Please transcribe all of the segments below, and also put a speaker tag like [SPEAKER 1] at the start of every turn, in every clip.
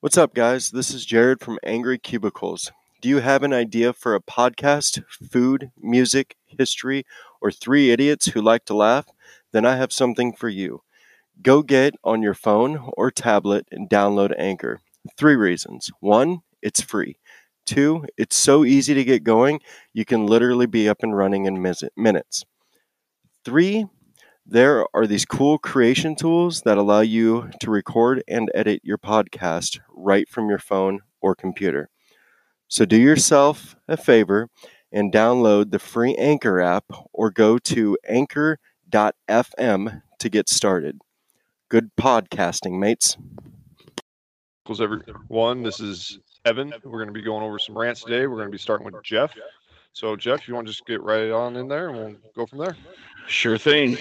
[SPEAKER 1] What's up, guys? This is Jared from Angry Cubicles. Do you have an idea for a podcast, food, music, history, or three idiots who like to laugh? Then I have something for you. Go get on your phone or tablet and download Anchor. Three reasons. One, it's free. Two, it's so easy to get going, you can literally be up and running in mis- minutes. Three, there are these cool creation tools that allow you to record and edit your podcast right from your phone or computer. So do yourself a favor and download the free Anchor app or go to anchor.fm to get started. Good podcasting, mates.
[SPEAKER 2] Equals everyone. This is Evan. We're going to be going over some rants today. We're going to be starting with Jeff. So, Jeff, you want to just get right on in there and we'll go from there?
[SPEAKER 3] Sure thing.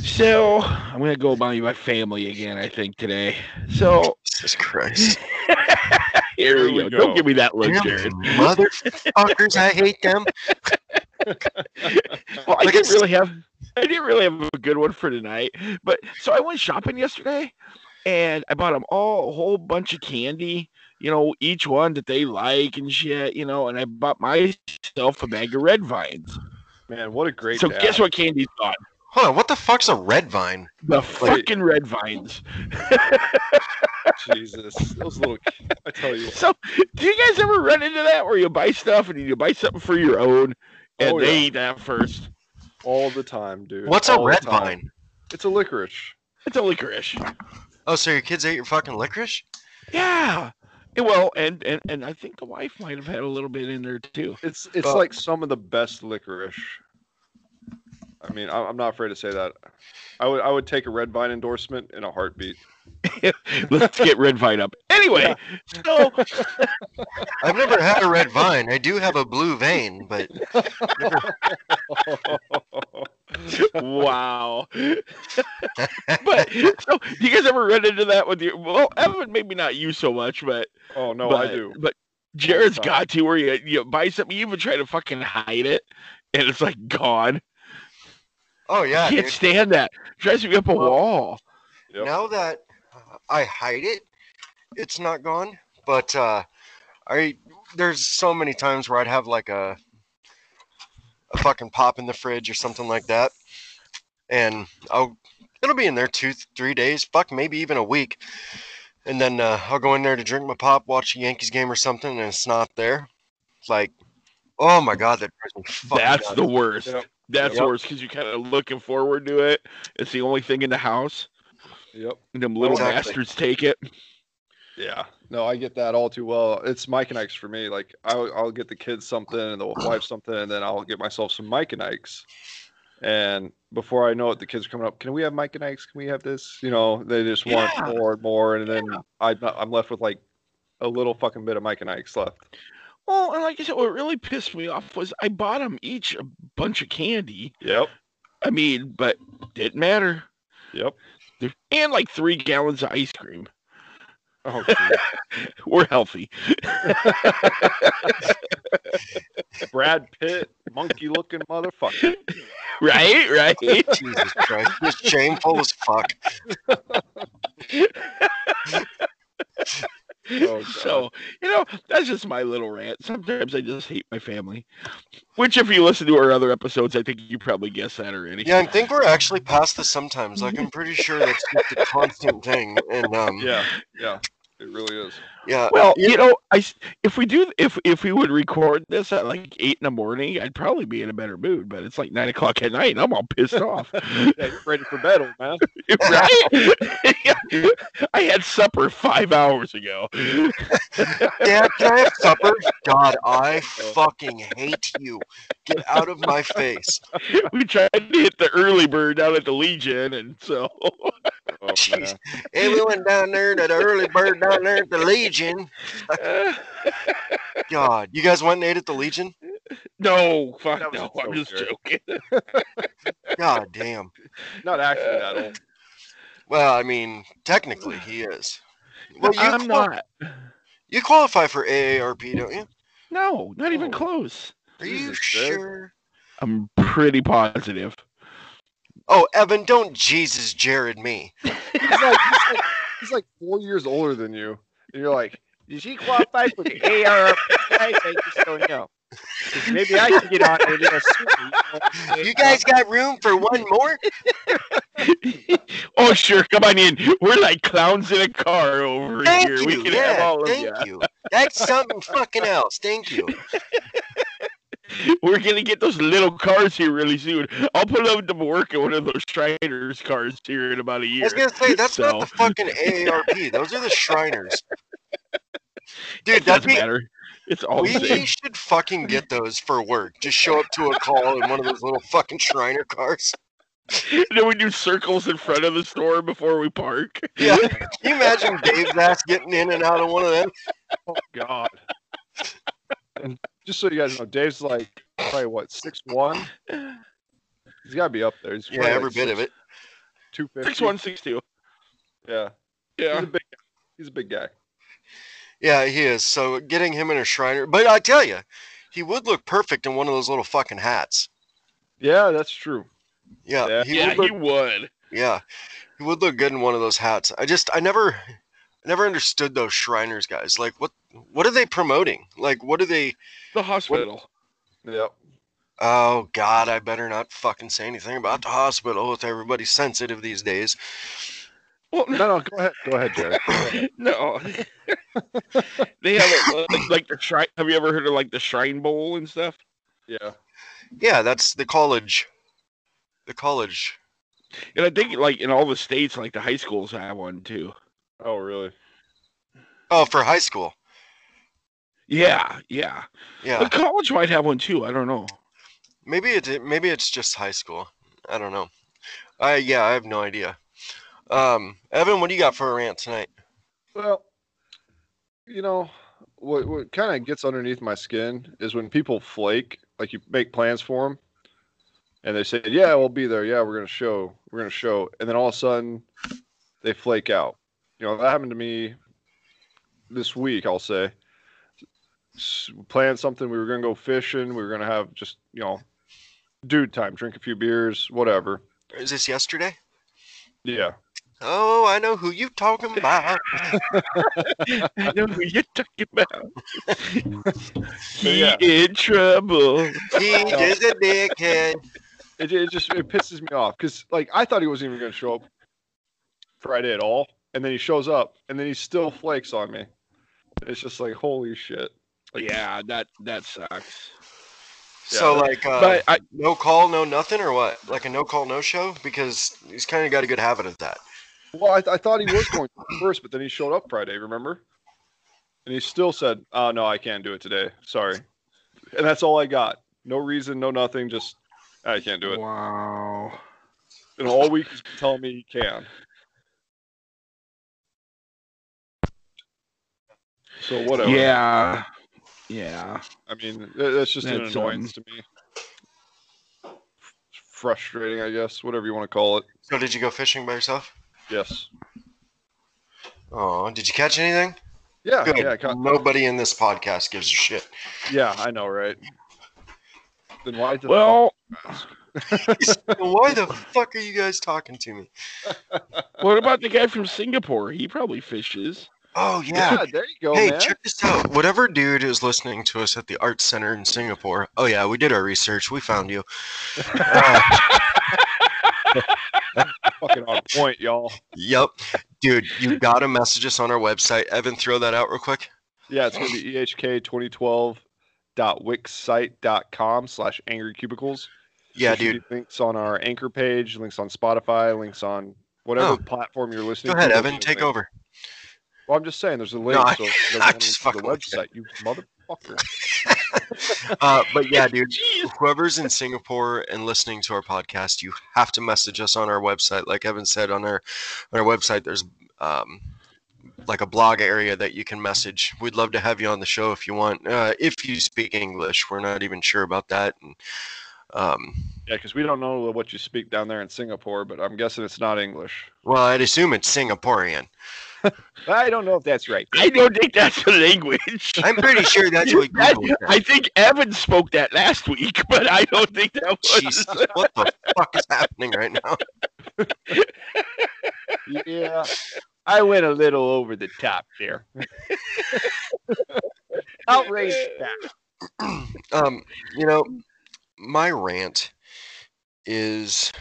[SPEAKER 3] So I'm gonna go by my family again. I think today. So
[SPEAKER 4] Jesus Christ.
[SPEAKER 3] here
[SPEAKER 2] Here
[SPEAKER 3] we go.
[SPEAKER 2] we go.
[SPEAKER 3] Don't give me that look,
[SPEAKER 4] Damn
[SPEAKER 3] Jared.
[SPEAKER 4] motherfuckers, I hate them.
[SPEAKER 3] Well, I
[SPEAKER 4] Look,
[SPEAKER 3] didn't
[SPEAKER 4] it's-
[SPEAKER 3] really have. I didn't really have a good one for tonight. But so I went shopping yesterday, and I bought them all a whole bunch of candy. You know, each one that they like and shit. You know, and I bought myself a bag of red vines.
[SPEAKER 2] Man, what a great
[SPEAKER 3] so
[SPEAKER 2] dad.
[SPEAKER 3] guess what candy's got?
[SPEAKER 4] Hold on, what the fuck's a red vine?
[SPEAKER 3] The fucking red vines.
[SPEAKER 2] Jesus. Those little, I tell you.
[SPEAKER 3] So, do you guys ever run into that where you buy stuff and you buy something for your own and
[SPEAKER 2] Oh,
[SPEAKER 3] they
[SPEAKER 2] yeah.
[SPEAKER 3] eat that first?
[SPEAKER 2] All the time, dude.
[SPEAKER 4] What's a
[SPEAKER 2] All the
[SPEAKER 4] red
[SPEAKER 2] time.
[SPEAKER 4] vine?
[SPEAKER 2] It's a licorice.
[SPEAKER 3] It's a licorice.
[SPEAKER 4] Oh, so your kids ate your fucking licorice?
[SPEAKER 3] Yeah. And Well, and, and and I think the wife might have had a little bit in there too.
[SPEAKER 2] It's it's
[SPEAKER 4] Fuck.
[SPEAKER 2] like some of the best licorice. I mean, I- I'm not afraid to say that. I would I would take a red vine endorsement in a heartbeat.
[SPEAKER 3] Let's get red vine up. Anyway, so
[SPEAKER 4] I've never had a red vine. I do have a blue vein, but
[SPEAKER 3] wow. but so do you guys ever run into that with your well, Evan, maybe not you so much, but
[SPEAKER 2] oh no,
[SPEAKER 3] but,
[SPEAKER 2] I do.
[SPEAKER 3] But Jared's
[SPEAKER 2] time.
[SPEAKER 3] got to where you, you buy something, you even try to fucking hide it, and it's like gone.
[SPEAKER 4] oh yeah,
[SPEAKER 3] Can't
[SPEAKER 4] dude.
[SPEAKER 3] stand that. Drives me up a
[SPEAKER 4] Well,
[SPEAKER 3] wall.
[SPEAKER 2] Yep.
[SPEAKER 4] Now that uh, I hide it, it's not gone. But uh, I there's so many times where I'd have like a a fucking pop in the fridge or something like that, and I'll it'll be in there two three days, fuck maybe even a week, and then uh, I'll go in there to drink my pop, watch a Yankees game or something, and it's not there. Like, oh my god, that drives me fucking
[SPEAKER 3] That's
[SPEAKER 4] nuts.
[SPEAKER 3] the worst.
[SPEAKER 2] Yep.
[SPEAKER 3] That's
[SPEAKER 2] Yep.
[SPEAKER 3] the worst because you're kind of looking forward to it. It's the only thing in the house,
[SPEAKER 2] Yep.
[SPEAKER 3] and them little
[SPEAKER 4] Exactly.
[SPEAKER 3] bastards take it.
[SPEAKER 2] Yeah, no, I get that all too well. It's Mike and Ike's for me. Like I'll, I'll get the kids something and the wife something, and then I'll get myself some Mike and Ike's. And before I know it, the kids are coming up. Can we have Mike and Ike's? Can we have this? You know, they just want
[SPEAKER 3] Yeah.
[SPEAKER 2] more and more, and then I'm not- I'm left with like a little fucking bit of Mike and Ike's left.
[SPEAKER 3] Well, and like I said, what really pissed me off was I bought them each a bunch of candy.
[SPEAKER 2] Yep,
[SPEAKER 3] I mean, but didn't matter.
[SPEAKER 2] yep.
[SPEAKER 3] There- And like three gallons of ice cream.
[SPEAKER 2] Oh, geez.
[SPEAKER 3] We're healthy.
[SPEAKER 2] Brad Pitt, monkey looking motherfucker.
[SPEAKER 3] Right? Right?
[SPEAKER 4] Jesus Christ, it's shameful as fuck.
[SPEAKER 2] Oh, God.
[SPEAKER 3] so you know that's just my little rant sometimes i just hate my family which if you listen to our other episodes i think you probably guessed that already
[SPEAKER 4] Yeah, I think we're actually past this sometimes. Like, I'm pretty sure that's just a constant thing. And um, yeah,
[SPEAKER 2] Yeah, yeah, it really is.
[SPEAKER 4] yeah,
[SPEAKER 3] well you know i s- if we do if if we would record this at like eight in the morning i'd probably be in a better mood but it's like nine o'clock at night and i'm all pissed off
[SPEAKER 2] Yeah, you're ready for bed, old man.
[SPEAKER 3] right i had supper five hours ago
[SPEAKER 4] Dad, can I have supper? God, I fucking hate you. Get out of my face.
[SPEAKER 3] we tried to hit the early bird down at the legion and so
[SPEAKER 2] Oh, man.
[SPEAKER 4] Jeez. Everyone down there, that early bird down there at the Legion. God, you guys went and ate at the Legion?
[SPEAKER 3] no fuck
[SPEAKER 2] That was
[SPEAKER 3] no
[SPEAKER 2] so
[SPEAKER 3] i'm just
[SPEAKER 2] good.
[SPEAKER 3] joking
[SPEAKER 4] God damn.
[SPEAKER 2] Not actually that old.
[SPEAKER 4] Well, I mean, technically, he is. Well, you,
[SPEAKER 3] i'm
[SPEAKER 4] qual-
[SPEAKER 3] not
[SPEAKER 4] you qualify for AARP, don't you?
[SPEAKER 3] No, not even
[SPEAKER 2] Oh.
[SPEAKER 3] close.
[SPEAKER 4] Are you
[SPEAKER 2] Jesus, Dad.
[SPEAKER 4] sure?
[SPEAKER 3] I'm pretty positive.
[SPEAKER 4] Oh, Evan, don't Jesus Jared me.
[SPEAKER 2] He's like, he's like, He's like four years older than you. And you're like,
[SPEAKER 5] Does he qualify for the ARP? I just don't know. 'Cause Maybe I can get on it. in a suit. Oh
[SPEAKER 4] You guys got room for one more?
[SPEAKER 3] oh sure, come on in. We're like clowns in a car over
[SPEAKER 4] Thank
[SPEAKER 3] here.
[SPEAKER 4] you.
[SPEAKER 3] we can
[SPEAKER 4] yeah,
[SPEAKER 3] have all of
[SPEAKER 4] thank
[SPEAKER 3] you.
[SPEAKER 4] you. That's something fucking else. Thank you.
[SPEAKER 3] We're gonna get those little cars here really soon. I'll put up to work in one of those Shriners cars here in about a
[SPEAKER 4] I
[SPEAKER 3] year.
[SPEAKER 4] was gonna say that's
[SPEAKER 3] So-
[SPEAKER 4] not the fucking AARP. Those are the Shriners. Dude, that'd
[SPEAKER 3] It doesn't
[SPEAKER 4] be
[SPEAKER 3] matter. It's all the
[SPEAKER 4] We
[SPEAKER 3] same.
[SPEAKER 4] should fucking get those for work. Just show up to a call in one of those little fucking Shriner cars.
[SPEAKER 3] then we do circles in front of the store before we park.
[SPEAKER 4] Yeah. Can you imagine Dave's ass getting in and out of one of them?
[SPEAKER 2] God. and just so you guys know, Dave's like probably what six one. He's got to be up there. He's
[SPEAKER 4] Yeah, every bit of it.
[SPEAKER 2] Two fifty.
[SPEAKER 3] Six one six two.
[SPEAKER 2] Yeah, he's
[SPEAKER 3] Yeah.
[SPEAKER 2] a big. He's a big guy.
[SPEAKER 4] Yeah, he is. So getting him in a Shriner, but I tell you, he would look perfect in one of those little fucking hats.
[SPEAKER 2] Yeah, that's true.
[SPEAKER 4] Yeah,
[SPEAKER 2] Yeah.
[SPEAKER 4] he
[SPEAKER 3] yeah,
[SPEAKER 4] would look.
[SPEAKER 3] he would.
[SPEAKER 4] yeah, he would look good in one of those hats. I just, I never, I never understood those Shriners guys. Like, what, what are they promoting? Like, what are they?
[SPEAKER 3] The hospital.
[SPEAKER 2] Yep.
[SPEAKER 4] Oh God, I better not fucking say anything about the hospital with everybody sensitive these days.
[SPEAKER 3] Well,
[SPEAKER 2] No, no, go ahead. Go ahead, Jerry.
[SPEAKER 3] No. they have uh, like, like the shrine. Have you ever heard of like the Shrine Bowl and stuff?
[SPEAKER 2] Yeah.
[SPEAKER 4] Yeah, that's the college. The college.
[SPEAKER 3] And I think like in all the states, like the high schools have one too.
[SPEAKER 2] Oh, really?
[SPEAKER 4] Oh, for high school.
[SPEAKER 3] Yeah, yeah.
[SPEAKER 4] Yeah,
[SPEAKER 3] The college might have one too. I don't know.
[SPEAKER 4] maybe it. Maybe it's just high school. I don't know. I yeah, I have no idea. Um, Evan, what do you got for a rant tonight?
[SPEAKER 2] Well, you know, what what kind of gets underneath my skin is when people flake. Like you make plans for them, and they say, "Yeah, we'll be there. Yeah, we're gonna show. We're gonna show." And then all of a sudden, they flake out. You know, that happened to me this week. I'll say, S- planned something. We were gonna go fishing. We were gonna have just you know, dude time, drink a few beers, whatever.
[SPEAKER 4] Is this yesterday?
[SPEAKER 2] Yeah.
[SPEAKER 4] Oh, I know who you talking about.
[SPEAKER 3] I know who you're talking about. he
[SPEAKER 2] yeah.
[SPEAKER 3] in trouble.
[SPEAKER 4] He is a dickhead.
[SPEAKER 2] It, it just it pisses me off because like I thought he wasn't even going to show up Friday at all, and then he shows up, and then he still flakes on me. It's just like holy shit.
[SPEAKER 3] Yeah, that that sucks.
[SPEAKER 4] So
[SPEAKER 2] Yeah.
[SPEAKER 4] like, uh,
[SPEAKER 3] but I,
[SPEAKER 4] no call, no nothing, or what? Like a no call, no show? Because he's kind of got a good habit of that.
[SPEAKER 2] Well, I, I thought he was going to first, but then he showed up Friday. Remember? And he still said, "Oh no, I can't do it today. Sorry." And that's all I got. No reason, no nothing. Just I can't do it.
[SPEAKER 3] wow.
[SPEAKER 2] And all week he's been telling me he can. So whatever.
[SPEAKER 3] Yeah. Yeah.
[SPEAKER 2] I mean, tha- that's just an
[SPEAKER 3] That's,
[SPEAKER 2] annoyance to me. Frustrating, I guess, whatever you want to call it.
[SPEAKER 4] So did you go fishing by yourself?
[SPEAKER 2] Yes.
[SPEAKER 4] Oh, did you catch anything?
[SPEAKER 2] Yeah.
[SPEAKER 4] Good.
[SPEAKER 2] Yeah. I ca-
[SPEAKER 4] Nobody in this podcast gives a shit.
[SPEAKER 2] yeah. I know, right? Then why? The
[SPEAKER 3] Well,
[SPEAKER 4] Why the fuck are you guys talking to me?
[SPEAKER 3] what about the guy from Singapore? He probably fishes.
[SPEAKER 4] Oh
[SPEAKER 2] fuck?
[SPEAKER 4] yeah.
[SPEAKER 2] yeah. There you go,
[SPEAKER 4] hey,
[SPEAKER 2] Oh, man.
[SPEAKER 4] check this out. Whatever dude is listening to us at the Arts Center in Singapore. Oh yeah, we did our research. We found you. Uh,
[SPEAKER 2] Fucking on point, y'all.
[SPEAKER 4] yep, dude, you gotta message us on our website. Evan, throw that out real quick.
[SPEAKER 2] Yeah, it's gonna be E ehk2012.wixsite.com slash angry cubicles.
[SPEAKER 4] Yeah,
[SPEAKER 2] There should
[SPEAKER 4] dude.
[SPEAKER 2] be Links on our anchor page, links on Spotify, links on whatever
[SPEAKER 4] Oh.
[SPEAKER 2] platform you're
[SPEAKER 4] Go
[SPEAKER 2] listening
[SPEAKER 4] ahead,
[SPEAKER 2] to. there'll
[SPEAKER 4] Evan.
[SPEAKER 2] be a
[SPEAKER 4] Take
[SPEAKER 2] link.
[SPEAKER 4] over.
[SPEAKER 2] Well, I'm just saying, there's a link.
[SPEAKER 4] I-
[SPEAKER 2] so
[SPEAKER 4] I'm just
[SPEAKER 2] there's a link to
[SPEAKER 4] fucking with
[SPEAKER 2] the website, you motherfucker.
[SPEAKER 4] Uh, but yeah, dude,
[SPEAKER 3] Jeez.
[SPEAKER 4] whoever's in Singapore and listening to our podcast, you have to message us on our website. Like Evan said, on our on our website, there's um, like a blog area that you can message. We'd love to have you on the show if you want. Uh, if you speak English, we're not even sure about that. And, um,
[SPEAKER 2] Yeah, because we don't know what you speak down there in Singapore, but I'm guessing it's not English.
[SPEAKER 4] well, I'd assume it's Singaporean.
[SPEAKER 2] I don't know if that's right.
[SPEAKER 3] I don't think that's the language.
[SPEAKER 4] I'm pretty sure that's what
[SPEAKER 3] That-
[SPEAKER 4] Google said.
[SPEAKER 3] I think Evan spoke that last week, but I don't think that was.
[SPEAKER 4] Jesus, what the fuck is happening right now?
[SPEAKER 2] Yeah,
[SPEAKER 5] I went a little over the top there. Outrage factor.
[SPEAKER 4] um, you know, my rant is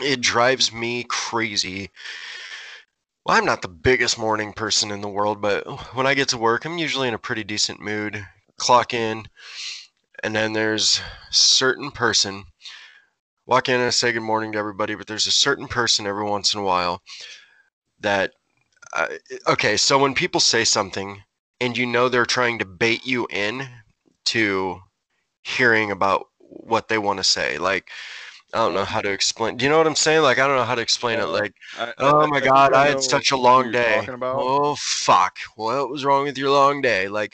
[SPEAKER 4] it drives me crazy. Well, I'm not the biggest morning person in the world, but when I get to work, I'm usually in a pretty decent mood. Clock in, and then there's certain person. Walk in and I say good morning to everybody, but there's a certain person every once in a while that. I okay, so when people say something and you know they're trying to bait you in to hearing about what they want to say, like I don't know how to explain. Do you know what I'm saying? Like I don't know how to explain it. Like
[SPEAKER 2] I-
[SPEAKER 4] Oh
[SPEAKER 2] I-
[SPEAKER 4] my
[SPEAKER 2] I think
[SPEAKER 4] god, I
[SPEAKER 2] know
[SPEAKER 4] had such a
[SPEAKER 2] who
[SPEAKER 4] long
[SPEAKER 2] you're
[SPEAKER 4] day.
[SPEAKER 2] Talking about.
[SPEAKER 4] Oh fuck. What was wrong with your long day? Like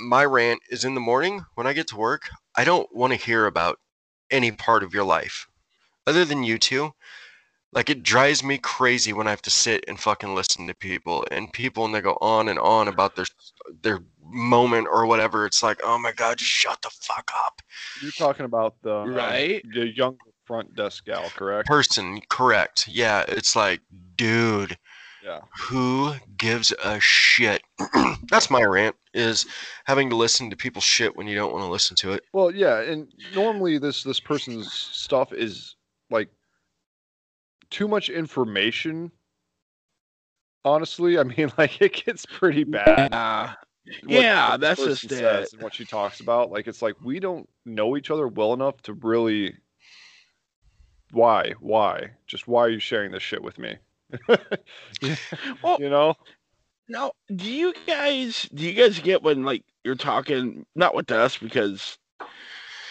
[SPEAKER 4] my rant is in the morning when I get to work, I don't want to hear about any part of your life other than you two. Like it drives me crazy when I have to sit and fucking listen to people and people and they go on and on about their their moment or whatever. It's like, "Oh my god, just shut the fuck up."
[SPEAKER 2] You're talking about the uh,
[SPEAKER 3] Right.
[SPEAKER 2] the young front desk gal, correct?
[SPEAKER 4] Person, correct. Yeah, it's like, "Dude,
[SPEAKER 2] Yeah.
[SPEAKER 4] who gives a shit that's my rant is having to listen to people's shit when you don't want to listen to it
[SPEAKER 2] Well, yeah, and normally this this person's stuff is like too much information. Honestly, I mean, like it gets pretty bad.
[SPEAKER 3] Uh,
[SPEAKER 2] what
[SPEAKER 3] yeah,
[SPEAKER 2] this
[SPEAKER 3] that's
[SPEAKER 2] person
[SPEAKER 3] just it.
[SPEAKER 2] says and what she talks about. Like it's like we don't know each other well enough to really. Why? Why? Just why are you sharing this shit with me?
[SPEAKER 3] Well,
[SPEAKER 2] you know,
[SPEAKER 3] Now, do you guys do you guys get when like you're talking not with us because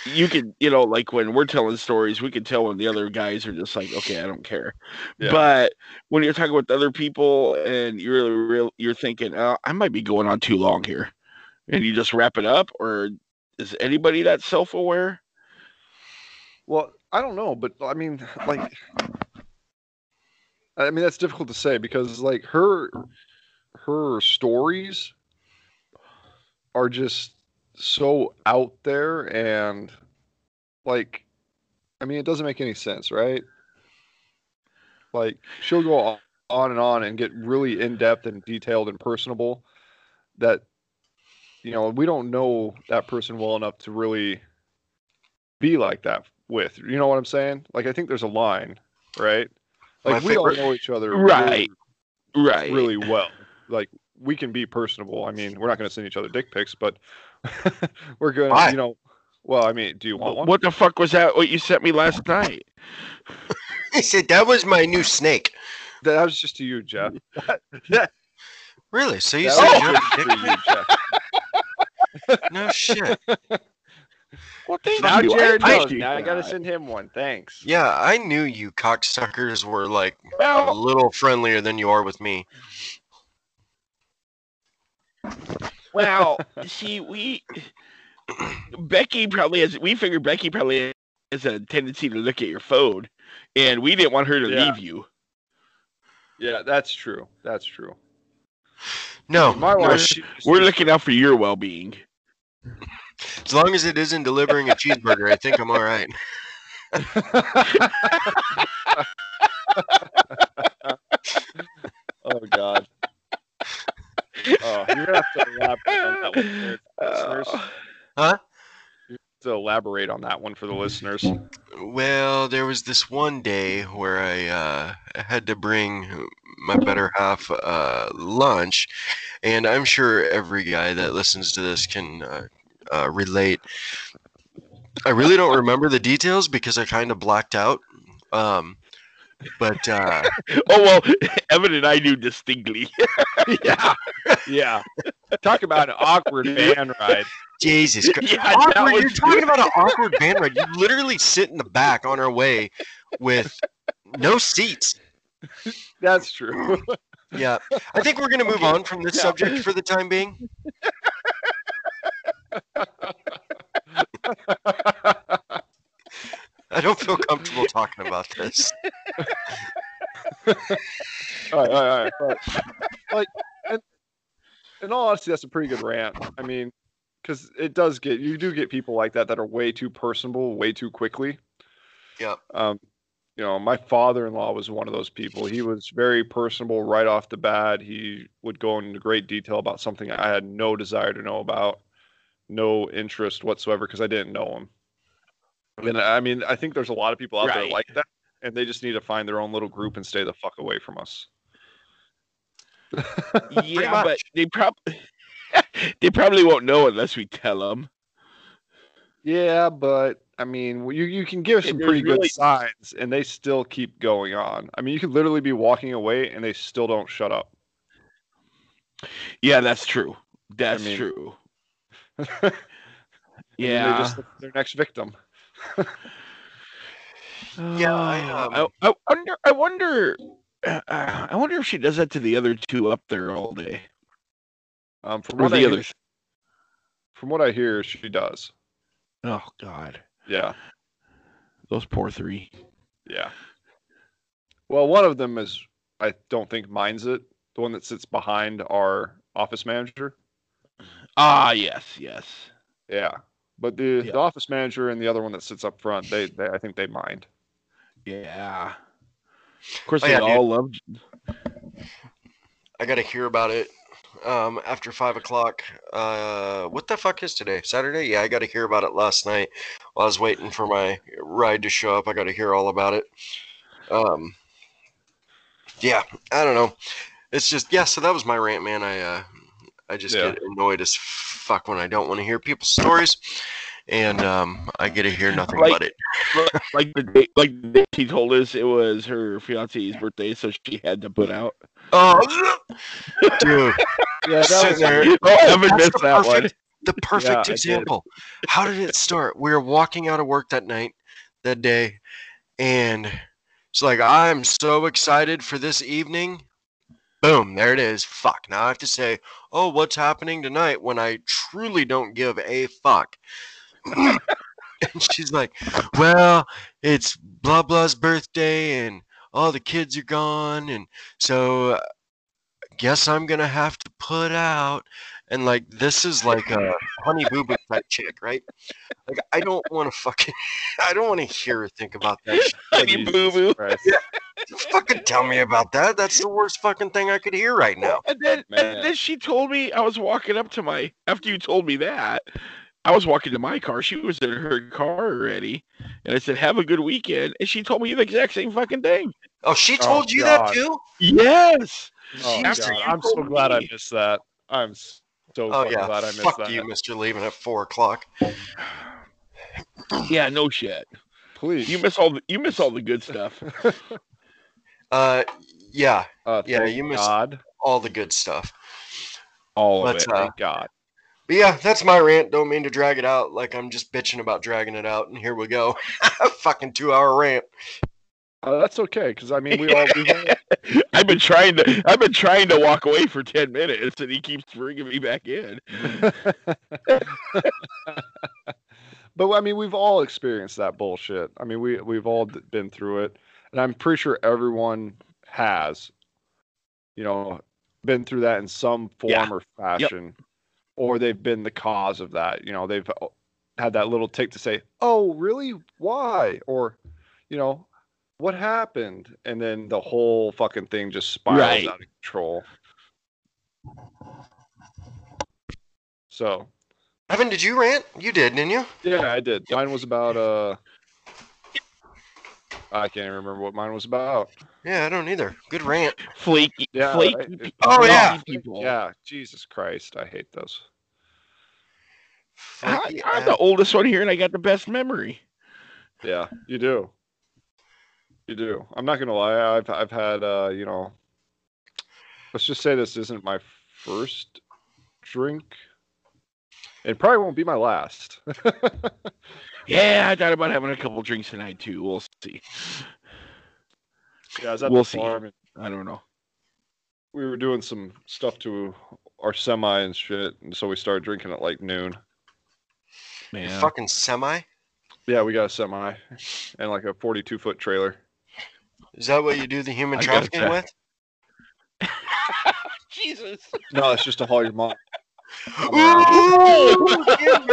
[SPEAKER 3] you could you know like when we're telling stories we can tell when the other guys are just like okay I don't care,
[SPEAKER 2] Yeah.
[SPEAKER 3] but when you're talking with other people and you're really real you're thinking oh, I might be going on too long here, and you just wrap it up or is anybody that self aware?
[SPEAKER 2] Well, I don't know, but I mean, like, I mean that's difficult to say because like her, her stories are just so out there, and like, I mean, it doesn't make any sense, right? Like, she'll go o- on and on and get really in depth and detailed and personable. That you know, we don't know that person well enough to really be like that with. You know what I'm saying? Like I think there's a line, right? Like
[SPEAKER 4] My
[SPEAKER 2] we all
[SPEAKER 4] favorite-
[SPEAKER 2] know each other
[SPEAKER 3] Right, Right,
[SPEAKER 2] really, really well. Like we can be personable. I mean, we're not going to send each other dick pics, but we're going
[SPEAKER 4] Why?
[SPEAKER 2] to, you know, well, I mean, do you want one?
[SPEAKER 3] What the fuck was that? What you sent me last night?
[SPEAKER 4] he said that was my new snake
[SPEAKER 2] That was just to you, Jeff.
[SPEAKER 4] really so you
[SPEAKER 2] That
[SPEAKER 4] said
[SPEAKER 2] was
[SPEAKER 4] you're
[SPEAKER 2] just
[SPEAKER 4] a dick?
[SPEAKER 2] for you, Jeff.
[SPEAKER 4] no shit
[SPEAKER 3] Well, thank
[SPEAKER 5] Now
[SPEAKER 3] you. I
[SPEAKER 5] Jared knows.
[SPEAKER 3] appreciate
[SPEAKER 5] Now I gotta
[SPEAKER 3] that.
[SPEAKER 5] send him one. Thanks.
[SPEAKER 4] yeah i knew you cocksuckers were like a
[SPEAKER 2] Oh.
[SPEAKER 3] Well,
[SPEAKER 4] little friendlier than you are with me
[SPEAKER 3] Well, see, we Becky probably has. We figured Becky probably has a tendency to look at your phone, and we didn't want her to
[SPEAKER 2] Yeah.
[SPEAKER 3] leave you.
[SPEAKER 2] Yeah, that's true. That's true.
[SPEAKER 4] no
[SPEAKER 2] My
[SPEAKER 4] Oh, no,
[SPEAKER 2] wife-
[SPEAKER 4] she-
[SPEAKER 3] We're looking out for your well-being.
[SPEAKER 4] as long as it isn't delivering a cheeseburger i think i'm all right
[SPEAKER 2] Oh God. Oh, you're gonna have to elaborate on that one for the listeners.
[SPEAKER 4] Uh, Huh?
[SPEAKER 2] To elaborate on that one for the listeners.
[SPEAKER 4] Well, there was this one day where I uh, had to bring my better half uh, lunch, and I'm sure every guy that listens to this can uh, uh, relate. I really don't remember the details because I kind of blacked out. Um, but uh,
[SPEAKER 3] Oh well, Evan and I knew distinctly.
[SPEAKER 2] yeah. Yeah. Talk about an awkward van ride.
[SPEAKER 4] Jesus Christ.
[SPEAKER 3] Yeah, that
[SPEAKER 4] Awkward,
[SPEAKER 3] was-
[SPEAKER 4] you're talking about an awkward band ride. You literally sit in the back on our way with no seats.
[SPEAKER 2] That's true.
[SPEAKER 4] Yeah. I think we're going to move on from this subject for the time being. I don't feel comfortable talking about this.
[SPEAKER 2] all right, all right, all right. But, like, and, in all honesty, that's a pretty good rant. I mean, because it does get you do get people like that that are way too personable, way too quickly.
[SPEAKER 4] Yep.
[SPEAKER 2] Um, you know, my father-in-law was one of those people. He was very personable right off the bat. He would go into great detail about something I had no desire to know about, no interest whatsoever because I didn't know him. And I mean, I think there's a lot of people out there
[SPEAKER 3] Right.
[SPEAKER 2] like that, and they just need to find their own little group and stay the fuck away from us.
[SPEAKER 3] yeah, but they probably they probably won't know unless we tell them.
[SPEAKER 2] Yeah, but I mean, you you can give
[SPEAKER 3] Yeah,
[SPEAKER 2] some
[SPEAKER 3] there's
[SPEAKER 2] pretty
[SPEAKER 3] really-
[SPEAKER 2] good signs, and they still keep going on. I mean, you could literally be walking away, and they still don't shut up.
[SPEAKER 3] Yeah, that's true. That's
[SPEAKER 2] mean-
[SPEAKER 3] true.
[SPEAKER 2] And
[SPEAKER 3] Yeah.
[SPEAKER 2] they just their next victim.
[SPEAKER 4] Yeah, I,
[SPEAKER 3] Oh,
[SPEAKER 4] um,
[SPEAKER 3] I, I wonder. I wonder. Uh, I wonder if she does that to the other two up there all day,
[SPEAKER 2] Um, from
[SPEAKER 3] or
[SPEAKER 2] what I
[SPEAKER 3] the
[SPEAKER 2] hear-
[SPEAKER 3] others.
[SPEAKER 2] from what I hear, she does.
[SPEAKER 3] Oh God,
[SPEAKER 2] Yeah,
[SPEAKER 3] those poor three.
[SPEAKER 2] yeah. Well, one of them is I don't think minds it. The one that sits behind our office manager.
[SPEAKER 3] Ah, yes, yes.
[SPEAKER 2] Yeah, but the,
[SPEAKER 3] Yeah.
[SPEAKER 2] the office manager and the other one that sits up front, they, they I think they mind.
[SPEAKER 3] Yeah. Of course,
[SPEAKER 4] Oh,
[SPEAKER 3] they
[SPEAKER 4] yeah, dude.
[SPEAKER 3] all loved.
[SPEAKER 4] I gotta hear about it um, after five o'clock. Uh, what the fuck is today? Saturday? Yeah, I gotta hear about it last night while I was waiting for my ride to show up. I gotta hear all about it. Um, yeah, I don't know. It's just yeah. So that was my rant, man. I uh, I just
[SPEAKER 2] Yeah.
[SPEAKER 4] get annoyed as fuck when I don't want to hear people's stories, and um, I get to hear nothing
[SPEAKER 3] Like-
[SPEAKER 4] but it.
[SPEAKER 3] Like the day, like the day she told us it was her fiance's birthday, so she had to put out.
[SPEAKER 4] Oh, dude,
[SPEAKER 2] Yeah,
[SPEAKER 4] sitting there.
[SPEAKER 3] Oh, I haven't
[SPEAKER 4] that's
[SPEAKER 3] missed
[SPEAKER 4] the
[SPEAKER 3] that one.
[SPEAKER 4] perfect- the
[SPEAKER 2] Yeah, I
[SPEAKER 4] perfect
[SPEAKER 2] did.
[SPEAKER 4] example. How did it start? We were walking out of work that night, that day, and it's like, I'm so excited for this evening. Boom, there it is. Fuck. Now I have to say, oh, what's happening tonight when I truly don't give a fuck. and she's like, well, it's blah blah's birthday and all the kids are gone. And so uh, guess I'm going to have to put out. And like, this is like a honey boo boo type chick, right? Like, I don't want to fucking, I don't want to hear or think about that shit.
[SPEAKER 3] Honey boo boo.
[SPEAKER 4] fucking tell me about that. That's the worst fucking thing I could hear right now.
[SPEAKER 3] And then,
[SPEAKER 2] Man.
[SPEAKER 3] and then she told me I was walking up to my. After you told me that, I was walking to my car. She was in her car already, and I said, "Have a good weekend." And she told me the exact same fucking thing.
[SPEAKER 4] Oh, she
[SPEAKER 2] Oh,
[SPEAKER 4] told you
[SPEAKER 2] God.
[SPEAKER 4] that too?
[SPEAKER 3] Yes.
[SPEAKER 2] Oh,
[SPEAKER 4] Jesus.
[SPEAKER 2] God, I'm so glad I missed that. I'm so
[SPEAKER 4] Oh
[SPEAKER 2] fucking
[SPEAKER 4] yeah,
[SPEAKER 2] glad I missed
[SPEAKER 4] fuck
[SPEAKER 2] that.
[SPEAKER 4] you, Mister Leaving at four o'clock.
[SPEAKER 3] Yeah. No shit.
[SPEAKER 2] Please.
[SPEAKER 3] You miss all. The, you miss all the good stuff.
[SPEAKER 4] Uh, yeah,
[SPEAKER 2] uh,
[SPEAKER 4] Yeah,
[SPEAKER 2] thank
[SPEAKER 4] you missed-
[SPEAKER 2] God.
[SPEAKER 4] all the good stuff.
[SPEAKER 2] All
[SPEAKER 4] But,
[SPEAKER 2] of it.
[SPEAKER 4] uh,
[SPEAKER 2] thank God.
[SPEAKER 4] But yeah, that's my rant. Don't mean to drag it out. Like I'm just bitching about dragging it out, and here we go, fucking two hour rant.
[SPEAKER 2] Uh, that's okay, because I mean, we all we all-
[SPEAKER 3] I've been trying to. I've been trying to walk away for ten minutes, and he keeps bringing me back in.
[SPEAKER 2] but I mean, we've all experienced that bullshit. I mean, we we've all d- been through it, and I'm pretty sure everyone has, you know, been through that in some form
[SPEAKER 3] Yeah.
[SPEAKER 2] or fashion, or they've been the cause of that. You know, they've uh, had that little tick to say, "Oh, really? Why?" or, you know, what happened, and then the whole fucking thing just spirals
[SPEAKER 3] Right.
[SPEAKER 2] out of control. So
[SPEAKER 4] Evan, did you rant? You did, didn't you?
[SPEAKER 2] yeah, I did. Mine was about uh I can't even remember what mine was about.
[SPEAKER 4] Yeah, I don't either. Good rant.
[SPEAKER 3] Flaky.
[SPEAKER 2] Yeah,
[SPEAKER 3] flaky.
[SPEAKER 2] right.
[SPEAKER 3] pe-
[SPEAKER 4] Oh,
[SPEAKER 3] flaky
[SPEAKER 4] yeah.
[SPEAKER 3] People.
[SPEAKER 2] Yeah, Jesus Christ, I hate those.
[SPEAKER 3] I,
[SPEAKER 4] Fucking
[SPEAKER 3] I'm
[SPEAKER 4] ass.
[SPEAKER 3] the oldest one here, and I got the best memory.
[SPEAKER 2] Yeah, you do. You do. I'm not gonna lie, I've I've had uh, you know let's just say this isn't my first drink. It probably won't be my last.
[SPEAKER 3] Yeah, I thought about having a couple drinks tonight too. We'll see.
[SPEAKER 2] yeah, I was
[SPEAKER 3] We'll see.
[SPEAKER 2] and
[SPEAKER 3] I don't know.
[SPEAKER 2] we were doing some stuff to our semi and shit, and so we started drinking at like noon.
[SPEAKER 4] Your
[SPEAKER 3] Man.
[SPEAKER 4] fucking semi.
[SPEAKER 2] Yeah, we got a semi and like a 42 foot trailer.
[SPEAKER 4] Is that what you do the human
[SPEAKER 3] I gotta
[SPEAKER 4] trafficking
[SPEAKER 3] check.
[SPEAKER 4] with?
[SPEAKER 3] Jesus.
[SPEAKER 2] No, it's just to haul your mom.
[SPEAKER 4] Ooh, Ken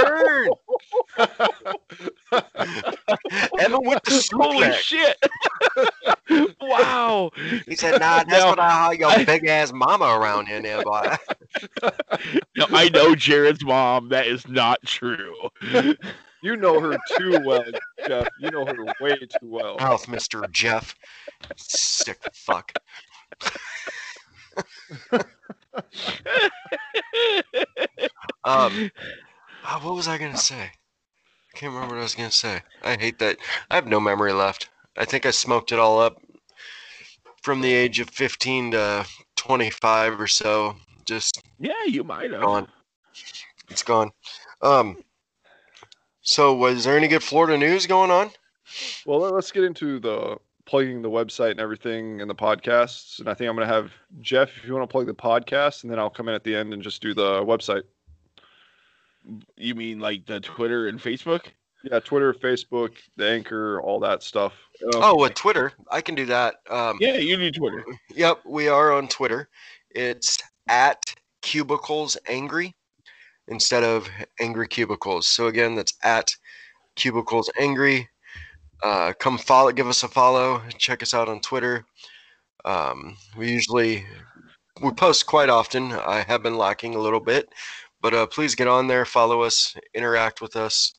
[SPEAKER 4] Evan with the
[SPEAKER 3] Holy
[SPEAKER 4] suplex.
[SPEAKER 3] shit! wow,
[SPEAKER 4] He said, "Nah, that's
[SPEAKER 3] Now-
[SPEAKER 4] what I haul
[SPEAKER 3] I-
[SPEAKER 4] your big ass mama around here, there, boy."
[SPEAKER 3] no, I know Jared's mom. That is not true.
[SPEAKER 2] You know her too well, Jeff. You know her way too well.
[SPEAKER 4] Mouth, Mister Jeff. Sick fuck. Um, uh, what was I gonna say? I can't remember what I was gonna say. I hate that. I have no memory left. I think I smoked it all up from the age of 15 to 25 or so. Just
[SPEAKER 3] yeah, you might have.
[SPEAKER 4] gone. It's gone. Um. So, was there any good Florida news going on?
[SPEAKER 2] Well, let- let's get into the plugging the website and everything and the podcasts. And I think I'm going to have Jeff, if you want to plug the podcast, and then I'll come in at the end and just do the website.
[SPEAKER 3] You mean like the Twitter and Facebook?
[SPEAKER 2] Yeah, Twitter, Facebook, the anchor, all that stuff.
[SPEAKER 4] Oh, with Twitter, I can do that. Um,
[SPEAKER 3] yeah, you do Twitter.
[SPEAKER 4] Yep, we are on Twitter. It's at cubicles angry instead of angry cubicles. So again, that's at cubicles angry. Uh, come follow, give us a follow. Check us out on Twitter. Um, we usually we post quite often. I have been lacking a little bit, but uh, please get on there, follow us, interact with us.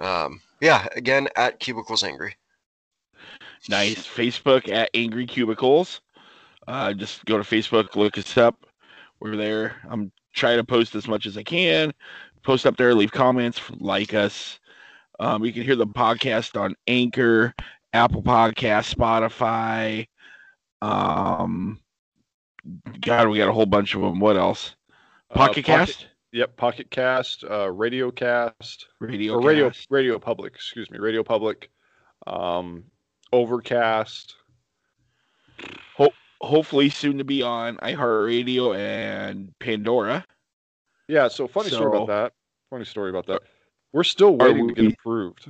[SPEAKER 4] Um, yeah, again at cubicles angry.
[SPEAKER 3] Nice. Facebook at Angry Cubicles. Uh, just go to Facebook, look us up. We're there. I'm trying to post as much as I can. Post up there, leave comments, like us. Um, you can hear the podcast on Anchor, Apple Podcast, Spotify. Um, God, we got a whole bunch of them. What else?
[SPEAKER 2] Uh,
[SPEAKER 3] Pocket Cast,
[SPEAKER 2] Yep, Pocket Cast, uh, Radio Cast,
[SPEAKER 3] Radio,
[SPEAKER 2] or Radio
[SPEAKER 3] Cast.
[SPEAKER 2] Radio Public. Excuse me, Radio Public, um, Overcast.
[SPEAKER 3] Hopefully soon to be on iHeartRadio and Pandora.
[SPEAKER 2] Yeah. So funny story
[SPEAKER 3] So-
[SPEAKER 2] about that. Funny story about that. We're still waiting to
[SPEAKER 3] we-
[SPEAKER 2] get approved.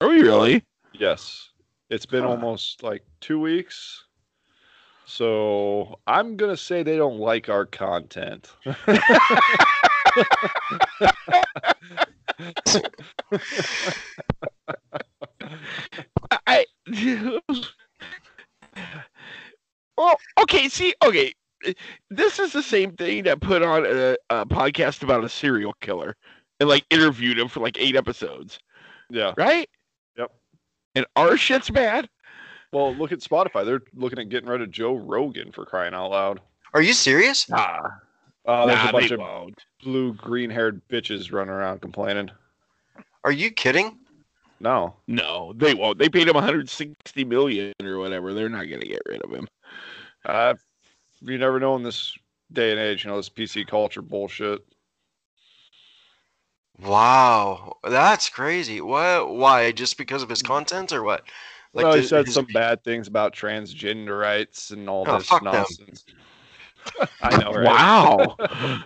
[SPEAKER 3] Are we really?
[SPEAKER 2] Yes, it's been
[SPEAKER 3] Huh.
[SPEAKER 2] almost like two weeks. So I'm gonna say they don't like our content.
[SPEAKER 3] I. well, okay. See, okay. This is the same thing that put on a, a podcast about a serial killer and like interviewed him for like eight episodes,
[SPEAKER 2] Yeah.
[SPEAKER 3] right?
[SPEAKER 2] Yep.
[SPEAKER 3] And our shit's bad.
[SPEAKER 2] Well, look at Spotify. They're looking at getting rid of Joe Rogan for crying out loud.
[SPEAKER 4] Are you serious?
[SPEAKER 3] Nah,
[SPEAKER 2] Uh, there's
[SPEAKER 3] nah,
[SPEAKER 2] a bunch
[SPEAKER 3] they
[SPEAKER 2] of
[SPEAKER 3] won't.
[SPEAKER 2] blue, green-haired bitches running around complaining.
[SPEAKER 4] Are you kidding?
[SPEAKER 2] No.
[SPEAKER 3] No, they won't. They paid him 160 million or whatever. They're not gonna get rid of him.
[SPEAKER 2] Uh, you never know in this day and age, you know, this PC culture bullshit.
[SPEAKER 4] Wow, that's crazy. What? Why? Just because of his content or what?
[SPEAKER 2] Like no, Mm. he
[SPEAKER 4] the-
[SPEAKER 2] said
[SPEAKER 4] his-
[SPEAKER 2] some bad things about transgender rights and all
[SPEAKER 4] Oh,
[SPEAKER 2] this
[SPEAKER 4] fuck them.
[SPEAKER 2] nonsense. I know, right?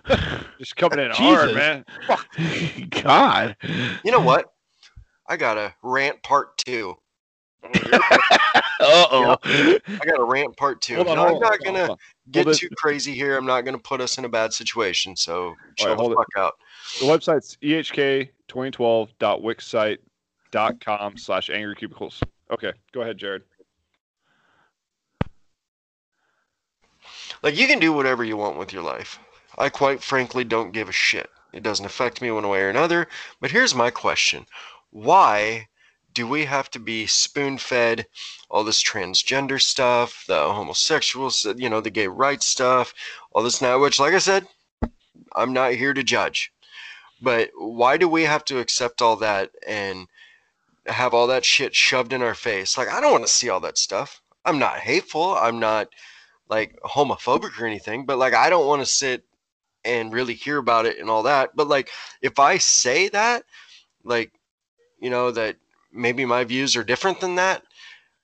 [SPEAKER 3] Wow.
[SPEAKER 2] Just coming in
[SPEAKER 3] Jesus.
[SPEAKER 2] hard, man.
[SPEAKER 3] God.
[SPEAKER 4] You know what? I got a rant part two.
[SPEAKER 3] Uh oh.
[SPEAKER 4] I got a rant part two.
[SPEAKER 2] Hold on,
[SPEAKER 4] No,
[SPEAKER 2] hold
[SPEAKER 4] I'm not
[SPEAKER 2] on, hold on,
[SPEAKER 4] gonna
[SPEAKER 2] hold on.
[SPEAKER 4] get
[SPEAKER 2] this-
[SPEAKER 4] too crazy here. I'm not gonna put us in a bad situation. So chill
[SPEAKER 2] hold
[SPEAKER 4] the
[SPEAKER 2] it.
[SPEAKER 4] fuck out.
[SPEAKER 2] The website's E ehk2012.wixsite.com slash angry cubicles. Okay, go ahead, Jared.
[SPEAKER 4] Like you can do whatever you want with your life. I quite frankly don't give a shit. It doesn't affect me one way or another. But here's my question. Why do we have to be spoon-fed all this transgender stuff, the homosexuals, you know, the gay rights stuff, all this now which like I said, I'm not here to judge. But why do we have to accept all that and have all that shit shoved in our face? Like I don't want to see all that stuff. I'm not hateful. I'm not like homophobic or anything, but like I don't want to sit and really hear about it and all that. But like if I say that, like you know that maybe my views are different than that,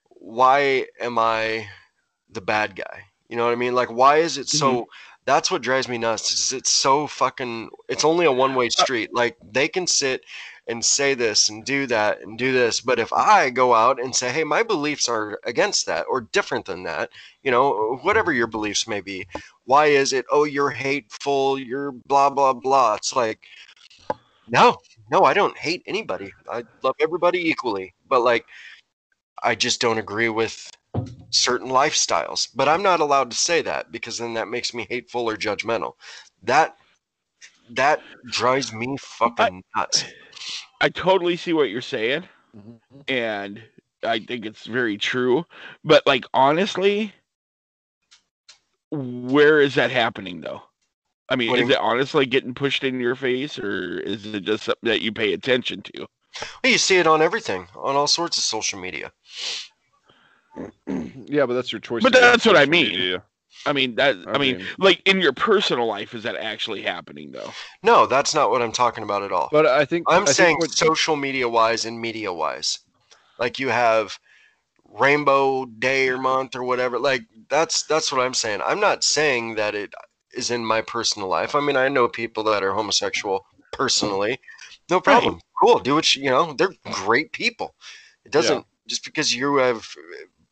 [SPEAKER 4] why am I the bad guy? You know what I mean? Like why is it so that's what drives me nuts is it's so fucking it's only a one way street. Like they can sit and say this and do that and do this. But if I go out and say, hey, my beliefs are against that or different than that, you know, whatever your beliefs may be, why is it, oh, you're hateful, you're blah, blah, blah? It's like, no, no, I don't hate anybody. I love everybody equally. But like, I just don't agree with certain lifestyles. But I'm not allowed to say that because then that makes me hateful or judgmental. That that drives me fucking nuts.
[SPEAKER 3] I totally see what you're saying, and I think it's very true. But like honestly, where is that happening though? I mean,
[SPEAKER 4] What do
[SPEAKER 3] is
[SPEAKER 4] you-
[SPEAKER 3] it honestly getting pushed in your face, or is it just something that you pay attention to?
[SPEAKER 4] You see it on everything, on all sorts of social media.
[SPEAKER 2] Yeah, but that's your choice.
[SPEAKER 3] But
[SPEAKER 2] to go on
[SPEAKER 3] that's what I
[SPEAKER 2] social
[SPEAKER 3] mean.
[SPEAKER 2] media.
[SPEAKER 3] I mean, that I,
[SPEAKER 2] I
[SPEAKER 3] mean,
[SPEAKER 2] mean-
[SPEAKER 3] like in your personal life, is that actually happening though?
[SPEAKER 4] No, that's not what I'm talking about at all.
[SPEAKER 2] But I think I
[SPEAKER 4] I'm
[SPEAKER 2] think
[SPEAKER 4] saying
[SPEAKER 2] what-
[SPEAKER 4] social media wise and media wise. Like you have rainbow day or month or whatever. Like that's that's what I'm saying. I'm not saying that it is in my personal life. I mean, I know people that are homosexual personally. No problem. Cool. Do what you, you know. They're great people. It doesn't just because you have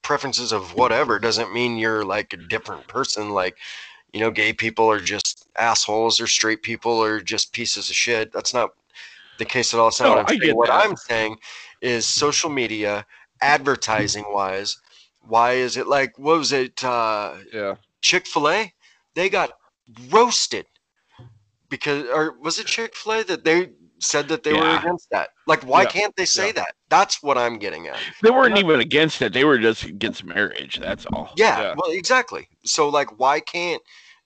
[SPEAKER 4] preferences of whatever doesn't mean you're like a different person like you know, gay people are just assholes or straight people are just pieces of shit. That's not the case at all. It's not
[SPEAKER 3] No,
[SPEAKER 4] what I'm
[SPEAKER 3] I
[SPEAKER 4] saying.
[SPEAKER 3] get
[SPEAKER 4] What
[SPEAKER 3] that.
[SPEAKER 4] I'm saying is social media, advertising wise, why is it like, what was it, uh,
[SPEAKER 2] yeah,
[SPEAKER 4] Chick fil A? They got roasted because, or was it Chick fil A that they said that they were
[SPEAKER 3] Yeah.
[SPEAKER 4] against that? Like, why
[SPEAKER 2] Yeah.
[SPEAKER 4] can't they say
[SPEAKER 2] Yeah.
[SPEAKER 4] that? That's what I'm getting at.
[SPEAKER 3] They weren't even against it; they were just against marriage. That's all.
[SPEAKER 4] Yeah,
[SPEAKER 2] Yeah.
[SPEAKER 4] well, exactly. So, like, why can't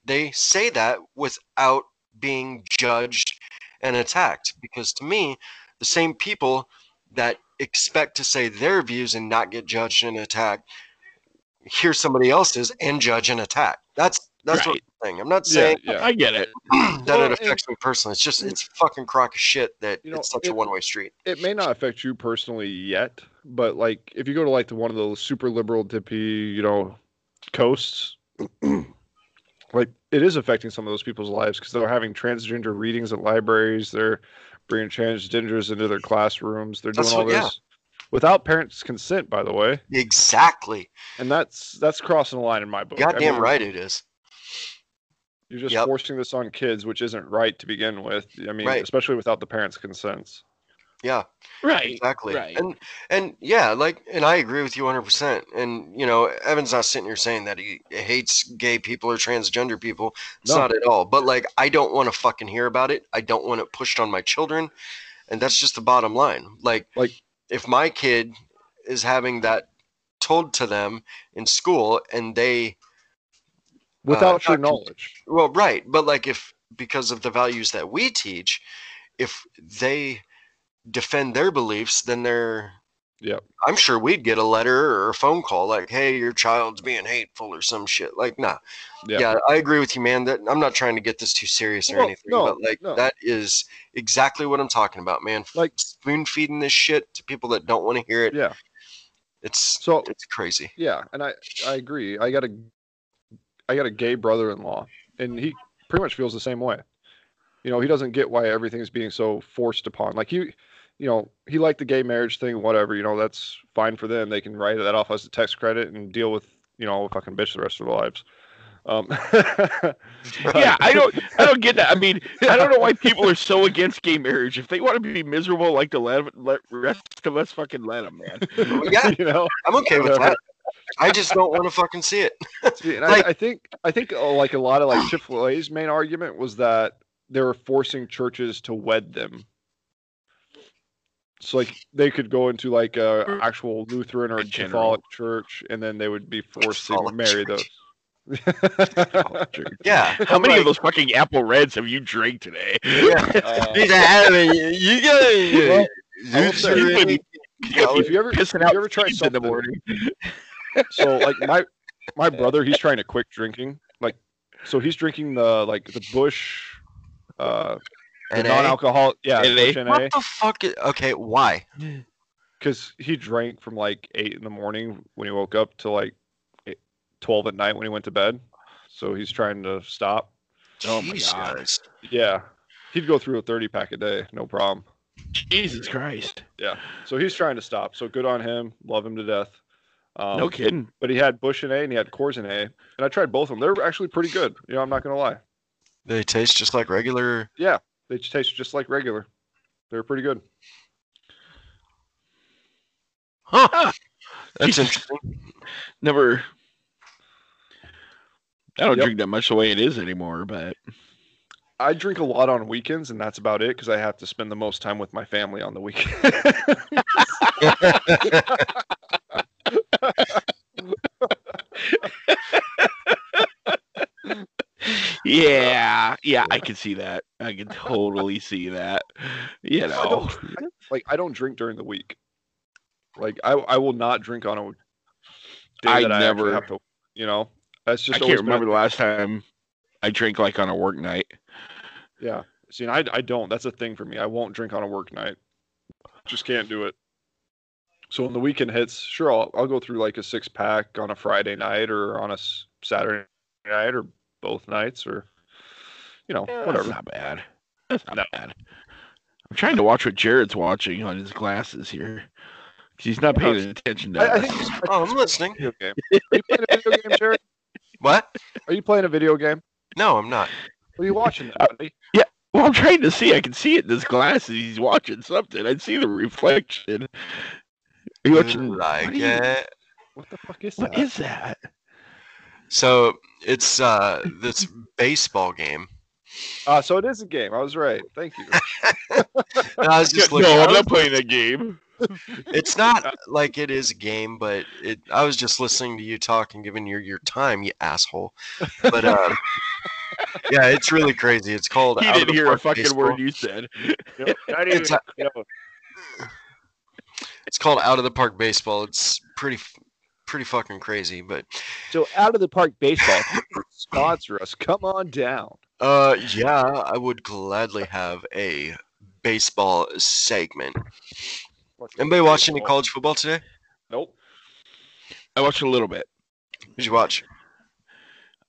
[SPEAKER 4] they say that without being judged and attacked? Because to me, the same people that expect to say their views and not get judged and attacked hear somebody else's and judge and attack. That's that's what
[SPEAKER 3] Right.
[SPEAKER 4] I'm saying. I'm not
[SPEAKER 2] yeah,
[SPEAKER 4] saying
[SPEAKER 2] yeah.
[SPEAKER 3] I get it.
[SPEAKER 4] that
[SPEAKER 2] Well,
[SPEAKER 4] it affects me personally. It's just it's fucking crock of shit that
[SPEAKER 2] You know,
[SPEAKER 4] it's such a
[SPEAKER 2] it-
[SPEAKER 4] one way street.
[SPEAKER 2] It may not affect you personally yet, but like if you go to like the one of those super liberal dippy, you know, coasts, like it is affecting some of those people's lives because they're having transgender readings at libraries. They're bringing transgenders into their classrooms. They're doing
[SPEAKER 4] That's
[SPEAKER 2] all
[SPEAKER 4] what-
[SPEAKER 2] this
[SPEAKER 4] yeah.
[SPEAKER 2] without parents' consent, by the way.
[SPEAKER 4] Exactly.
[SPEAKER 2] And that's that's crossing the line in my book. I
[SPEAKER 4] Goddamn
[SPEAKER 2] mean,
[SPEAKER 4] right it is.
[SPEAKER 2] You're just
[SPEAKER 4] Yep.
[SPEAKER 2] forcing this on kids, which isn't right to begin with. I mean,
[SPEAKER 4] Right.
[SPEAKER 2] especially without the parents' consents.
[SPEAKER 4] Yeah.
[SPEAKER 3] Right.
[SPEAKER 4] exactly
[SPEAKER 3] Right.
[SPEAKER 4] and and yeah like and i agree with you 100% and you know evan's not sitting here saying that he hates gay people or transgender people it's
[SPEAKER 2] No.
[SPEAKER 4] not at all but like i don't want to fucking hear about it i don't want it pushed on my children and that's just the bottom line like
[SPEAKER 2] Like-
[SPEAKER 4] if my kid is having that told to them in school and they
[SPEAKER 2] Without your
[SPEAKER 4] Uh, not-
[SPEAKER 2] knowledge.
[SPEAKER 4] well, right, but like if because of the values that we teach, if they defend their beliefs, then they're
[SPEAKER 2] Yep.
[SPEAKER 4] I'm sure we'd get a letter or a phone call like, "Hey, your child's being hateful" or some shit. Like, nah.
[SPEAKER 2] Yeah.
[SPEAKER 4] Yeah, I agree with you, man. That I'm not trying to get this too serious or
[SPEAKER 2] Well,
[SPEAKER 4] anything,
[SPEAKER 2] no,
[SPEAKER 4] but like
[SPEAKER 2] no.
[SPEAKER 4] that is exactly what I'm talking about, man.
[SPEAKER 2] Like-
[SPEAKER 4] spoon feeding this shit to people that don't want to hear it.
[SPEAKER 2] Yeah.
[SPEAKER 4] It's
[SPEAKER 2] So
[SPEAKER 4] it's crazy.
[SPEAKER 2] yeah, and I I agree. I got a I got a gay brother-in-law, and he pretty much feels the same way. You know, he doesn't get why everything's being so forced upon. Like he, you know, he liked the gay marriage thing, whatever. You know, that's fine for them. They can write that off as a tax credit and deal with you know a fucking bitch the rest of their lives. Um,
[SPEAKER 3] Yeah, I don't, I don't get that. I mean, I don't know why people are so against gay marriage. If they want to be miserable like the le- le- rest of us, fucking let them, man.
[SPEAKER 4] yeah,
[SPEAKER 2] you know.
[SPEAKER 4] I'm okay with
[SPEAKER 2] Whatever.
[SPEAKER 4] that. I just don't want to fucking see it.
[SPEAKER 2] See, and
[SPEAKER 4] Like-
[SPEAKER 2] I, I think I think uh, like a lot of like Chick Fil A's main argument was that they were forcing churches to wed them, so like they could go into like a actual Lutheran or
[SPEAKER 3] In Mm. general.
[SPEAKER 2] Catholic church, and then they would be forced
[SPEAKER 4] Catholic
[SPEAKER 2] to marry
[SPEAKER 4] church.
[SPEAKER 2] those.
[SPEAKER 4] Yeah.
[SPEAKER 3] How
[SPEAKER 4] I'm
[SPEAKER 3] many
[SPEAKER 4] like-
[SPEAKER 3] of those fucking apple reds have you drank today?
[SPEAKER 4] Yeah.
[SPEAKER 2] Uh,
[SPEAKER 4] He's a Halloween. You
[SPEAKER 2] Well,
[SPEAKER 4] gotta.
[SPEAKER 2] I will say-
[SPEAKER 3] You've been-
[SPEAKER 2] if you ever
[SPEAKER 3] pissing
[SPEAKER 2] if
[SPEAKER 3] out
[SPEAKER 2] you ever try
[SPEAKER 3] seeds in the
[SPEAKER 2] something-
[SPEAKER 3] morning.
[SPEAKER 2] so like my my brother he's trying to quit drinking like so he's drinking the like the bush uh the
[SPEAKER 4] NA?
[SPEAKER 2] non-alcoholic yeah
[SPEAKER 3] NA?
[SPEAKER 2] Busch NA.
[SPEAKER 4] What the fuck? Is, okay, why?
[SPEAKER 2] because he drank from like eight in the morning when he woke up to like eight- twelve at night when he went to bed. So he's trying to stop.
[SPEAKER 3] Oh my God.
[SPEAKER 4] Jesus.
[SPEAKER 2] Yeah, he'd go through a thirty pack a day, no problem.
[SPEAKER 3] Jesus Christ.
[SPEAKER 2] So he's trying to stop. So good on him. Love him to death. Um,
[SPEAKER 3] No kidding.
[SPEAKER 2] But he had Bush and A and he had Coors and A. And I tried both of them. They're actually pretty good. You know, I'm not going to lie.
[SPEAKER 4] They taste just like regular.
[SPEAKER 2] They just taste just like regular. They're pretty good.
[SPEAKER 3] Ah.
[SPEAKER 4] That's
[SPEAKER 3] Jesus.
[SPEAKER 4] interesting.
[SPEAKER 3] Never. I don't
[SPEAKER 2] Yep.
[SPEAKER 3] drink that much the way it is anymore, but
[SPEAKER 2] I drink a lot on weekends, and that's about it because I have to spend the most time with my family on the weekend.
[SPEAKER 3] uh, yeah, yeah, I can see that. I can totally see that. You
[SPEAKER 2] I
[SPEAKER 3] know,
[SPEAKER 2] don't- like I don't drink during the week. Like I, I will not drink on a day
[SPEAKER 3] I
[SPEAKER 2] that I actually
[SPEAKER 3] never-
[SPEAKER 2] have to. You know, that's just
[SPEAKER 3] I can't
[SPEAKER 2] always been a
[SPEAKER 3] remember the last time I drank like on a work night.
[SPEAKER 2] Yeah. See, and I, I don't. That's a thing for me. I won't drink on a work night. Just can't do it. So when the weekend hits, sure, I'll, I'll go through like a six pack on a Friday night or on a s- Saturday night or both nights or, you know,
[SPEAKER 3] Yeah, That's
[SPEAKER 2] whatever.
[SPEAKER 3] not bad. That's not
[SPEAKER 2] No.
[SPEAKER 3] bad. I'm trying to watch what Jared's watching on his glasses here. 'Cause He's not paying attention to
[SPEAKER 2] I, I
[SPEAKER 3] us.
[SPEAKER 2] think he's playing
[SPEAKER 4] Oh, I'm listening.
[SPEAKER 2] a video game. Are you playing a video game, Jared?
[SPEAKER 4] What?
[SPEAKER 2] Are you playing a video game?
[SPEAKER 4] No, I'm not.
[SPEAKER 2] What are you watching, then, buddy?
[SPEAKER 3] Well, I'm trying to see. I can see it in his glasses. He's watching something. I see the reflection. Are you watching?
[SPEAKER 4] like
[SPEAKER 3] what, are you-
[SPEAKER 4] it.
[SPEAKER 2] What the fuck is that?
[SPEAKER 3] what is that?
[SPEAKER 4] So it's uh this baseball game.
[SPEAKER 2] uh, so it is a game. I was right. Thank you.
[SPEAKER 4] And I was just
[SPEAKER 3] no,
[SPEAKER 4] looking.
[SPEAKER 3] I'm not playing that game.
[SPEAKER 4] It's
[SPEAKER 3] Uh,
[SPEAKER 4] not like it is a game, but it. I was just listening to you talk and giving you your time, you asshole. But um, yeah, it's really crazy. It's called.
[SPEAKER 3] He
[SPEAKER 4] Out of
[SPEAKER 3] didn't
[SPEAKER 4] the
[SPEAKER 3] hear a
[SPEAKER 4] Park
[SPEAKER 3] fucking
[SPEAKER 4] Baseball.
[SPEAKER 3] word you said.
[SPEAKER 5] Nope, not even,
[SPEAKER 4] It's a-
[SPEAKER 5] no.
[SPEAKER 4] It's called Out of the Park Baseball. It's pretty, f- pretty fucking crazy. But
[SPEAKER 2] So out of the park baseball sponsor us. Come on down.
[SPEAKER 4] uh, yeah, I would gladly have a baseball segment. Anybody watch any college football today?
[SPEAKER 2] Nope.
[SPEAKER 3] I watched a little bit.
[SPEAKER 4] Did you watch?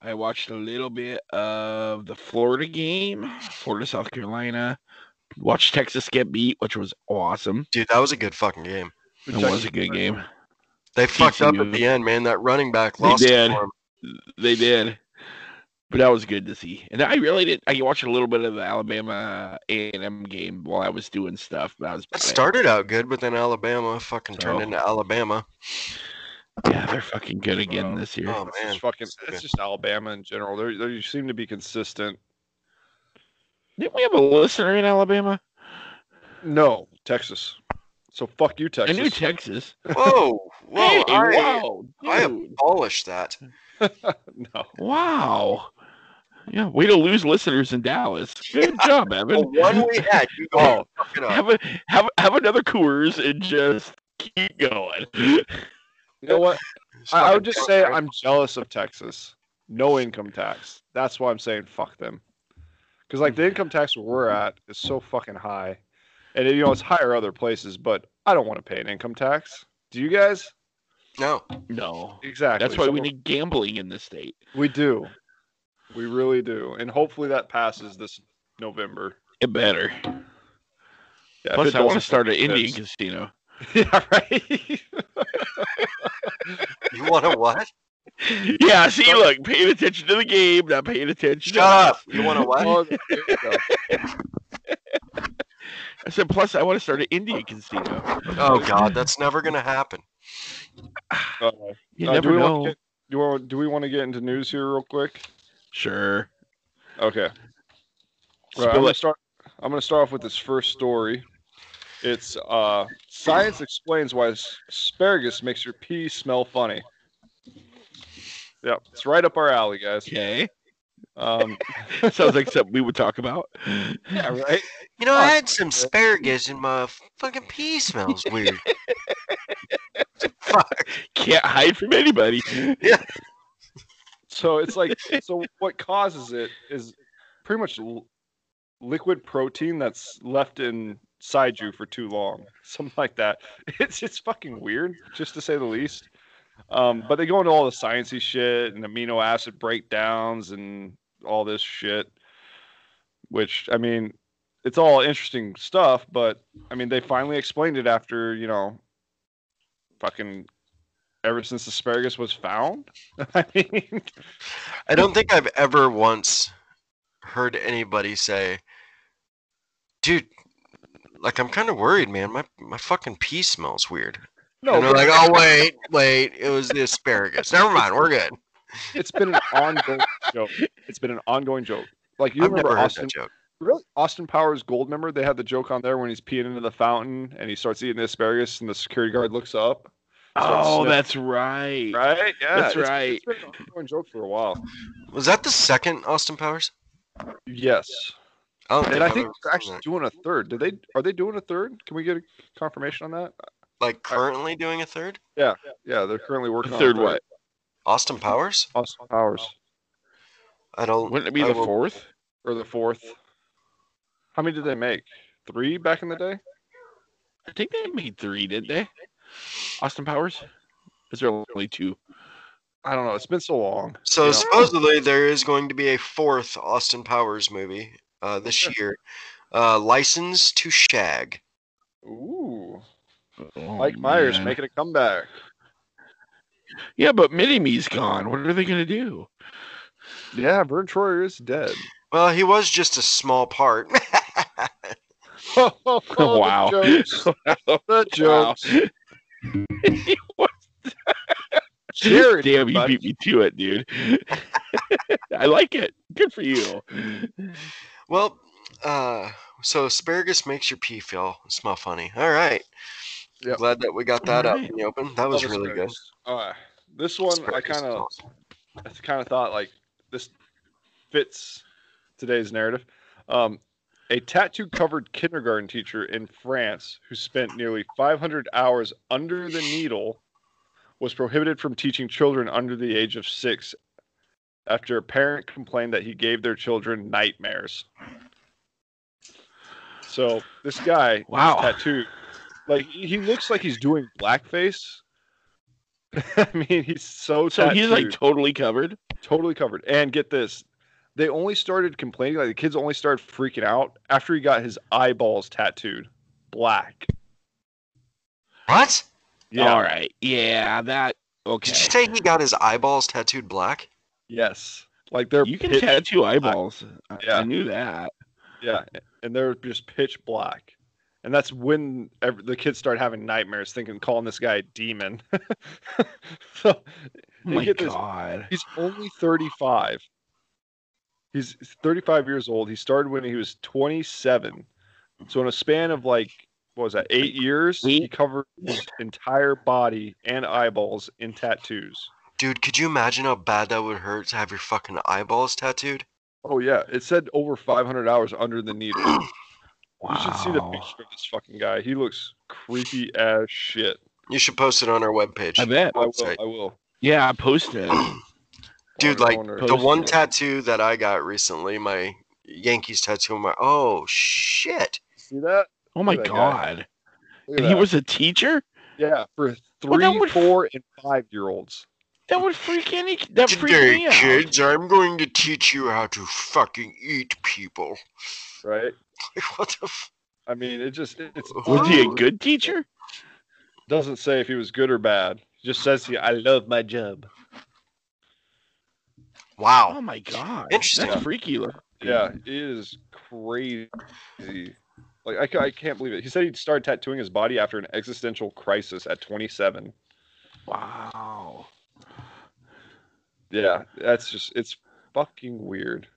[SPEAKER 3] I watched a little bit of the Florida game, Florida South Carolina. Watched Texas get beat, which was awesome.
[SPEAKER 4] Dude, that was a good fucking game.
[SPEAKER 3] It was a good game.
[SPEAKER 4] They fucked up
[SPEAKER 3] TCU.
[SPEAKER 4] at the end, man. That running back
[SPEAKER 3] They
[SPEAKER 4] lost it
[SPEAKER 3] did.
[SPEAKER 4] for 'em.
[SPEAKER 3] They did, but that was good to see. And I really did. I watched a little bit of the Alabama A and M game while I was doing stuff. But I was
[SPEAKER 4] It
[SPEAKER 3] about it.
[SPEAKER 4] started out good, but then Alabama fucking turned
[SPEAKER 3] Oh.
[SPEAKER 4] into Alabama.
[SPEAKER 3] Yeah, they're fucking good again this year.
[SPEAKER 4] Oh
[SPEAKER 2] That's
[SPEAKER 4] man,
[SPEAKER 2] just fucking.
[SPEAKER 4] It's
[SPEAKER 2] It's
[SPEAKER 4] good.
[SPEAKER 2] just Alabama in general. They they seem to be consistent.
[SPEAKER 3] Didn't we have a listener in Alabama?
[SPEAKER 2] No, Texas. So fuck you, Texas.
[SPEAKER 3] I knew Texas.
[SPEAKER 4] whoa, whoa,
[SPEAKER 3] Hey,
[SPEAKER 4] I
[SPEAKER 3] wow,
[SPEAKER 4] I am-
[SPEAKER 3] dude,
[SPEAKER 4] abolished that.
[SPEAKER 2] no.
[SPEAKER 3] wow. Yeah, way to lose listeners in Dallas. Good job, Evan.
[SPEAKER 4] The one we had, you go
[SPEAKER 3] Oh,
[SPEAKER 4] fuck it up.
[SPEAKER 3] have a have have another Coors and just keep going.
[SPEAKER 2] You know what?
[SPEAKER 4] It's
[SPEAKER 2] I, I would
[SPEAKER 4] fucking
[SPEAKER 2] just say
[SPEAKER 4] dumb, right?
[SPEAKER 2] I'm jealous of Texas. No income tax. That's why I'm saying fuck them. Because like
[SPEAKER 3] Mm-hmm.
[SPEAKER 2] the income tax where we're at is so fucking high, and you know it's higher other places. But I don't want to pay an income tax. Do you guys?
[SPEAKER 4] no.
[SPEAKER 3] No,
[SPEAKER 2] Exactly.
[SPEAKER 3] that's why
[SPEAKER 2] So
[SPEAKER 3] we need gambling in this state.
[SPEAKER 2] We do. We really do. And hopefully that passes this November.
[SPEAKER 3] It better.
[SPEAKER 2] Yeah,
[SPEAKER 3] Plus,
[SPEAKER 2] if it
[SPEAKER 3] I want to
[SPEAKER 2] doesn't-
[SPEAKER 3] start an Indian
[SPEAKER 2] fits.
[SPEAKER 3] casino.
[SPEAKER 2] yeah, right.
[SPEAKER 4] You want to what?
[SPEAKER 3] Yeah, see, look, paying attention to the game, not paying attention.
[SPEAKER 4] Shut up. You want to what?
[SPEAKER 2] Oh, there you go.
[SPEAKER 3] I said, plus, I want to start an Indian casino.
[SPEAKER 4] Oh god, that's never gonna happen.
[SPEAKER 2] Uh,
[SPEAKER 3] You
[SPEAKER 2] uh, do
[SPEAKER 3] never
[SPEAKER 2] we
[SPEAKER 3] know.
[SPEAKER 2] wanna get- do, we, do we want to get into news here real quick?
[SPEAKER 3] Sure.
[SPEAKER 2] Okay. Right, I'm
[SPEAKER 3] Spill
[SPEAKER 2] gonna
[SPEAKER 3] it.
[SPEAKER 2] start. I'm gonna start off with this first story. It's uh, science explains why as- asparagus makes your pee smell funny. Yep, it's right up our alley, guys.
[SPEAKER 3] Okay.
[SPEAKER 2] Um,
[SPEAKER 3] Sounds like something we would talk about.
[SPEAKER 2] yeah, right.
[SPEAKER 4] You know, I had some asparagus and my fucking pee smells weird. Fuck.
[SPEAKER 3] Can't hide from anybody.
[SPEAKER 2] So it's like so what causes it is pretty much l- liquid protein that's left inside you for too long, something like that. It's it's fucking weird, just to say the least. Um, but they go into all the sciencey shit and amino acid breakdowns and all this shit, which I mean, it's all interesting stuff, but I mean, they finally explained it after you know, fucking ever since asparagus was found. I mean,
[SPEAKER 4] I don't think I've ever once heard anybody say, "Dude, like I'm kind of worried, man. My my fucking pee smells weird."
[SPEAKER 2] no,
[SPEAKER 4] and they're
[SPEAKER 2] but
[SPEAKER 4] like, "Oh wait, wait, it was the asparagus. Never mind, we're good."
[SPEAKER 2] it's been an ongoing joke. It's been an ongoing joke. Like you
[SPEAKER 4] I've never
[SPEAKER 2] remember
[SPEAKER 4] heard
[SPEAKER 2] Austin
[SPEAKER 4] that joke.
[SPEAKER 2] Really? Austin Powers Gold member, they had the joke on there when he's peeing into the fountain and he starts eating the asparagus and the security guard looks up.
[SPEAKER 3] Oh,
[SPEAKER 2] Sniff.
[SPEAKER 3] that's right.
[SPEAKER 2] Right? Yeah.
[SPEAKER 3] That's
[SPEAKER 2] it's-
[SPEAKER 3] right.
[SPEAKER 2] It's been an ongoing joke for a while.
[SPEAKER 4] Was that the second Austin Powers?
[SPEAKER 2] Yes.
[SPEAKER 4] Oh,
[SPEAKER 2] And I think they're actually doing a third. Did they are they doing a third? Can we get a confirmation on that?
[SPEAKER 4] like currently doing a third
[SPEAKER 2] Yeah, they're currently working
[SPEAKER 3] The
[SPEAKER 2] on
[SPEAKER 3] third
[SPEAKER 2] a
[SPEAKER 3] what?
[SPEAKER 4] Austin Powers.
[SPEAKER 2] Austin Powers.
[SPEAKER 4] I don't.
[SPEAKER 3] Wouldn't it be
[SPEAKER 4] I
[SPEAKER 3] the
[SPEAKER 4] will-
[SPEAKER 3] fourth?
[SPEAKER 2] Or the fourth. How many did they make? Three back in the day?
[SPEAKER 3] I think they made three, didn't they? Austin Powers? Is there only two?
[SPEAKER 2] I don't know. It's been so long.
[SPEAKER 4] So
[SPEAKER 2] Yeah.
[SPEAKER 4] supposedly there is going to be a fourth Austin Powers movie uh, this year, uh, License to Shag.
[SPEAKER 2] Ooh. Oh, Mike Myers
[SPEAKER 3] man.
[SPEAKER 2] making a comeback.
[SPEAKER 3] Yeah, but Mini Me's gone. What are they gonna do?
[SPEAKER 2] Yeah, Vern Troyer is dead.
[SPEAKER 4] Well, he was just a small part.
[SPEAKER 3] wow.
[SPEAKER 2] The jokes.
[SPEAKER 3] Wow.
[SPEAKER 2] Jared,
[SPEAKER 3] Damn, you
[SPEAKER 2] bud.
[SPEAKER 3] beat me to it, dude. I like it. Good for you.
[SPEAKER 4] well, uh, so asparagus makes your pee feel smell funny. All right.
[SPEAKER 2] Yep.
[SPEAKER 4] Glad that we got that out
[SPEAKER 3] Alright.
[SPEAKER 4] in the open. That was
[SPEAKER 2] Love
[SPEAKER 4] really good.
[SPEAKER 2] asparagus. Uh, this one I
[SPEAKER 4] Asparagus
[SPEAKER 2] kind
[SPEAKER 4] is
[SPEAKER 2] of
[SPEAKER 4] awesome.
[SPEAKER 2] I kind of thought like this fits today's narrative. Um, a tattoo-covered kindergarten teacher in France who spent nearly 500 hours under the needle was prohibited from teaching children under the age of six after a parent complained that he gave their children nightmares. So this guy
[SPEAKER 3] Wow.
[SPEAKER 2] tattoo. Like he looks like he's doing blackface. I mean, he's so
[SPEAKER 3] So he's like
[SPEAKER 2] tattooed,
[SPEAKER 3] totally covered.
[SPEAKER 2] totally covered. And get this, they only started complaining. Like the kids only started freaking out after he got his eyeballs tattooed black.
[SPEAKER 4] What?
[SPEAKER 2] Yeah.
[SPEAKER 3] All right. Yeah, that okay.
[SPEAKER 4] Did you say he got his eyeballs tattooed black?
[SPEAKER 2] Yes. Like they're
[SPEAKER 3] You can
[SPEAKER 2] pitch,
[SPEAKER 3] tattoo eyeballs. I-
[SPEAKER 2] Yeah.
[SPEAKER 3] I knew that.
[SPEAKER 2] yeah, and they're just pitch black. And that's when ev the kids start having nightmares, thinking calling this guy a demon. so
[SPEAKER 3] Oh
[SPEAKER 2] You
[SPEAKER 3] my
[SPEAKER 2] get this-
[SPEAKER 3] god.
[SPEAKER 2] He's only 35. He's 35 years old. He started when he was 27. So in a span of like what was that? 8 years, he
[SPEAKER 3] Eight.
[SPEAKER 2] covered his entire body and eyeballs in tattoos.
[SPEAKER 4] Dude, could you imagine how bad that would hurt to have your fucking eyeballs tattooed?
[SPEAKER 2] Oh yeah, it said over 500 hours under the needle. You should see the
[SPEAKER 3] Wow.
[SPEAKER 2] picture of this fucking guy. He looks creepy as shit.
[SPEAKER 4] You should post it on our webpage.
[SPEAKER 3] I bet.
[SPEAKER 2] I will.
[SPEAKER 4] Website.
[SPEAKER 2] I will.
[SPEAKER 3] Yeah, I posted.
[SPEAKER 4] Dude,
[SPEAKER 2] Or
[SPEAKER 4] like
[SPEAKER 2] owner.
[SPEAKER 4] the one
[SPEAKER 3] Posted.
[SPEAKER 4] tattoo that I got recently, my Yankees tattoo. My oh shit!
[SPEAKER 2] see that?
[SPEAKER 3] Oh my
[SPEAKER 2] Look at that guy.
[SPEAKER 3] god.
[SPEAKER 2] Look at
[SPEAKER 3] And he
[SPEAKER 2] that.
[SPEAKER 3] was a teacher?
[SPEAKER 2] yeah for
[SPEAKER 3] Well,
[SPEAKER 2] three,
[SPEAKER 3] that would-
[SPEAKER 2] four, and five year olds.
[SPEAKER 3] That would freak any that freak
[SPEAKER 4] Today,
[SPEAKER 3] me out.
[SPEAKER 4] kids, I'm going to teach you how to fucking eat people.
[SPEAKER 2] Right?
[SPEAKER 4] Like, what the? F-
[SPEAKER 2] I mean, it just it's
[SPEAKER 3] Was he a
[SPEAKER 4] Ooh.
[SPEAKER 3] good teacher?
[SPEAKER 2] doesn't say if he was good or bad. He just says he, I love my job.
[SPEAKER 4] Wow.
[SPEAKER 3] Oh my god.
[SPEAKER 4] Interesting.
[SPEAKER 3] That's freaky look.
[SPEAKER 2] Yeah, it is crazy. Like I, ca- I can't believe it. He said he'd started tattooing his body after an existential crisis at 27.
[SPEAKER 3] Wow.
[SPEAKER 2] Yeah, that's just it's fucking weird.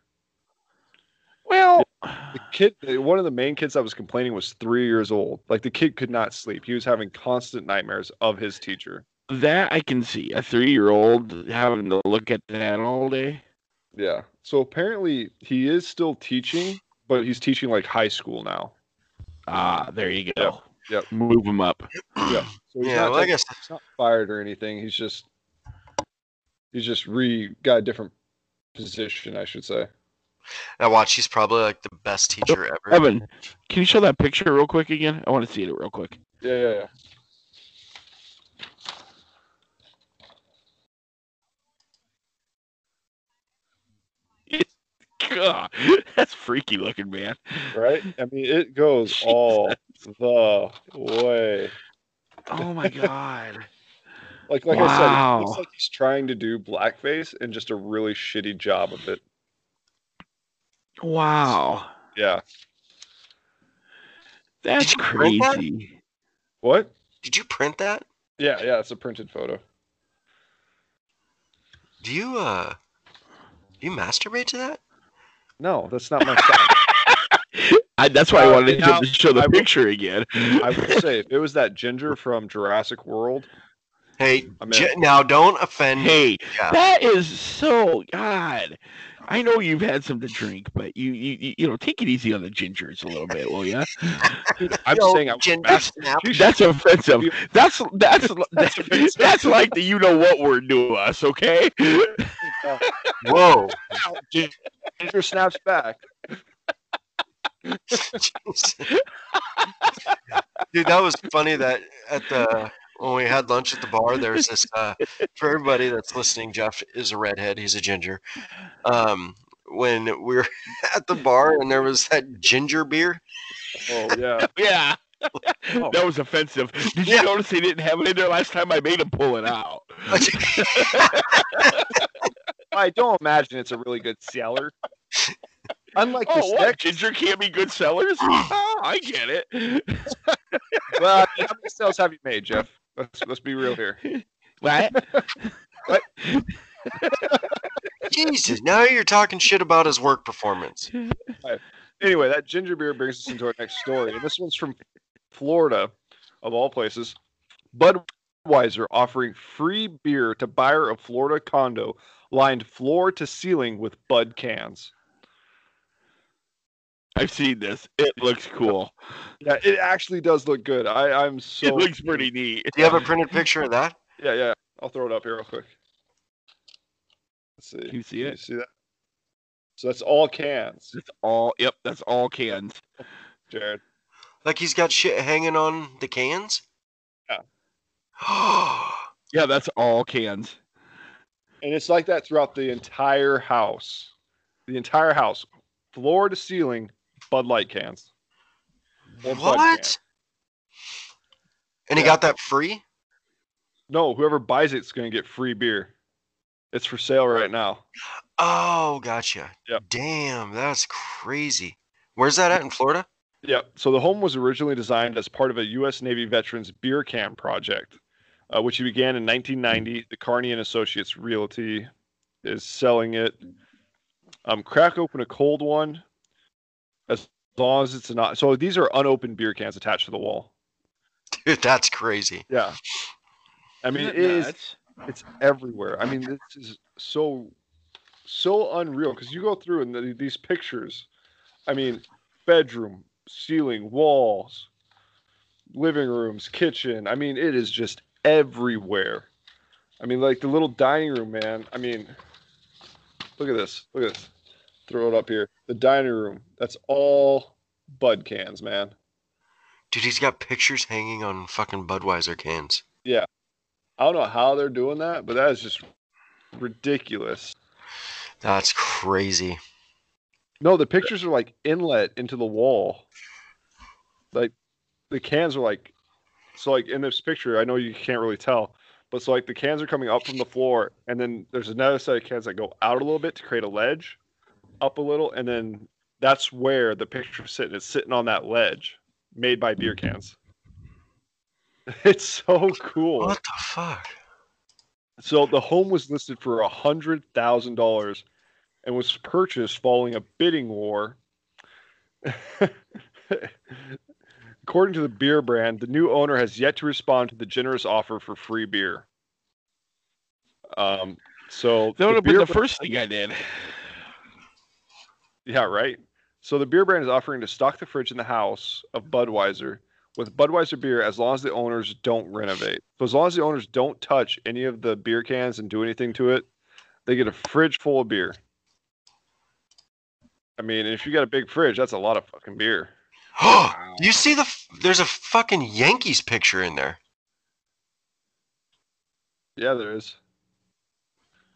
[SPEAKER 3] Well,
[SPEAKER 2] The kid, one of the main kids that was complaining was three years old. Like the kid could not sleep. He was having constant nightmares of his teacher.
[SPEAKER 3] that I can see. A three year old having to look at that all day.
[SPEAKER 2] Yeah. So apparently he is still teaching, but he's teaching like high school now.
[SPEAKER 3] Ah, there you go.
[SPEAKER 2] Yep, yep.
[SPEAKER 3] Move him up.
[SPEAKER 2] Yeah. So he's
[SPEAKER 4] Yeah,
[SPEAKER 2] not
[SPEAKER 4] well, I
[SPEAKER 2] taking-
[SPEAKER 4] guess
[SPEAKER 2] he's not fired or anything. He's just he's just re got a different position, I should say.
[SPEAKER 4] now watch. He's probably like the best teacher ever.
[SPEAKER 3] Evan, can you show that picture real quick again? I want to see it real quick.
[SPEAKER 2] Yeah, yeah, yeah.
[SPEAKER 3] God, that's freaky looking, man.
[SPEAKER 2] right? I mean, it goes all the way.
[SPEAKER 3] Oh my God.
[SPEAKER 2] Like, like I said, it
[SPEAKER 3] Wow.
[SPEAKER 2] looks like he's trying to do blackface and just a really shitty job of it.
[SPEAKER 3] Wow.
[SPEAKER 2] Yeah.
[SPEAKER 3] That's
[SPEAKER 4] Did you print that?
[SPEAKER 3] crazy.
[SPEAKER 2] What?
[SPEAKER 4] Did you print that?
[SPEAKER 2] Yeah, yeah. It's a printed photo.
[SPEAKER 4] Do you uh do you masturbate to that?
[SPEAKER 2] No, that's not my style.
[SPEAKER 3] I, that's why I
[SPEAKER 2] Uh,
[SPEAKER 3] wanted
[SPEAKER 2] now-
[SPEAKER 3] to show the
[SPEAKER 2] I will-
[SPEAKER 3] picture again.
[SPEAKER 2] I would say if it was that ginger from Jurassic World,
[SPEAKER 4] Hey,
[SPEAKER 2] I mean-
[SPEAKER 4] j- now don't offend.
[SPEAKER 3] hey,
[SPEAKER 4] Yeah.
[SPEAKER 3] that is so God. I know you've had some to drink, but you you you- you know take it easy on the gingers a little bit, will ya?
[SPEAKER 2] dude, I'm
[SPEAKER 4] Yo,
[SPEAKER 2] saying I was
[SPEAKER 4] ginger
[SPEAKER 2] masturbating.
[SPEAKER 4] snap.
[SPEAKER 2] You should-
[SPEAKER 3] That's offensive. That's that's that's,
[SPEAKER 2] offensive.
[SPEAKER 3] that's like the you know what word to us, okay?
[SPEAKER 4] Whoa.
[SPEAKER 2] ginger snaps back.
[SPEAKER 4] Dude, that was funny that at the when we had lunch at the bar, there's this uh, for everybody that's listening, Jeff is a redhead, he's a ginger. Um when we were at the bar and there was that ginger beer.
[SPEAKER 2] Oh yeah.
[SPEAKER 3] Yeah.
[SPEAKER 2] Oh.
[SPEAKER 3] That was offensive. Did you
[SPEAKER 4] Yeah.
[SPEAKER 3] notice they didn't have it in there last time I made them pull it out?
[SPEAKER 2] I don't imagine it's a really good seller. Unlike
[SPEAKER 3] Oh,
[SPEAKER 2] the
[SPEAKER 3] what?
[SPEAKER 2] stick.
[SPEAKER 3] Ginger can't be good sellers? Ah, I get it.
[SPEAKER 2] Well, I mean, how many sales have you made, Jeff? Let's let's be real here.
[SPEAKER 3] What?
[SPEAKER 4] Jesus, now you're talking shit about his work performance.
[SPEAKER 2] Anyway, that ginger beer brings us into our next story, and this one's from Florida, of all places. Budweiser offering free beer to buyer of Florida condo lined floor to ceiling with Bud cans.
[SPEAKER 3] I've seen this. It looks cool.
[SPEAKER 2] Yeah, it actually does look good. I I'm so
[SPEAKER 3] it looks pretty neat.
[SPEAKER 4] Do you have a printed picture of that?
[SPEAKER 2] Yeah, yeah. I'll throw it up here real quick. Let's see.
[SPEAKER 3] Can you see
[SPEAKER 2] You
[SPEAKER 3] it?
[SPEAKER 2] see that? So that's all cans,
[SPEAKER 3] It's all yep, that's all cans.
[SPEAKER 2] Jared.
[SPEAKER 4] Like he's got shit hanging on the cans?
[SPEAKER 2] Yeah.
[SPEAKER 3] Yeah, that's all cans.
[SPEAKER 2] And it's like that throughout the entire house. The entire house, floor to ceiling, Bud Light cans. Or Bud
[SPEAKER 4] what?
[SPEAKER 2] can.
[SPEAKER 4] And he
[SPEAKER 2] Yeah.
[SPEAKER 4] got that free?
[SPEAKER 2] No, whoever buys it's going to get free beer. It's for sale right now.
[SPEAKER 4] Oh, gotcha.
[SPEAKER 2] Yep.
[SPEAKER 4] Damn, that's crazy. Where's that at in Florida?
[SPEAKER 2] Yep. So the home was originally designed as part of a U.S. Navy veterans beer can project, uh, which began in 1990. The Carney and Associates Realty is selling it. Um, crack open a cold one, as long as it's not. So these are unopened beer cans attached to the wall.
[SPEAKER 4] Dude, that's crazy.
[SPEAKER 2] Yeah. I mean, it is. It's everywhere. I mean, this is so, so unreal because you go through and the, these pictures. I mean, bedroom, ceiling, walls, living rooms, kitchen. I mean, it is just everywhere. I mean, like the little dining room, man. I mean, look at this. Look at this. Throw it up here. The dining room. That's all Bud cans, man.
[SPEAKER 4] Dude, he's got pictures hanging on fucking Budweiser cans.
[SPEAKER 2] I don't know how they're doing that, but that is just ridiculous.
[SPEAKER 4] That's crazy.
[SPEAKER 2] No, the pictures are like inlet into the wall. Like the cans are like so like in this picture, I know you can't really tell, but so like the cans are coming up from the floor and then there's another set of cans that go out a little bit to create a ledge, up a little, and then that's where the picture's sitting. It's sitting on that ledge made by beer cans. It's so cool.
[SPEAKER 4] What the fuck?
[SPEAKER 2] So the home was listed for a hundred thousand dollars, and was purchased following a bidding war. According to the beer brand, the new owner has yet to respond to the generous offer for free beer. Um, so
[SPEAKER 3] That would have been
[SPEAKER 2] beer
[SPEAKER 3] the
[SPEAKER 2] brand-
[SPEAKER 3] first thing I did.
[SPEAKER 2] yeah, right. So the beer brand is offering to stock the fridge in the house of Budweiser with Budweiser beer as long as the owners don't renovate. So as long as the owners don't touch any of the beer cans and do anything to it, they get a fridge full of beer. I mean, if you got a big fridge, that's a lot of fucking beer.
[SPEAKER 4] you see the f- there's a fucking Yankees picture in there.
[SPEAKER 2] Yeah, there is.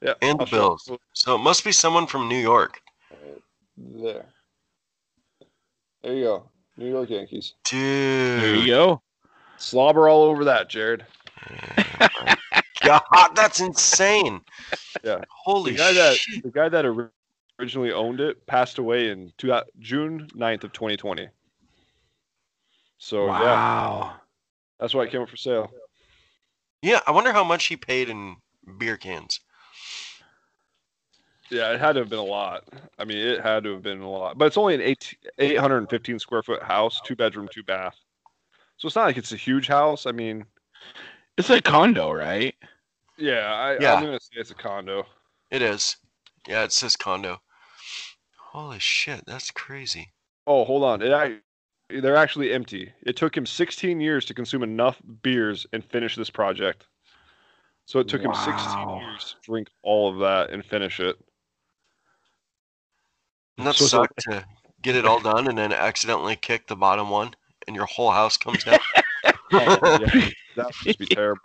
[SPEAKER 2] Yeah.
[SPEAKER 4] And the
[SPEAKER 2] I'll show-
[SPEAKER 4] Bills. So it must be someone from New York.
[SPEAKER 2] There. There you go. New York Yankees.
[SPEAKER 3] There you
[SPEAKER 4] Dude,
[SPEAKER 3] go.
[SPEAKER 2] Slobber all over that, Jared.
[SPEAKER 4] God, that's insane.
[SPEAKER 2] Yeah.
[SPEAKER 4] Holy
[SPEAKER 2] The guy that
[SPEAKER 4] shit.
[SPEAKER 2] the guy that ori- originally owned it passed away in two, June 9th of 2020. So Oh, yeah,
[SPEAKER 3] wow.
[SPEAKER 2] that's why it came up for sale.
[SPEAKER 4] Yeah, I wonder how much he paid in beer cans.
[SPEAKER 2] Yeah, it had to have been a lot. I mean, it had to have been a lot. But it's only an 8, 815 square foot house, two bedroom, two bath. So it's not like it's a huge house. I mean,
[SPEAKER 3] It's a condo, right?
[SPEAKER 2] yeah, I,
[SPEAKER 4] Yeah.
[SPEAKER 2] I'm gonna say it's a condo.
[SPEAKER 4] It is. Yeah, it's his condo. Holy shit, that's crazy.
[SPEAKER 2] Oh, hold on. It, I, they're actually empty. It took him 16 years to consume enough beers and finish this project. So it took him 16
[SPEAKER 3] Wow.
[SPEAKER 2] years to drink all of that and finish it.
[SPEAKER 4] And that
[SPEAKER 2] So it's
[SPEAKER 4] sucked to get it all done and then accidentally kick the bottom one and your whole house comes down.
[SPEAKER 2] Oh, yeah, that must be terrible.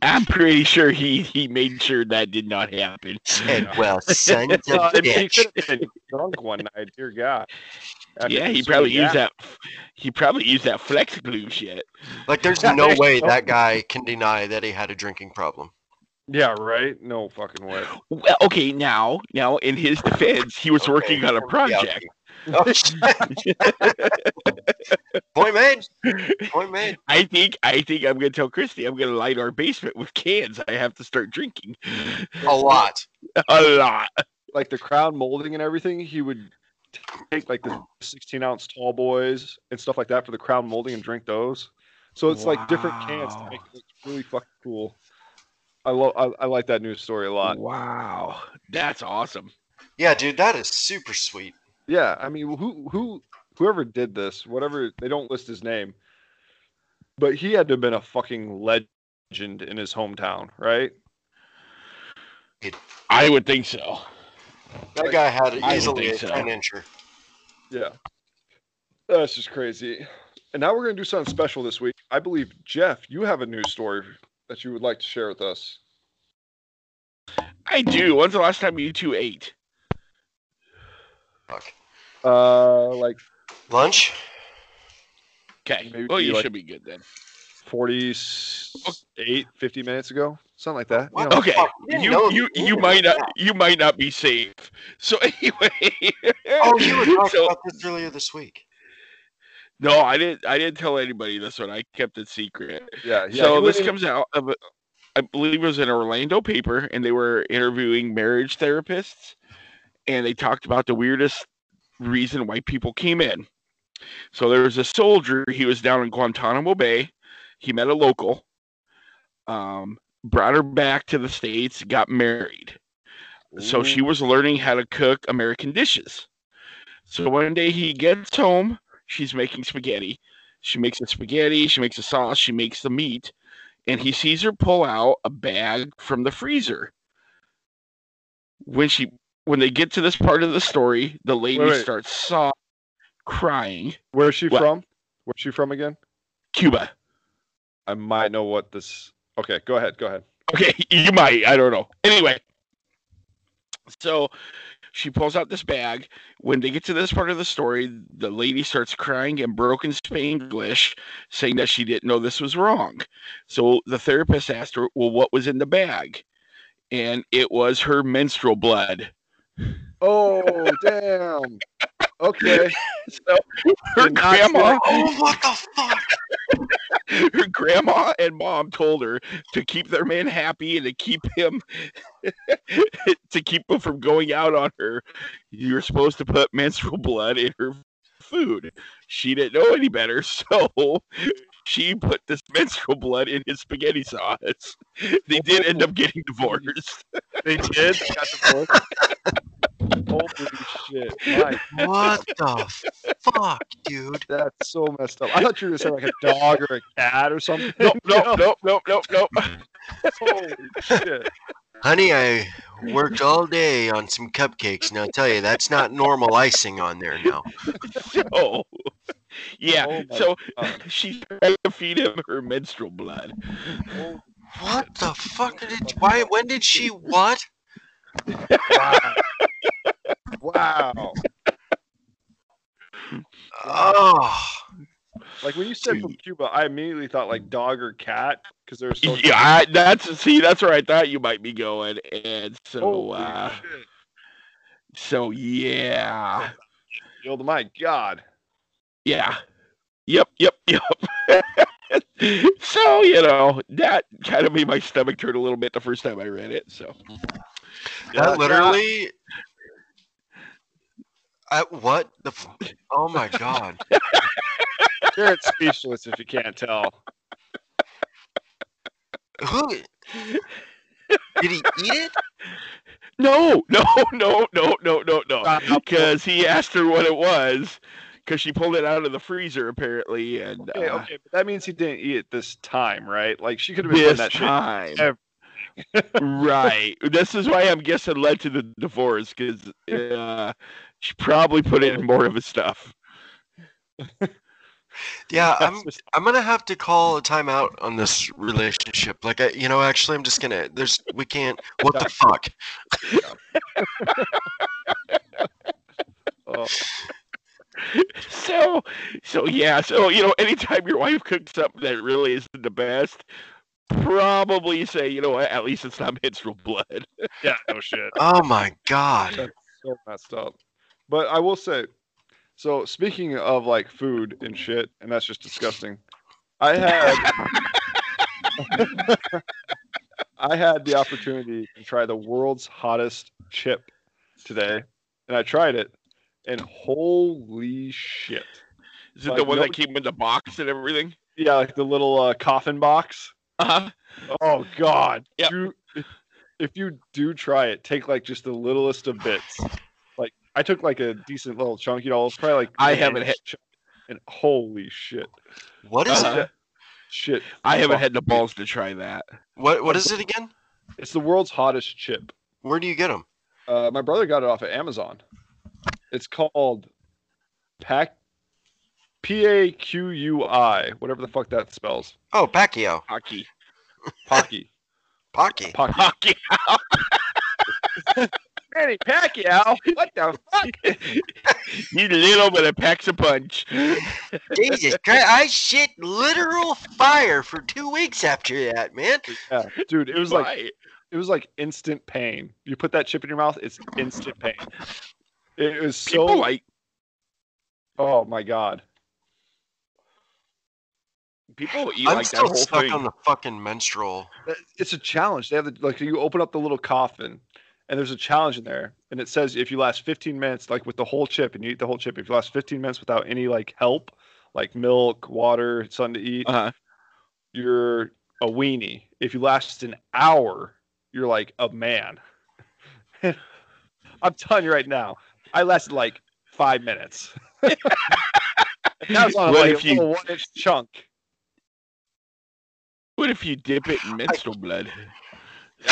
[SPEAKER 3] I'm pretty sure he he made sure that did not happen.
[SPEAKER 4] Said, well, son of
[SPEAKER 2] Uh,
[SPEAKER 4] a
[SPEAKER 2] and he
[SPEAKER 4] bitch.
[SPEAKER 2] could have been drunk one night, dear God. After
[SPEAKER 3] Yeah, he
[SPEAKER 2] consuming
[SPEAKER 3] probably used
[SPEAKER 2] that.
[SPEAKER 3] that. He probably used that flex glue shit.
[SPEAKER 4] Like, there's no way that guy can deny that he had a drinking problem.
[SPEAKER 2] Yeah, right? No fucking way.
[SPEAKER 3] Well, okay, now now in his defense, he was
[SPEAKER 4] Okay,
[SPEAKER 3] working on a project.
[SPEAKER 4] Oh, shit. Point made. Point made.
[SPEAKER 3] I think I think I'm gonna tell Christy I'm gonna light our basement with cans. I have to start drinking
[SPEAKER 4] A lot.
[SPEAKER 3] a lot.
[SPEAKER 2] Like the crown molding and everything, he would take like the 16 ounce tall boys and stuff like that for the crown molding and drink those. So it's like different cans to
[SPEAKER 3] Wow.
[SPEAKER 2] make it look really fucking cool. I love, I, I like that news story a lot.
[SPEAKER 3] Wow, that's awesome.
[SPEAKER 4] Yeah, dude, that is super sweet.
[SPEAKER 2] Yeah, I mean, who, who, whoever did this, whatever, they don't list his name, but he had to have been a fucking legend in his hometown, right?
[SPEAKER 3] I would think so.
[SPEAKER 4] That guy had
[SPEAKER 3] I
[SPEAKER 4] easily a
[SPEAKER 3] think so.
[SPEAKER 4] 10 incher.
[SPEAKER 2] Yeah. That's just crazy. And now we're going to do something special this week. I believe, Jeff, you have a news story that you would like to share with us.
[SPEAKER 3] I do. When's the last time you two ate?
[SPEAKER 2] Uh, like
[SPEAKER 4] Lunch?
[SPEAKER 3] Okay.
[SPEAKER 2] Maybe
[SPEAKER 3] well, you
[SPEAKER 2] like-
[SPEAKER 3] should be good then.
[SPEAKER 2] 48, 50 minutes ago, something like that.
[SPEAKER 4] What?
[SPEAKER 2] know.
[SPEAKER 3] Okay.
[SPEAKER 4] fuck, we didn't
[SPEAKER 3] You
[SPEAKER 4] know
[SPEAKER 3] you
[SPEAKER 4] you
[SPEAKER 3] you
[SPEAKER 4] were
[SPEAKER 3] might
[SPEAKER 4] like
[SPEAKER 3] not you might not be safe. So anyway.
[SPEAKER 4] Oh, you were talking
[SPEAKER 3] so,
[SPEAKER 4] about this earlier this week.
[SPEAKER 3] No, I didn't. I didn't tell anybody this one. I kept it secret.
[SPEAKER 2] Yeah. yeah
[SPEAKER 3] so
[SPEAKER 2] he
[SPEAKER 3] this
[SPEAKER 2] wouldn't-
[SPEAKER 3] comes out of, a, I believe it was an Orlando paper, and they were interviewing marriage therapists, and they talked about the weirdest reason why people came in. So there was a soldier. He was down in Guantanamo Bay. He met a local, um, brought her back to the states, got married. So she was learning how to cook American dishes.
[SPEAKER 2] Hmm.
[SPEAKER 3] So one day he gets home, she's making spaghetti. She makes the spaghetti, she makes the sauce, she makes the meat, and he sees her pull out a bag from the freezer. When she when they get to this part of the story, the lady
[SPEAKER 2] wait.
[SPEAKER 3] starts sob crying.
[SPEAKER 2] Where's she
[SPEAKER 3] What?
[SPEAKER 2] from? Where's she from again?
[SPEAKER 3] Cuba.
[SPEAKER 2] I might know what this. Okay, go ahead. Go ahead.
[SPEAKER 3] Okay, you might. I don't know. Anyway, so she pulls out this bag. When they get to this part of the story, the lady starts crying in broken Spanglish, saying that she didn't know this was wrong. So the therapist asked her, Well, what was in the bag? And it was her menstrual blood.
[SPEAKER 2] Oh, damn. Okay.
[SPEAKER 3] So her
[SPEAKER 2] Did not say-
[SPEAKER 3] grandma,
[SPEAKER 4] Oh, what the fuck?
[SPEAKER 3] her grandma and mom told her to keep their man happy and to keep him to keep him from going out on her you're supposed to put menstrual blood in her food she didn't know any better so she put this menstrual blood in his spaghetti sauce they did end
[SPEAKER 2] Oh.
[SPEAKER 3] up getting divorced
[SPEAKER 2] They did. They got divorced. Holy shit. My,
[SPEAKER 4] What the fuck, dude?
[SPEAKER 2] that's so messed up. I thought you were going to say like a dog or a cat or something.
[SPEAKER 3] nope nope nope nope nope nope
[SPEAKER 2] Holy shit.
[SPEAKER 4] Honey, I worked all day on some cupcakes, and I'll tell you, that's not normal icing on there now.
[SPEAKER 3] so Oh. yeah
[SPEAKER 2] Oh my
[SPEAKER 3] so
[SPEAKER 2] God.
[SPEAKER 3] she tried to feed him her menstrual blood
[SPEAKER 2] Oh,
[SPEAKER 4] What the fuck? Did, why? When did she what?
[SPEAKER 2] Wow. wow. when you said from Cuba, I immediately thought like dog or cat because they're so.
[SPEAKER 3] Yeah, I, that's see, that's where I thought you might be going, and so,
[SPEAKER 2] Holy
[SPEAKER 3] uh,
[SPEAKER 2] shit.
[SPEAKER 3] so yeah,
[SPEAKER 2] Yo, my God.
[SPEAKER 3] yeah, yep, yep, yep. so you know that kind of made my stomach turn a little bit the first time I read it. So
[SPEAKER 2] Yeah,
[SPEAKER 4] that literally. I, what the? F- oh my god!
[SPEAKER 2] Jared's speechless if you can't tell.
[SPEAKER 4] Who did he eat it?
[SPEAKER 3] no, no, no, no, no, no, no, because he asked her what it was, because she pulled it out of the freezer apparently, and
[SPEAKER 2] Okay,
[SPEAKER 3] uh,
[SPEAKER 2] okay, but that means he didn't eat it this time, right? Like she could have been doing
[SPEAKER 3] this
[SPEAKER 2] that shit.
[SPEAKER 3] time.
[SPEAKER 2] ev-
[SPEAKER 3] right. This is why I'm guessing led to the divorce because uh, she probably put in more of his stuff.
[SPEAKER 4] Yeah, I'm.
[SPEAKER 2] That's just-
[SPEAKER 4] I'm gonna have to call a timeout on this relationship. Like, I, you know, actually, I'm just gonna. There's, we can't. What the fuck?
[SPEAKER 2] oh,
[SPEAKER 3] So, so yeah. So you know, anytime your wife cooks something that really isn't the best, probably say, you know what? At least it's not menstrual blood.
[SPEAKER 2] yeah, no shit.
[SPEAKER 4] Oh my god!
[SPEAKER 2] so messed up. But I will say, so speaking of like food and shit, and that's just disgusting. I had I had the opportunity to try the world's hottest chip today, and I tried it, and holy shit!
[SPEAKER 3] Is it the
[SPEAKER 2] Like,
[SPEAKER 3] one
[SPEAKER 2] no-
[SPEAKER 3] that came in the box and everything?
[SPEAKER 2] Yeah, like the little uh, coffin box.
[SPEAKER 3] Uh-huh.
[SPEAKER 2] Oh God!
[SPEAKER 3] Yep.
[SPEAKER 2] You- if you do try it, take like just the littlest of bits. Like I took like a decent little chunk. You know, it's probably like
[SPEAKER 3] I
[SPEAKER 2] an
[SPEAKER 3] haven't
[SPEAKER 2] inch
[SPEAKER 3] had-
[SPEAKER 2] chunk, And holy shit,
[SPEAKER 4] What is
[SPEAKER 3] Uh-huh.
[SPEAKER 4] it?
[SPEAKER 2] shit!
[SPEAKER 3] I haven't had the balls to try that.
[SPEAKER 4] What What is it again?
[SPEAKER 2] It's the world's hottest chip.
[SPEAKER 4] Where do you get them?
[SPEAKER 2] Uh, my brother got it off of Amazon. It's called Pac. P A Q U I, whatever the fuck that spells.
[SPEAKER 4] Oh, Pacquiao,
[SPEAKER 3] Hockey,
[SPEAKER 2] Pocky.
[SPEAKER 4] Pocky.
[SPEAKER 2] Pocky.
[SPEAKER 3] hockey.
[SPEAKER 5] Manny Pacquiao. What the fuck?
[SPEAKER 3] You little bit of packs a punch.
[SPEAKER 4] Jesus Christ! I shit literal fire for two weeks after that, man.
[SPEAKER 2] Yeah, dude, it was like
[SPEAKER 3] Right.
[SPEAKER 2] it was like instant pain. You put that chip in your mouth, it's instant pain. It was so
[SPEAKER 3] people like
[SPEAKER 2] oh my god.
[SPEAKER 3] people eat
[SPEAKER 4] I'm
[SPEAKER 3] like that
[SPEAKER 4] still
[SPEAKER 3] whole
[SPEAKER 4] stuck
[SPEAKER 3] thing.
[SPEAKER 4] on the fucking menstrual.
[SPEAKER 2] It's a challenge. They have the, like you open up the little coffin and there's a challenge in there and it says if you last 15 minutes like with the whole chip and you eat the whole chip if you last 15 minutes without any like help like milk, water, something to eat,
[SPEAKER 3] Uh-huh.
[SPEAKER 2] you're a weenie. If you last an hour, you're like a man. I'm telling you right now, I lasted like five minutes. And that was on
[SPEAKER 3] What
[SPEAKER 2] like
[SPEAKER 3] if
[SPEAKER 2] a
[SPEAKER 3] you-
[SPEAKER 2] little one inch chunk.
[SPEAKER 3] What if you dip it in menstrual blood?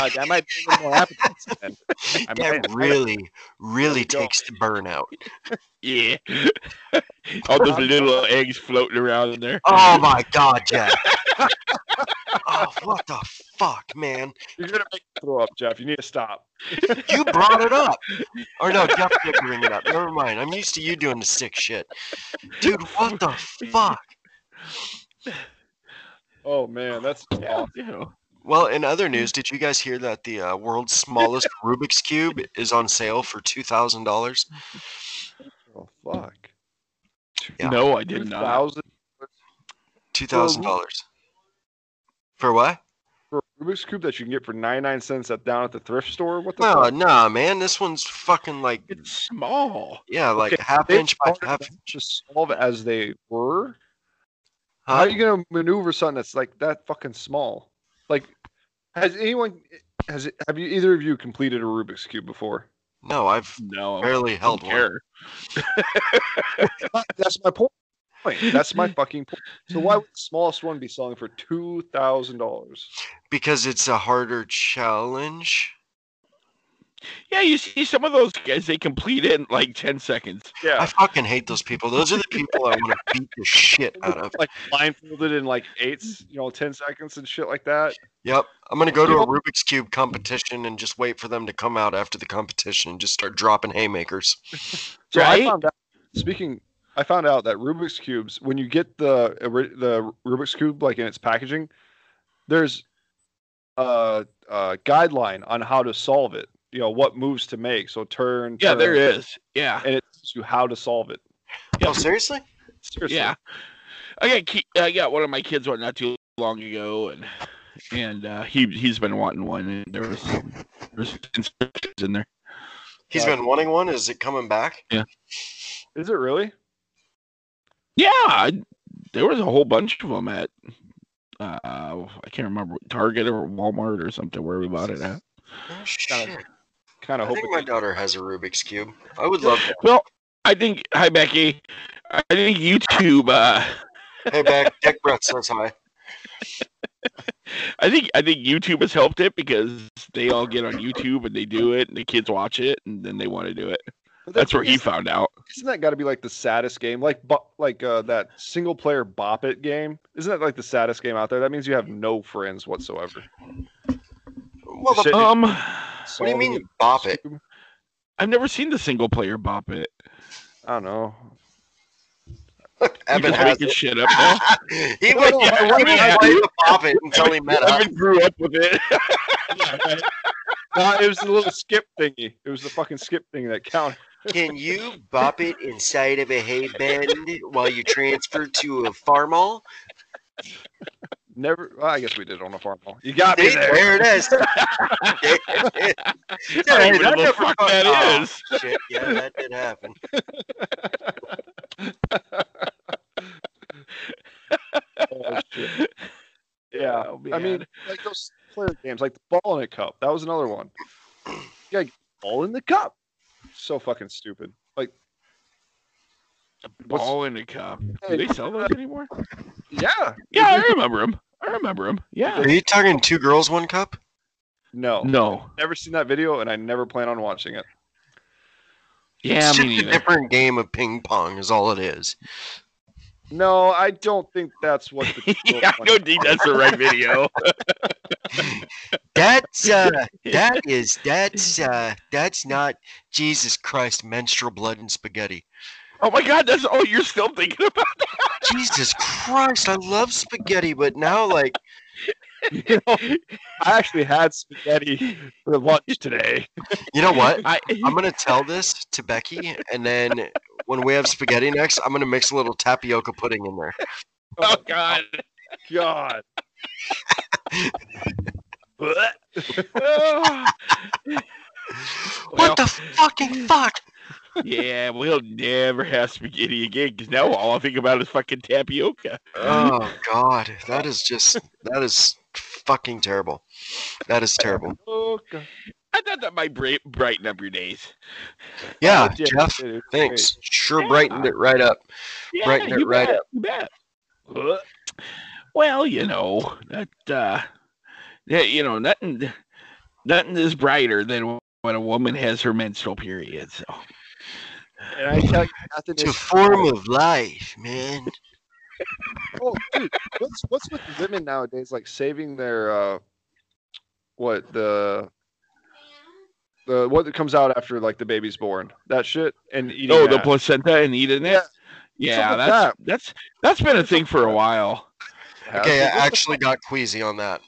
[SPEAKER 2] Like, I might be a little more appetite. then. I might-
[SPEAKER 4] That really, really
[SPEAKER 2] There you go.
[SPEAKER 4] takes the burnout.
[SPEAKER 3] Yeah. All those little eggs floating around in there.
[SPEAKER 4] Oh my god, Jack. oh, what the fuck, man?
[SPEAKER 2] You're gonna make me throw up, Jeff. You need to stop.
[SPEAKER 4] You brought it up. Or no, Jeff did bring it up. Never mind. I'm used to you doing the sick shit. Dude, what the fuck?
[SPEAKER 2] Oh man, that's
[SPEAKER 3] Yeah,
[SPEAKER 2] awesome.
[SPEAKER 3] you know.
[SPEAKER 4] Well, in other news, did you guys hear that the uh, world's smallest Rubik's Cube is on sale for $2,000?
[SPEAKER 2] Oh fuck.
[SPEAKER 4] Yeah.
[SPEAKER 3] No, I did not.
[SPEAKER 2] 2000
[SPEAKER 4] $2,000. For what?
[SPEAKER 2] for a Rubik's Cube that you can get for 99 cents at down at the thrift store. What the
[SPEAKER 4] No,
[SPEAKER 2] fuck?
[SPEAKER 4] nah, man. This one's fucking like,
[SPEAKER 3] It's small.
[SPEAKER 4] yeah, like
[SPEAKER 2] Okay,
[SPEAKER 4] half
[SPEAKER 2] They
[SPEAKER 4] inch by
[SPEAKER 2] started
[SPEAKER 4] half.
[SPEAKER 2] them to solve as they were. How
[SPEAKER 4] Huh?
[SPEAKER 2] are you gonna maneuver something that's like that fucking small? Like, has anyone has have you either of you completed a Rubik's cube before?
[SPEAKER 4] No, I've
[SPEAKER 3] No, I
[SPEAKER 4] barely
[SPEAKER 3] don't
[SPEAKER 4] held one.
[SPEAKER 3] care.
[SPEAKER 2] That's my point. That's my fucking point. So why would the smallest one be selling for two thousand dollars?
[SPEAKER 4] Because it's a harder challenge.
[SPEAKER 3] Yeah, you see some of those guys, they complete it in like 10 seconds.
[SPEAKER 4] I
[SPEAKER 2] Yeah,
[SPEAKER 4] fucking hate those people. Those are the people I want to beat the shit out of.
[SPEAKER 2] like blindfolded in like eights, you know, ten seconds and shit like that.
[SPEAKER 4] Yep. I'm gonna go to a Rubik's Cube competition and just wait for them to come out after the competition and just start dropping haymakers.
[SPEAKER 2] So
[SPEAKER 3] Right?
[SPEAKER 2] I found out. Speaking I found out that Rubik's cubes, when you get the ori- the Rubik's cube like in its packaging, there's a, a guideline on how to solve it. You know what moves to make. So turn.
[SPEAKER 3] Yeah,
[SPEAKER 2] turn,
[SPEAKER 3] there is. Yeah.
[SPEAKER 2] and it tells you how to solve it.
[SPEAKER 4] Oh, seriously?
[SPEAKER 2] Seriously.
[SPEAKER 3] Yeah, I got ki- I got one of my kids one not too long ago, and and uh, he he's been wanting one, and there was some, there was instructions in there.
[SPEAKER 4] He's
[SPEAKER 2] Uh,
[SPEAKER 4] been wanting one. Is it coming back?
[SPEAKER 2] Is it really?
[SPEAKER 3] Yeah, I, there was a whole bunch of them at uh, I can't remember Target or Walmart or something where we bought it at.
[SPEAKER 4] Oh, shit.
[SPEAKER 2] Kind of
[SPEAKER 4] I
[SPEAKER 2] hope.
[SPEAKER 4] think my daughter has a Rubik's cube. I would love.
[SPEAKER 3] Well, I think hi Becky, I think YouTube. Uh,
[SPEAKER 4] That. Hey, back. Dick Brett says hi.
[SPEAKER 3] I think I think YouTube has helped it because they all get on YouTube and they do it, and the kids watch it, and then they want to do it.
[SPEAKER 2] But
[SPEAKER 3] That's where E he
[SPEAKER 2] isn't-
[SPEAKER 3] found out.
[SPEAKER 2] Isn't that got to be like the saddest game? Like bo- like uh, that single player Bop It game. Isn't that like the saddest game out there? That means you have no friends whatsoever.
[SPEAKER 4] Well, the,
[SPEAKER 2] The shit-
[SPEAKER 3] Um.
[SPEAKER 4] what do you mean, bop it?
[SPEAKER 3] I've never seen the single player bop it.
[SPEAKER 2] I don't know.
[SPEAKER 3] You
[SPEAKER 4] Evan
[SPEAKER 3] just
[SPEAKER 4] has
[SPEAKER 3] making
[SPEAKER 4] it.
[SPEAKER 3] shit up now.
[SPEAKER 4] he would
[SPEAKER 3] Yeah,
[SPEAKER 4] yeah,
[SPEAKER 3] Evan has
[SPEAKER 4] play
[SPEAKER 3] it.
[SPEAKER 4] the bop it until he met up.
[SPEAKER 3] Evan grew up with it.
[SPEAKER 2] No, it was the little skip thingy. It was the fucking skip thingy that counted.
[SPEAKER 4] Can you bop it inside of a hay bend while you transfer to a farm all?
[SPEAKER 2] Never. well, I guess we did on a farm ball. You got me
[SPEAKER 4] There,
[SPEAKER 2] there.
[SPEAKER 4] there it is.
[SPEAKER 3] I don't even
[SPEAKER 4] that
[SPEAKER 3] know
[SPEAKER 4] never
[SPEAKER 3] the fuck
[SPEAKER 4] fucked
[SPEAKER 3] that
[SPEAKER 4] off.
[SPEAKER 3] is.
[SPEAKER 4] Shit, yeah, that did happen.
[SPEAKER 2] Oh, shit. Yeah.
[SPEAKER 3] Oh,
[SPEAKER 2] I mean,
[SPEAKER 3] man.
[SPEAKER 2] like those player games, like the ball in a cup. That was another one. Yeah, ball in the cup. So fucking stupid. Like, what's-
[SPEAKER 3] ball in a cup. Do
[SPEAKER 2] Hey,
[SPEAKER 3] they sell those anymore?
[SPEAKER 2] yeah.
[SPEAKER 3] Yeah, I remember him. I remember him. Yeah.
[SPEAKER 4] Are you talking two girls, one cup?
[SPEAKER 2] No.
[SPEAKER 3] No.
[SPEAKER 2] Never seen that video, and I never plan on watching it.
[SPEAKER 3] Yeah,
[SPEAKER 4] it's
[SPEAKER 3] me
[SPEAKER 4] just a
[SPEAKER 3] neither.
[SPEAKER 4] different game of ping pong, is all it is.
[SPEAKER 2] No, I don't think that's what the
[SPEAKER 3] yeah, I don't think that's the right video.
[SPEAKER 4] That's uh, that is that's uh, that's not Jesus Christ menstrual blood and spaghetti.
[SPEAKER 3] Oh my god, that's oh you're still thinking about
[SPEAKER 4] Jesus Christ, I love spaghetti, but now like
[SPEAKER 2] You know, I actually had spaghetti for lunch today.
[SPEAKER 4] you know what?
[SPEAKER 3] I
[SPEAKER 4] I'm gonna tell this to Becky, and then when we have spaghetti next, I'm gonna mix a little tapioca pudding in there.
[SPEAKER 3] Oh god.
[SPEAKER 2] God.
[SPEAKER 3] Well-
[SPEAKER 4] What the fucking fuck?
[SPEAKER 3] yeah, we'll never have spaghetti again because now all I think about is fucking tapioca.
[SPEAKER 4] Oh God, that is just that is fucking terrible. That is terrible.
[SPEAKER 2] Oh, God.
[SPEAKER 3] I thought that might bri- brighten up your days.
[SPEAKER 4] Yeah,
[SPEAKER 2] Oh, yeah,
[SPEAKER 4] Jeff,
[SPEAKER 2] it is great.
[SPEAKER 4] thanks. Sure brightened it right up.
[SPEAKER 3] Yeah,
[SPEAKER 4] Brighten it
[SPEAKER 3] you
[SPEAKER 4] right
[SPEAKER 3] bet, You bet. Well, you know that uh, that you know nothing, nothing is brighter than when a woman has her menstrual period. So
[SPEAKER 2] And I tell you, nothing
[SPEAKER 4] It's a
[SPEAKER 2] is-
[SPEAKER 4] form of life, man.
[SPEAKER 2] Oh, dude, what's what's with women nowadays? Like saving their uh, what the the what that comes out after like the baby's born, that shit, and eating.
[SPEAKER 3] oh, the
[SPEAKER 2] that.
[SPEAKER 3] placenta and eating
[SPEAKER 2] Yeah.
[SPEAKER 3] it. Yeah,
[SPEAKER 2] Something like
[SPEAKER 3] that's that's that's been a thing for a while.
[SPEAKER 4] Okay, I actually got queasy on that.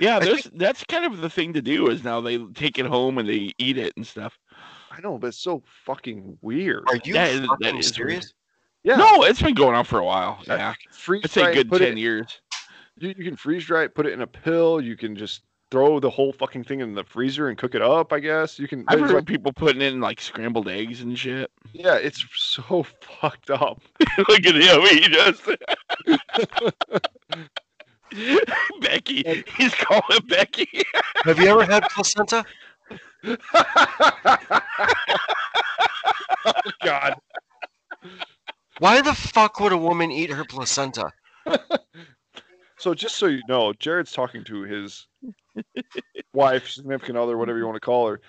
[SPEAKER 3] Yeah, there's that's kind of the thing to do is now they take it home and they eat it and stuff.
[SPEAKER 2] I know, but it's so fucking weird.
[SPEAKER 4] Are you
[SPEAKER 3] That is- that
[SPEAKER 4] fucking
[SPEAKER 3] is
[SPEAKER 4] serious?
[SPEAKER 2] Yeah,
[SPEAKER 3] No, it's been going on for a while. Yeah,
[SPEAKER 2] freeze
[SPEAKER 3] I'd say
[SPEAKER 2] dry
[SPEAKER 3] a
[SPEAKER 2] it,
[SPEAKER 3] good
[SPEAKER 2] put
[SPEAKER 3] ten
[SPEAKER 2] it,
[SPEAKER 3] years.
[SPEAKER 2] You, you can freeze dry it, put it in a pill. You can just throw the whole fucking thing in the freezer and cook it up. I guess you can.
[SPEAKER 3] I've
[SPEAKER 2] there's,
[SPEAKER 3] heard
[SPEAKER 2] like-
[SPEAKER 3] people putting in like scrambled eggs and shit.
[SPEAKER 2] yeah, it's so fucked up.
[SPEAKER 3] Look at him. He just. Becky. He's calling Becky.
[SPEAKER 4] Have you ever had placenta?
[SPEAKER 3] Oh,
[SPEAKER 2] God,
[SPEAKER 4] Why the fuck would a woman eat her placenta?
[SPEAKER 2] So just so you know, Jared's talking to his wife, significant other, whatever you want to call her,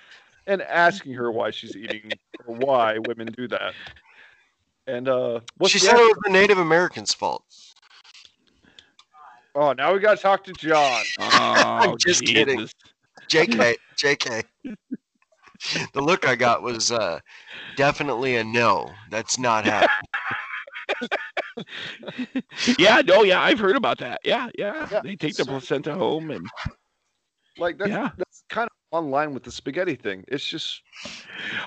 [SPEAKER 2] and asking her why she's eating or why women do that. And uh what's
[SPEAKER 4] she
[SPEAKER 2] the
[SPEAKER 4] said it
[SPEAKER 2] answer?
[SPEAKER 4] was the Native Americans' fault.
[SPEAKER 2] Oh, now we gotta talk to John.
[SPEAKER 3] Oh,
[SPEAKER 4] just kidding. JK,
[SPEAKER 3] Jesus.
[SPEAKER 4] JK. the look I got was uh, definitely a no. That's not happening.
[SPEAKER 3] yeah, no, yeah, I've heard about that. Yeah, yeah.
[SPEAKER 2] Yeah,
[SPEAKER 3] They take the
[SPEAKER 2] so-
[SPEAKER 3] placenta home and
[SPEAKER 2] Like that's
[SPEAKER 3] yeah.
[SPEAKER 2] that's kind of online with the spaghetti thing. It's just
[SPEAKER 3] I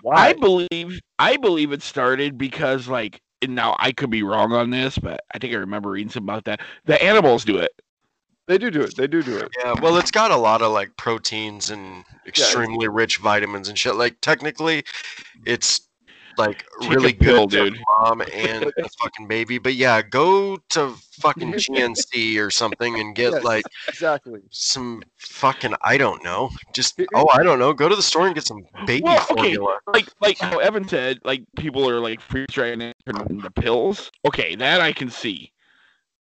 [SPEAKER 2] why
[SPEAKER 3] believe I believe it started because like and now I could be wrong on this, but I think I remember reading something about that. The animals do it.
[SPEAKER 2] they do do it. They do do it.
[SPEAKER 4] Yeah, well, it's got a lot of like proteins and extremely rich vitamins and shit. Like technically, it's like
[SPEAKER 3] Take a
[SPEAKER 4] really
[SPEAKER 3] pill,
[SPEAKER 4] good to
[SPEAKER 3] dude.
[SPEAKER 4] mom and the fucking baby. But yeah, go to fucking GNC or something and get
[SPEAKER 2] Yes.
[SPEAKER 4] like
[SPEAKER 2] Exactly.
[SPEAKER 4] some fucking I don't know. Just
[SPEAKER 2] Here-
[SPEAKER 4] oh I don't know. Go to the store and get some baby
[SPEAKER 3] Well, okay.
[SPEAKER 4] formula.
[SPEAKER 3] Like like how Evan said, like people are like freeze drying it and the pills. Okay, that I can see.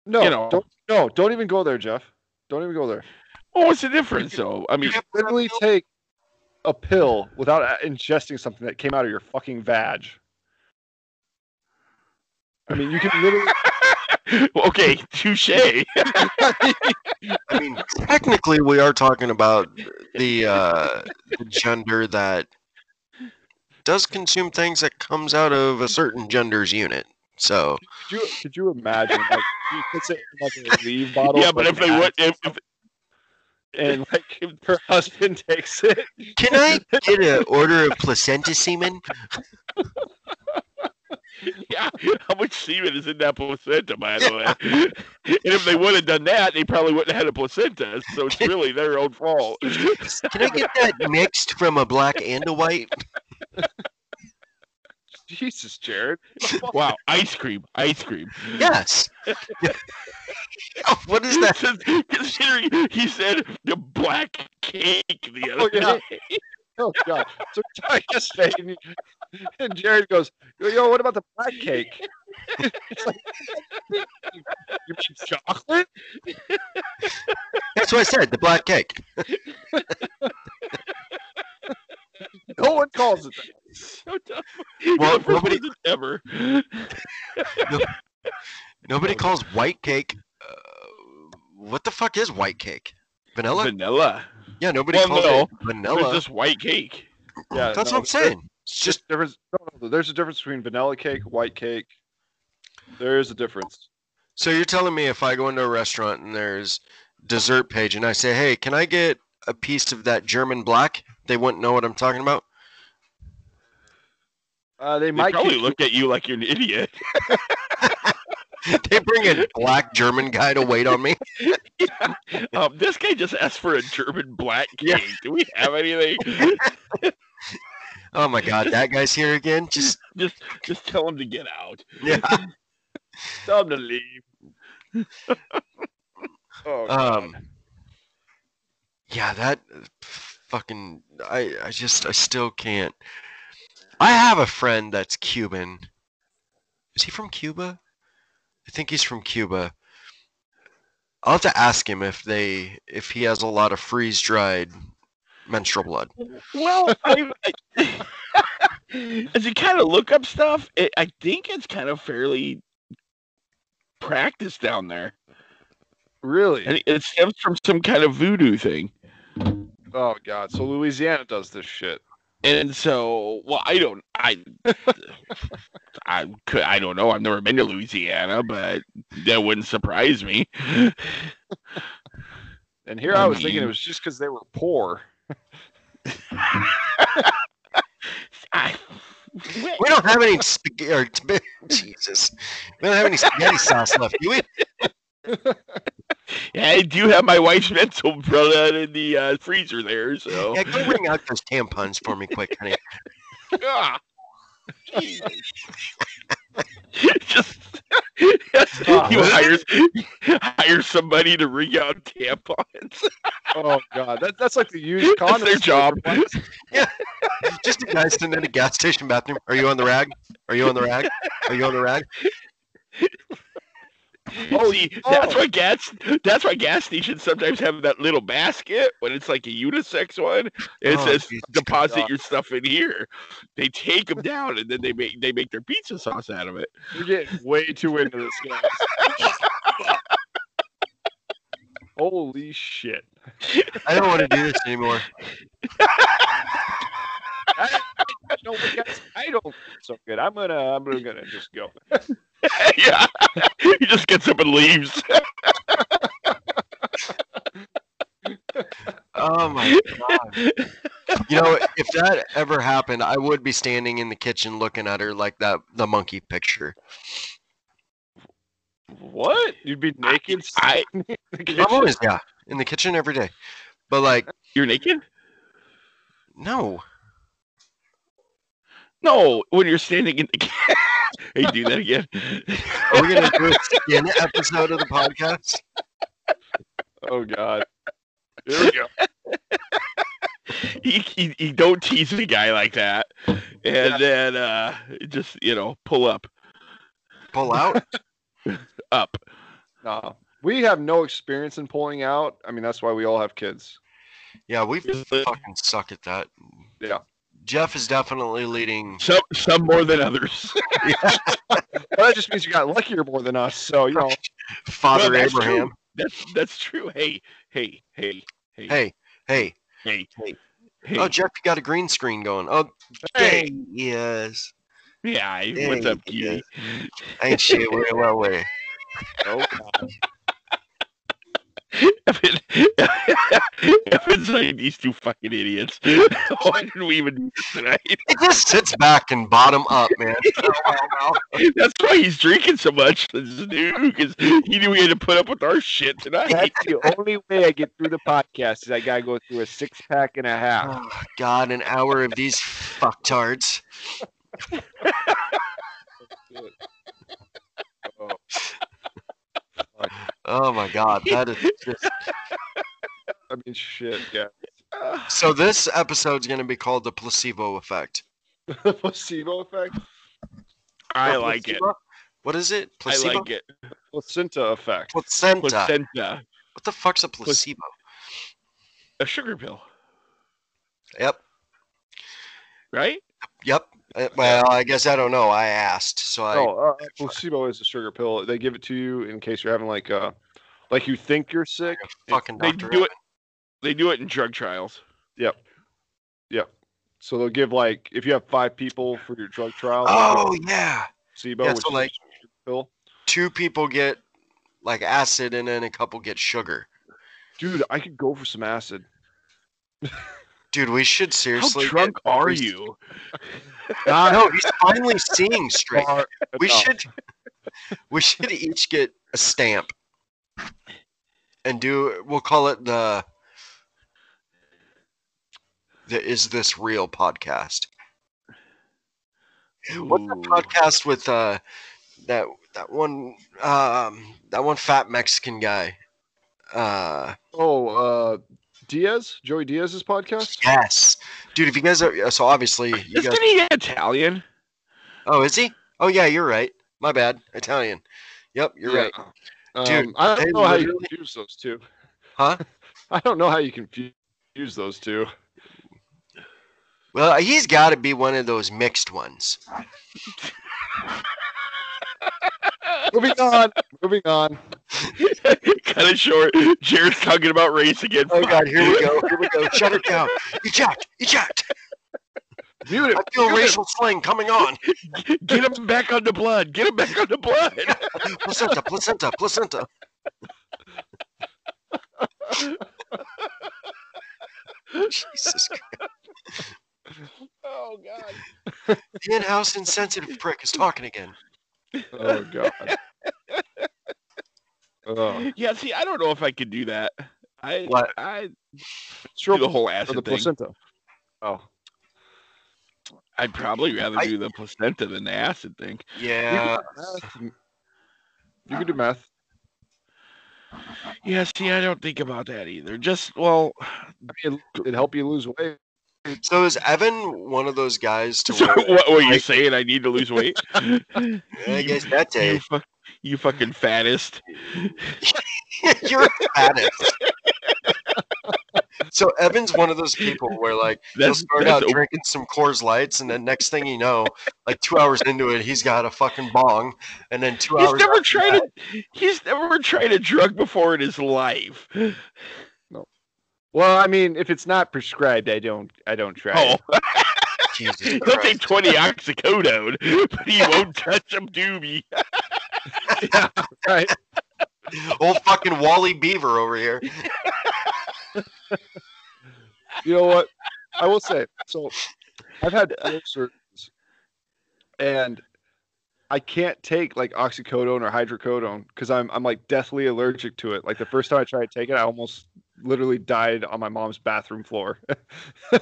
[SPEAKER 2] No,
[SPEAKER 3] You know.
[SPEAKER 2] don't, no, don't even go there, Jeff. Don't even go there.
[SPEAKER 3] Well, what's the difference though? I mean
[SPEAKER 4] You have to
[SPEAKER 2] Literally
[SPEAKER 4] have
[SPEAKER 2] take a pill without uh, ingesting something that came out of your fucking vag. I mean, you can literally
[SPEAKER 3] okay, touche.
[SPEAKER 4] milk. I mean, technically we are talking about the uh, the gender that does consume things that comes out of a certain gender's unit. So
[SPEAKER 2] Could you, could you imagine? Like, she puts it in like a leave bottle.
[SPEAKER 3] yeah, but
[SPEAKER 2] like
[SPEAKER 3] if they
[SPEAKER 2] that,
[SPEAKER 3] would if, if
[SPEAKER 2] and like if her husband takes it,
[SPEAKER 4] can I get an order of placenta semen?
[SPEAKER 3] yeah, how much semen is in that placenta, by the way? and if they would have done that, they probably wouldn't have had a placenta. So it's really their own fault.
[SPEAKER 4] Can I get that mixed from a black and a white?
[SPEAKER 2] Jesus, Jared.
[SPEAKER 3] wow, ice cream, ice cream.
[SPEAKER 4] Yes. what is that?
[SPEAKER 3] Since- Considering he said the black cake the
[SPEAKER 2] Oh,
[SPEAKER 3] other
[SPEAKER 2] yeah.
[SPEAKER 3] day.
[SPEAKER 2] Oh God. So I yesterday, and, he- and Jared goes, "Yo, "Yo, what about the black cake? It's like, you mean chocolate?
[SPEAKER 4] That's what I said. The black cake.
[SPEAKER 2] No one calls it that.
[SPEAKER 3] So dumb.
[SPEAKER 4] Well,
[SPEAKER 3] The first
[SPEAKER 4] nobody
[SPEAKER 3] one ever.
[SPEAKER 4] Nobody calls white cake. Uh, what the fuck is white cake? Vanilla?
[SPEAKER 3] Vanilla.
[SPEAKER 4] yeah, nobody
[SPEAKER 3] well,
[SPEAKER 4] calls
[SPEAKER 3] no.
[SPEAKER 4] it
[SPEAKER 3] It was
[SPEAKER 4] vanilla.
[SPEAKER 3] just white cake.
[SPEAKER 2] Yeah,
[SPEAKER 4] That's what
[SPEAKER 2] no,
[SPEAKER 4] I'm saying. It's
[SPEAKER 2] Just
[SPEAKER 4] just
[SPEAKER 2] difference. no, no, There's a difference between vanilla cake, white cake. There is a difference.
[SPEAKER 4] so you're telling me if I go into a restaurant and there's dessert page and I say, "Hey, can I get a piece of that German black?" They wouldn't know what I'm talking about.
[SPEAKER 2] Uh, they
[SPEAKER 3] They
[SPEAKER 2] might
[SPEAKER 3] probably
[SPEAKER 2] kick-
[SPEAKER 3] look at you like you're an idiot.
[SPEAKER 4] they bring a black German guy to wait on me.
[SPEAKER 3] Um, this guy just asked for a German black cake.
[SPEAKER 4] Yeah.
[SPEAKER 3] Do we have anything?
[SPEAKER 4] Oh my god, that guy's here again. Just
[SPEAKER 3] just just tell him to get out.
[SPEAKER 4] yeah.
[SPEAKER 3] Tell him to leave.
[SPEAKER 2] Oh,
[SPEAKER 3] uh,
[SPEAKER 4] Um, yeah, that fucking I I just I still can't. I have a friend that's Cuban. Is he from Cuba? I think he's from Cuba. I'll have to ask him if they if he has a lot of freeze dried menstrual blood.
[SPEAKER 3] Well, I, as you kind of look up stuff, it, I think it's kind of fairly practiced down there.
[SPEAKER 2] really?
[SPEAKER 3] And it stems from some kind of voodoo thing.
[SPEAKER 2] Oh God! So Louisiana does this shit.
[SPEAKER 3] And so, well, I don't, I, I could, I don't know. I've never been to Louisiana, but that wouldn't surprise me.
[SPEAKER 2] And here
[SPEAKER 3] I
[SPEAKER 2] I, was thinking it
[SPEAKER 3] mean-
[SPEAKER 2] was just because they were poor.
[SPEAKER 3] I,
[SPEAKER 4] We don't have any spaghetti. Or, Jesus, we don't have any spaghetti sauce left, do we?
[SPEAKER 3] I do have my wife's mental brother in the uh, freezer there, so.
[SPEAKER 4] Yeah, go bring out those tampons for me, quick, honey.
[SPEAKER 3] Ah. Just
[SPEAKER 2] Oh,
[SPEAKER 3] you hire, hire somebody to ring out tampons.
[SPEAKER 2] Oh God! That, that's like the used
[SPEAKER 3] That's
[SPEAKER 2] condom.
[SPEAKER 3] their job.
[SPEAKER 4] Just a guy standing in a gas station bathroom. Are you on the rag? Are you on the rag? Are you on the rag?
[SPEAKER 3] Oh, See, that's
[SPEAKER 2] oh.
[SPEAKER 3] why gas that's why gas stations sometimes have that little basket when it's like a unisex one. It
[SPEAKER 4] Oh,
[SPEAKER 3] says
[SPEAKER 4] Jesus
[SPEAKER 3] deposit
[SPEAKER 2] Christ.
[SPEAKER 3] your stuff in here. They take them down and then they make they make their pizza sauce out of it.
[SPEAKER 2] You're getting way too into this, guys. Holy shit!
[SPEAKER 4] I don't want to do this anymore.
[SPEAKER 5] I, I, no, guys, I don't feel so good. I'm gonna, I'm gonna just go.
[SPEAKER 3] yeah. he just gets up and leaves.
[SPEAKER 4] Oh my god! You know, if that ever happened, I would be standing in the kitchen looking at her like that the monkey picture.
[SPEAKER 2] What? You'd be naked?
[SPEAKER 3] I
[SPEAKER 4] I'm always yeah in the kitchen every day, but like
[SPEAKER 3] you're naked?
[SPEAKER 4] no,
[SPEAKER 3] No, when you're standing in the Hey, do that again.
[SPEAKER 4] are we gonna do a skin episode of the podcast?
[SPEAKER 2] Oh god. There we go.
[SPEAKER 3] you, you, you don't tease a guy like that. And then uh just, you know, pull up.
[SPEAKER 4] Pull out.
[SPEAKER 3] Up.
[SPEAKER 2] No. Uh, We have no experience in pulling out. I mean, that's why we all have kids.
[SPEAKER 4] Yeah, we fucking suck at that.
[SPEAKER 2] Yeah.
[SPEAKER 4] Jeff is definitely leading.
[SPEAKER 3] Some some more than others.
[SPEAKER 2] Well, that just means you got luckier more than us. So, you know,
[SPEAKER 4] Father
[SPEAKER 3] Well, that's
[SPEAKER 4] Abraham.
[SPEAKER 3] true. That's that's true. Hey, hey, hey, hey,
[SPEAKER 4] Hey, hey,
[SPEAKER 3] hey,
[SPEAKER 4] hey.
[SPEAKER 3] hey.
[SPEAKER 4] Oh, Jeff, you got a green screen going. Oh,
[SPEAKER 3] Hey.
[SPEAKER 4] dang, yes.
[SPEAKER 3] yeah, hey, what's
[SPEAKER 4] hey,
[SPEAKER 3] up, Kitty?
[SPEAKER 4] Ain't shit. Wait, wait, wait.
[SPEAKER 2] oh,
[SPEAKER 3] Evan, Evan's like these two fucking idiots. Why did we even do this tonight?
[SPEAKER 4] It just sits back and bottom up, man.
[SPEAKER 3] That's why he's drinking so much. This is new because he knew he had to put up with our shit tonight.
[SPEAKER 5] That's the only way I get through the podcast is I gotta go through a six pack and a half.
[SPEAKER 4] Oh, God, an hour of these fucktards.
[SPEAKER 2] Uh,
[SPEAKER 4] Oh my God, that is just.
[SPEAKER 2] I mean, shit, yeah.
[SPEAKER 4] So this episode's gonna be called the placebo effect.
[SPEAKER 2] the placebo effect,
[SPEAKER 3] I
[SPEAKER 4] Or
[SPEAKER 3] like it.
[SPEAKER 4] placebo? What is it? Placebo.
[SPEAKER 3] I like it.
[SPEAKER 2] placenta effect.
[SPEAKER 4] Placenta.
[SPEAKER 3] Placenta,
[SPEAKER 4] What the fuck's a placebo?
[SPEAKER 3] a sugar pill,
[SPEAKER 4] Yep.
[SPEAKER 3] right?
[SPEAKER 4] Yep. Uh, Well, I guess I don't know. I asked, so I.
[SPEAKER 3] Oh,
[SPEAKER 2] No, uh, placebo is a sugar pill. They give it to you in case you're having like uh like you think you're sick.
[SPEAKER 4] fucking
[SPEAKER 3] They
[SPEAKER 4] doctor.
[SPEAKER 3] do it. They do it in drug trials.
[SPEAKER 2] So they'll give like if you have five people for your drug trial, they'll give
[SPEAKER 4] Oh yeah.
[SPEAKER 2] placebo,
[SPEAKER 4] yeah,
[SPEAKER 2] which
[SPEAKER 4] so,
[SPEAKER 2] is
[SPEAKER 4] like-
[SPEAKER 2] a sugar pill.
[SPEAKER 4] Two people get like acid, and then a couple get sugar.
[SPEAKER 2] Dude, I could go for some acid.
[SPEAKER 4] Dude, we should seriously.
[SPEAKER 3] How drunk are
[SPEAKER 4] least-
[SPEAKER 3] you?
[SPEAKER 4] I know he's finally seeing straight.
[SPEAKER 2] Far
[SPEAKER 4] We
[SPEAKER 2] enough.
[SPEAKER 4] should. We should each get a stamp. And do we'll call it the. The is this real podcast? What's the
[SPEAKER 3] Ooh.
[SPEAKER 4] podcast with uh that that one um that one fat Mexican guy? Uh
[SPEAKER 2] Oh, uh Diaz, Joey Diaz's podcast.
[SPEAKER 4] yes. Dude, if you guys are so obviously you guys
[SPEAKER 3] Isn't he Italian?
[SPEAKER 4] Oh, is he? Oh yeah, you're right. My bad. Italian. Yep, you're right.
[SPEAKER 2] Um,
[SPEAKER 4] Dude,
[SPEAKER 2] I
[SPEAKER 4] they
[SPEAKER 2] don't know how you
[SPEAKER 4] literally-
[SPEAKER 2] confuse those two.
[SPEAKER 4] Huh?
[SPEAKER 2] I don't know how you confuse those two.
[SPEAKER 4] Well, uh, he's got to be one of those mixed ones.
[SPEAKER 2] Moving on. Moving on.
[SPEAKER 3] kind of short. Jared's talking about race again.
[SPEAKER 4] Oh god, here we go. Here we go. Shut her down. Eject. Eject.
[SPEAKER 2] Mute it.
[SPEAKER 4] I feel racial slang coming on.
[SPEAKER 3] Get him back on the blood. Get him back on the blood.
[SPEAKER 4] Placenta, placenta, placenta. Jesus Christ.
[SPEAKER 3] Oh God.
[SPEAKER 4] The in-house insensitive prick is talking again.
[SPEAKER 2] Oh god. Oh,
[SPEAKER 3] Yeah. See, I don't know if I could do that. I
[SPEAKER 4] What?
[SPEAKER 3] I do
[SPEAKER 2] sure.
[SPEAKER 3] the whole
[SPEAKER 2] Or
[SPEAKER 3] acid
[SPEAKER 2] the
[SPEAKER 3] thing.
[SPEAKER 2] placenta. Oh,
[SPEAKER 3] I'd probably rather
[SPEAKER 4] I-
[SPEAKER 3] do the placenta than the acid thing.
[SPEAKER 4] Yeah.
[SPEAKER 2] you can do meth.
[SPEAKER 3] Yeah. See, I don't think about that either. Just well,
[SPEAKER 2] I mean, it, it'd help you lose weight.
[SPEAKER 4] So is Evan one of those guys to
[SPEAKER 3] so
[SPEAKER 4] where
[SPEAKER 3] what were you saying? I need to lose weight.
[SPEAKER 4] I guess that
[SPEAKER 3] you,
[SPEAKER 4] day
[SPEAKER 3] fuck, you fucking fattest.
[SPEAKER 4] you're a fattest. So Evan's one of those people where like he'll
[SPEAKER 3] That's
[SPEAKER 4] start
[SPEAKER 3] that's
[SPEAKER 4] out
[SPEAKER 3] a-
[SPEAKER 4] drinking some Coors Lights, and then next thing you know, like two hours into it, he's got a fucking bong, and then two
[SPEAKER 3] He's
[SPEAKER 4] hours.
[SPEAKER 3] never
[SPEAKER 4] after
[SPEAKER 3] tried
[SPEAKER 4] that-
[SPEAKER 3] a he's never tried a drug before in his life.
[SPEAKER 2] Well, I mean, if it's not prescribed, I don't. I don't try.
[SPEAKER 3] Oh,
[SPEAKER 2] it.
[SPEAKER 4] Jesus
[SPEAKER 3] He'll take
[SPEAKER 4] Christ.
[SPEAKER 3] 20 oxycodone, but he won't touch a doobie.
[SPEAKER 5] Right.
[SPEAKER 4] Old fucking Wally Beaver over here.
[SPEAKER 2] you know what? I will say so. I've had field surgeries, and I can't take like oxycodone or hydrocodone because I'm I'm like deathly allergic to it. Like the first time I tried to take it, I almost literally died on my mom's bathroom floor.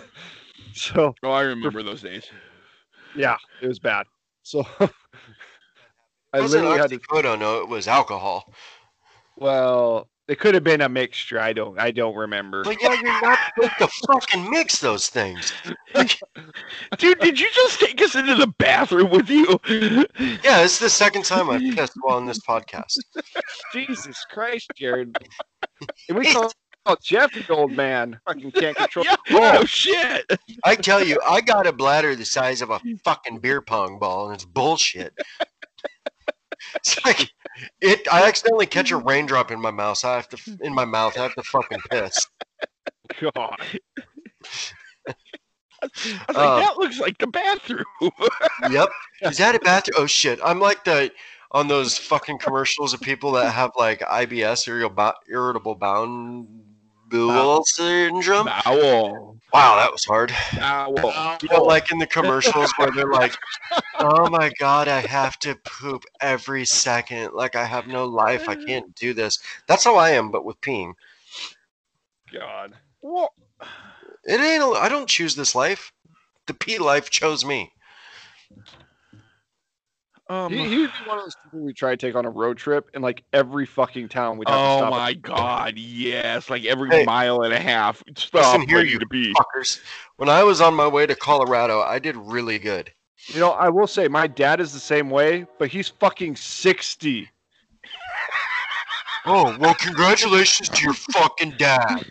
[SPEAKER 2] so
[SPEAKER 3] Oh, I remember those days.
[SPEAKER 2] yeah, it was bad. So I
[SPEAKER 4] It wasn't
[SPEAKER 2] literally had to.
[SPEAKER 4] oxycodone, oh, no, it was alcohol.
[SPEAKER 2] Well, it could have been a mixture. I don't I don't remember.
[SPEAKER 4] But yeah, you're not supposed to fucking mix those things.
[SPEAKER 3] Dude, did you just take us into the bathroom with you?
[SPEAKER 4] Yeah, it's the second time I've pissed while on this podcast.
[SPEAKER 2] Jesus Christ, Jared. And we call oh, Jeff the old man. Fucking can't control.
[SPEAKER 3] yeah,
[SPEAKER 2] Oh.
[SPEAKER 3] no shit.
[SPEAKER 4] I tell you, I got a bladder the size of a fucking beer pong ball, and it's bullshit. It's like it. I accidentally catch a raindrop in my mouth. I have to in my mouth. I have to fucking piss.
[SPEAKER 2] God.
[SPEAKER 3] I was like,
[SPEAKER 4] Uh,
[SPEAKER 3] that looks like the bathroom.
[SPEAKER 4] Yep. Is that a bathroom? Oh shit! I'm like the on those fucking commercials of people that have like IBS, irritable bowel, irritable bowel syndrome.
[SPEAKER 3] Owl.
[SPEAKER 4] Wow, that was hard.
[SPEAKER 3] Owl.
[SPEAKER 4] You know, like in the commercials where they're like, "Oh my god, I have to poop every second. Like I have no life. I can't do this." That's how I am, but with peeing.
[SPEAKER 2] God.
[SPEAKER 3] What?
[SPEAKER 4] It ain't. a- I don't choose this life. The pee life chose me.
[SPEAKER 3] Um,
[SPEAKER 2] He, he would be one of those people we try to take on a road trip, and like every fucking town we'd have to
[SPEAKER 3] oh
[SPEAKER 2] stop.
[SPEAKER 3] my god, yes. Like every
[SPEAKER 4] Hey.
[SPEAKER 3] mile and a half. Stop
[SPEAKER 4] Listen here,
[SPEAKER 3] ready
[SPEAKER 4] you
[SPEAKER 3] to be.
[SPEAKER 4] Fuckers. When I was on my way to Colorado, I did really good.
[SPEAKER 2] at. You know, I will say my dad is the same way, but he's fucking sixty.
[SPEAKER 4] Oh well, congratulations to your fucking dad.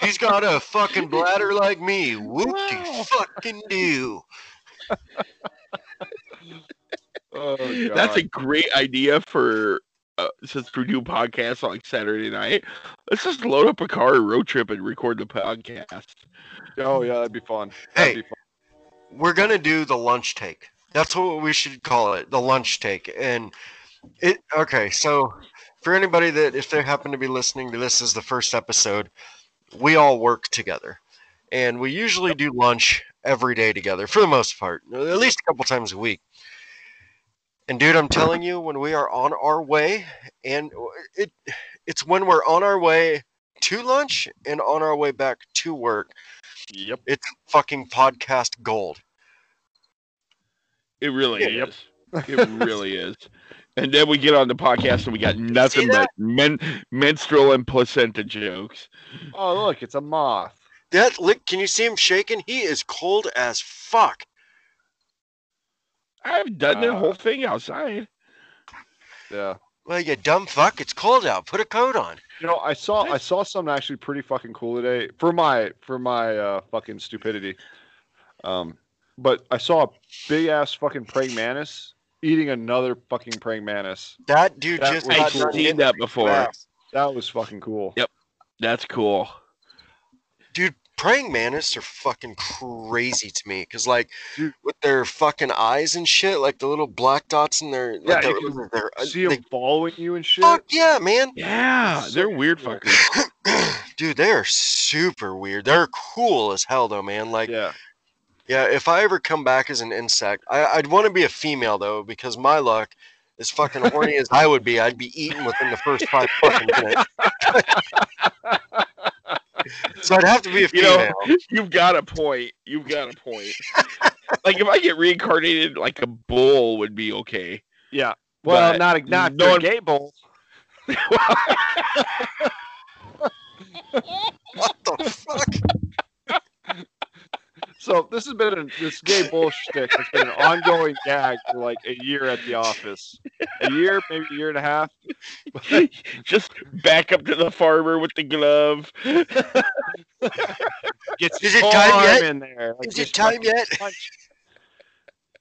[SPEAKER 4] He's got a fucking bladder like me. Whoop de
[SPEAKER 3] Wow.
[SPEAKER 4] fucking do.
[SPEAKER 2] Oh, God.
[SPEAKER 3] That's a great idea for uh, since we do podcasts on like Saturday night. Let's just load up a car road trip and record the podcast.
[SPEAKER 2] oh yeah, that'd be fun.
[SPEAKER 4] Hey.
[SPEAKER 2] That'd be fun.
[SPEAKER 4] We're gonna do the lunch take. That's what we should call it, the lunch take. And it okay, so for anybody that if they happen to be listening to this is the first episode, we all work together. And we usually do lunch every day together for the most part, at least a couple times a week. And dude, I'm telling you, when we are on our way, and it it's when we're on our way to lunch and on our way back to work,
[SPEAKER 3] Yep,
[SPEAKER 4] it's fucking podcast gold.
[SPEAKER 3] it really
[SPEAKER 4] Yeah,
[SPEAKER 3] is. It really is. And then we get on the podcast and we got nothing but men, menstrual and placenta jokes.
[SPEAKER 2] Oh look, it's a moth.
[SPEAKER 4] That lick, can you see him shaking? He is cold as fuck.
[SPEAKER 3] I've done that
[SPEAKER 2] Uh,
[SPEAKER 3] whole thing outside.
[SPEAKER 2] Yeah.
[SPEAKER 4] Well, you dumb fuck, it's cold out. Put a coat on.
[SPEAKER 2] You know, I saw I saw something actually pretty fucking cool today for my for my uh, fucking stupidity. Um, but I saw a big ass fucking praying mantis eating another fucking praying mantis.
[SPEAKER 4] That dude
[SPEAKER 2] That
[SPEAKER 4] just
[SPEAKER 2] was
[SPEAKER 4] got
[SPEAKER 2] cool.
[SPEAKER 4] done
[SPEAKER 3] I've seen
[SPEAKER 4] hitting
[SPEAKER 3] that before.
[SPEAKER 4] grass.
[SPEAKER 2] That was fucking cool.
[SPEAKER 3] Yep. That's cool.
[SPEAKER 4] Dude, praying mantis are fucking crazy to me because, like,
[SPEAKER 2] Dude.
[SPEAKER 4] with their fucking eyes and shit, like the little black dots in their.
[SPEAKER 2] Yeah,
[SPEAKER 4] Like
[SPEAKER 2] you
[SPEAKER 4] their,
[SPEAKER 2] can
[SPEAKER 4] their-
[SPEAKER 2] See him
[SPEAKER 4] they-
[SPEAKER 2] following you and shit.
[SPEAKER 4] fuck yeah, man.
[SPEAKER 3] Yeah,
[SPEAKER 2] So
[SPEAKER 3] they're weird
[SPEAKER 2] cool.
[SPEAKER 3] fuckers.
[SPEAKER 4] Dude, they are super weird. They're cool as hell, though, man. Like,
[SPEAKER 2] Yeah.
[SPEAKER 4] Yeah, if I ever come back as an insect, I, I'd want to be a female though, because my luck, as fucking horny as I would be, I'd be eaten within the first five fucking minutes. so I'd have to be a
[SPEAKER 3] you
[SPEAKER 4] female.
[SPEAKER 3] know, you've got a point. You've got a point. like if I get reincarnated, like a bull would be okay.
[SPEAKER 2] Yeah. Well,
[SPEAKER 3] But
[SPEAKER 2] not a not
[SPEAKER 3] no
[SPEAKER 2] no
[SPEAKER 3] one-
[SPEAKER 2] gay bull.
[SPEAKER 4] what the fuck?
[SPEAKER 2] So this has been an, this gay bull shtick has been an ongoing gag for like a year at the office, a year maybe a year and a half.
[SPEAKER 3] Just back up to the farmer with the glove.
[SPEAKER 2] Gets
[SPEAKER 4] Is it
[SPEAKER 2] your
[SPEAKER 4] time
[SPEAKER 2] arm
[SPEAKER 4] yet?
[SPEAKER 2] Oh, in there. like,
[SPEAKER 4] Is
[SPEAKER 2] just
[SPEAKER 4] it time
[SPEAKER 2] fucking
[SPEAKER 4] yet?
[SPEAKER 2] punch.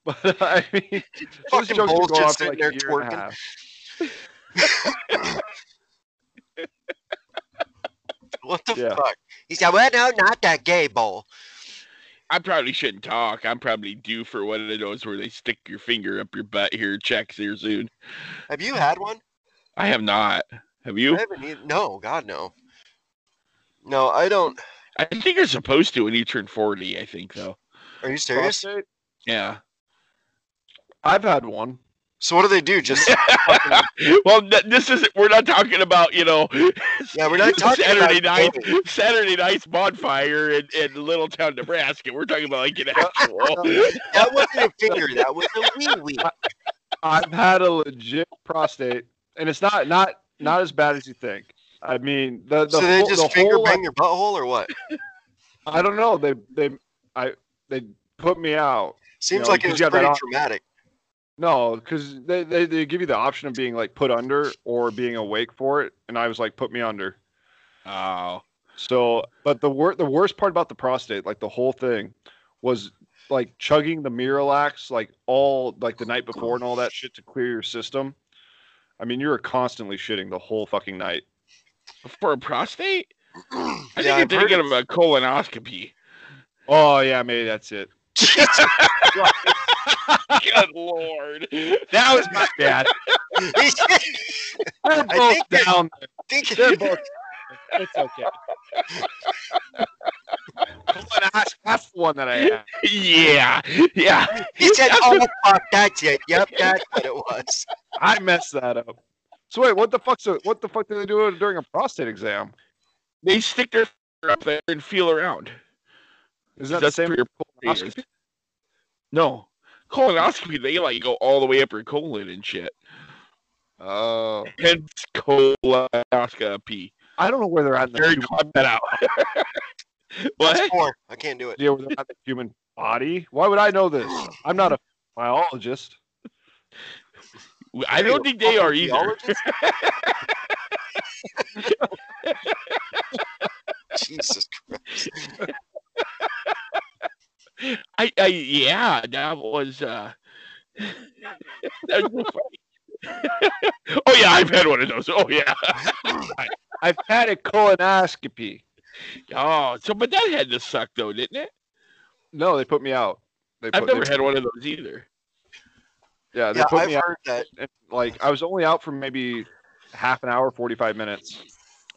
[SPEAKER 2] But I mean, those
[SPEAKER 4] Fucking
[SPEAKER 2] jokes will
[SPEAKER 4] Bull's
[SPEAKER 2] go
[SPEAKER 4] just
[SPEAKER 2] off
[SPEAKER 4] sitting
[SPEAKER 2] for like
[SPEAKER 4] there
[SPEAKER 2] a year and a
[SPEAKER 4] twerking.
[SPEAKER 2] half.
[SPEAKER 4] What the
[SPEAKER 2] Yeah.
[SPEAKER 4] fuck? He said, "Well, no, not that gay bowl."
[SPEAKER 3] I probably shouldn't talk. I'm probably due for one of those where they stick your finger up your butt here, checks here soon.
[SPEAKER 4] Have you had one?
[SPEAKER 3] I have not. Have you?
[SPEAKER 4] I haven't. Either. No, God, no. No, I don't.
[SPEAKER 3] I think you're supposed to when you turn 40, I think, though.
[SPEAKER 4] Are you serious?
[SPEAKER 2] Prostate?
[SPEAKER 3] Yeah.
[SPEAKER 2] I've had one.
[SPEAKER 4] So what do they do? Just
[SPEAKER 3] well, th- this isn't, we're not talking about, you know,
[SPEAKER 4] yeah, we're not talking
[SPEAKER 3] Saturday
[SPEAKER 4] about
[SPEAKER 3] night,
[SPEAKER 4] gay.
[SPEAKER 3] Saturday night's bonfire in, in Little Town, Nebraska. We're talking about like an actual.
[SPEAKER 4] That wasn't a finger. That was a wee wee.
[SPEAKER 2] Uh, I've had a legit prostate, and it's not not not as bad as you think. I mean, the the,
[SPEAKER 4] So they
[SPEAKER 2] whole- the
[SPEAKER 4] just finger
[SPEAKER 2] whole
[SPEAKER 4] bang your butthole or what?
[SPEAKER 2] I don't know. They they I they put me out.
[SPEAKER 4] Seems
[SPEAKER 2] know,
[SPEAKER 4] like it
[SPEAKER 2] because
[SPEAKER 4] was
[SPEAKER 2] you have that
[SPEAKER 4] pretty
[SPEAKER 2] op-
[SPEAKER 4] traumatic.
[SPEAKER 2] No, because they, they they give you the option of being like put under or being awake for it, and I was like put me under.
[SPEAKER 3] oh.
[SPEAKER 2] So, but the wor- the worst part about the prostate, like the whole thing, was like chugging the Miralax like all like the night before and all that shit to clear your system. I mean, you were constantly shitting the whole fucking night.
[SPEAKER 3] For a prostate? I
[SPEAKER 4] Yeah,
[SPEAKER 3] think
[SPEAKER 4] I've
[SPEAKER 3] they did
[SPEAKER 4] heard
[SPEAKER 3] get him a colonoscopy.
[SPEAKER 2] Oh yeah, maybe that's it.
[SPEAKER 3] Good lord.
[SPEAKER 2] That was my bad. They're both
[SPEAKER 4] think that-
[SPEAKER 2] down.
[SPEAKER 4] Think-
[SPEAKER 2] They're both
[SPEAKER 5] It's okay.
[SPEAKER 2] colonosc- That's the one that I had.
[SPEAKER 3] yeah. Yeah.
[SPEAKER 4] he said, "Oh fuck, that's it. Yep, that's what it was."
[SPEAKER 2] I messed that up. So wait, what the fuck's a, what the fuck do they do during a prostate exam?
[SPEAKER 3] They stick their finger up there and feel around.
[SPEAKER 2] Is that the
[SPEAKER 3] That's
[SPEAKER 2] same?
[SPEAKER 3] for your
[SPEAKER 2] colonoscopy?
[SPEAKER 3] colonoscopy? No. Colonoscopy, they like go all the way up your colon and shit.
[SPEAKER 2] Oh,
[SPEAKER 3] Hence colonoscopy.
[SPEAKER 2] I don't know where they're at in the
[SPEAKER 3] Very cut that out. what?
[SPEAKER 4] Four. I can't do it.
[SPEAKER 2] idea where they're at in the human body. Why would I know this? I'm not a biologist.
[SPEAKER 3] I don't think they are either.
[SPEAKER 4] Biologist? Jesus Christ.
[SPEAKER 3] I, I yeah, that was uh that was funny. oh yeah, I've had one of those. Oh yeah.
[SPEAKER 2] I've had a colonoscopy.
[SPEAKER 3] Oh, so but that had to suck though, didn't it?
[SPEAKER 2] No, they put me out. They put,
[SPEAKER 3] I've never
[SPEAKER 2] they-
[SPEAKER 3] had one of those either.
[SPEAKER 2] Yeah, Uh, they
[SPEAKER 4] Yeah,
[SPEAKER 2] put
[SPEAKER 4] I've
[SPEAKER 2] me out.
[SPEAKER 4] heard that.
[SPEAKER 2] and, like I was only out for maybe half an hour, 45 minutes.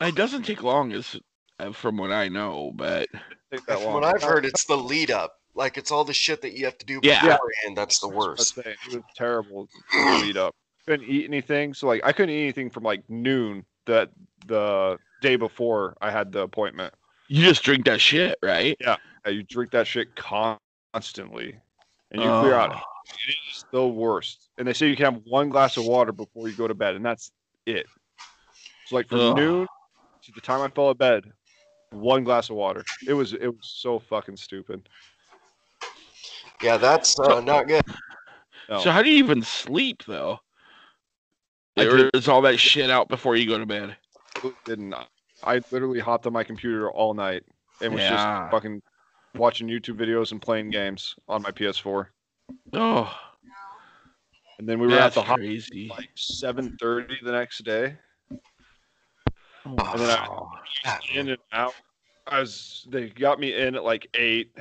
[SPEAKER 3] It doesn't take long, as uh, from what I know, but
[SPEAKER 2] Take that
[SPEAKER 4] From
[SPEAKER 2] long.
[SPEAKER 4] what I've heard, it's the lead up. Like it's all the shit that you have to do
[SPEAKER 3] Yeah.
[SPEAKER 4] beforehand. That's the
[SPEAKER 2] That's what I was
[SPEAKER 4] worst.
[SPEAKER 2] saying. It was terrible to lead up. Couldn't eat anything, so like I couldn't eat anything from like noon that the day before I had the appointment.
[SPEAKER 3] you just drink that shit, right?
[SPEAKER 2] Yeah, you drink that shit constantly, and you clear out.
[SPEAKER 3] Oh.
[SPEAKER 2] It is the worst. And they say you can have one glass of water before you go to bed, and that's it. So like from
[SPEAKER 3] Ugh.
[SPEAKER 2] noon to the time I fell to bed, one glass of water. It was it was so fucking stupid.
[SPEAKER 4] Yeah, that's uh, not good.
[SPEAKER 2] No.
[SPEAKER 3] So how do you even sleep though?
[SPEAKER 2] I
[SPEAKER 3] Or is all that shit out before you go to bed?
[SPEAKER 2] didn't I literally hopped on my computer all night and was
[SPEAKER 3] Yeah.
[SPEAKER 2] just fucking watching YouTube videos and playing games on my PS4.
[SPEAKER 3] Oh,
[SPEAKER 2] And then we
[SPEAKER 3] we
[SPEAKER 2] were
[SPEAKER 3] that's
[SPEAKER 2] at the hospital
[SPEAKER 3] crazy.
[SPEAKER 2] like seven thirty the next day.
[SPEAKER 4] Oh,
[SPEAKER 2] And then I-
[SPEAKER 4] fuck Oh, that, man.
[SPEAKER 2] in and out. I was they got me in at like eight,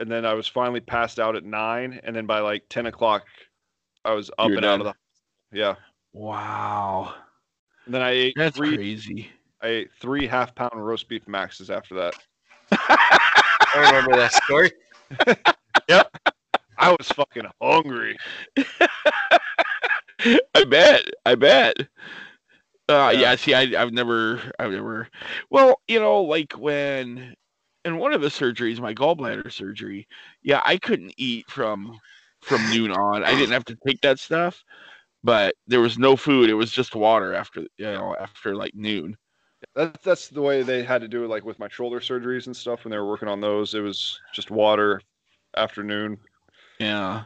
[SPEAKER 2] and then I was finally passed out at nine, and then by like ten o'clock, I was up
[SPEAKER 3] You're
[SPEAKER 2] and out of
[SPEAKER 3] done.
[SPEAKER 2] the yeah.
[SPEAKER 3] Wow,
[SPEAKER 2] And then I ate
[SPEAKER 3] that's
[SPEAKER 2] three.
[SPEAKER 3] crazy.
[SPEAKER 2] I ate three half pound roast beef maxes after that.
[SPEAKER 4] I remember that story.
[SPEAKER 2] I was fucking hungry.
[SPEAKER 3] I bet. I bet. Uh, yeah.
[SPEAKER 2] Yeah.
[SPEAKER 3] See, I, I've never, I've never. Well, you know, like when in one of the surgeries, my gallbladder surgery. Yeah, I couldn't eat from from noon on. I didn't have to take that stuff, but there was no food. It was just water after you know after like noon.
[SPEAKER 2] That's that's the way they had to do it, like with my shoulder surgeries and stuff. When they were working on those, it was just water afternoon.
[SPEAKER 3] Yeah,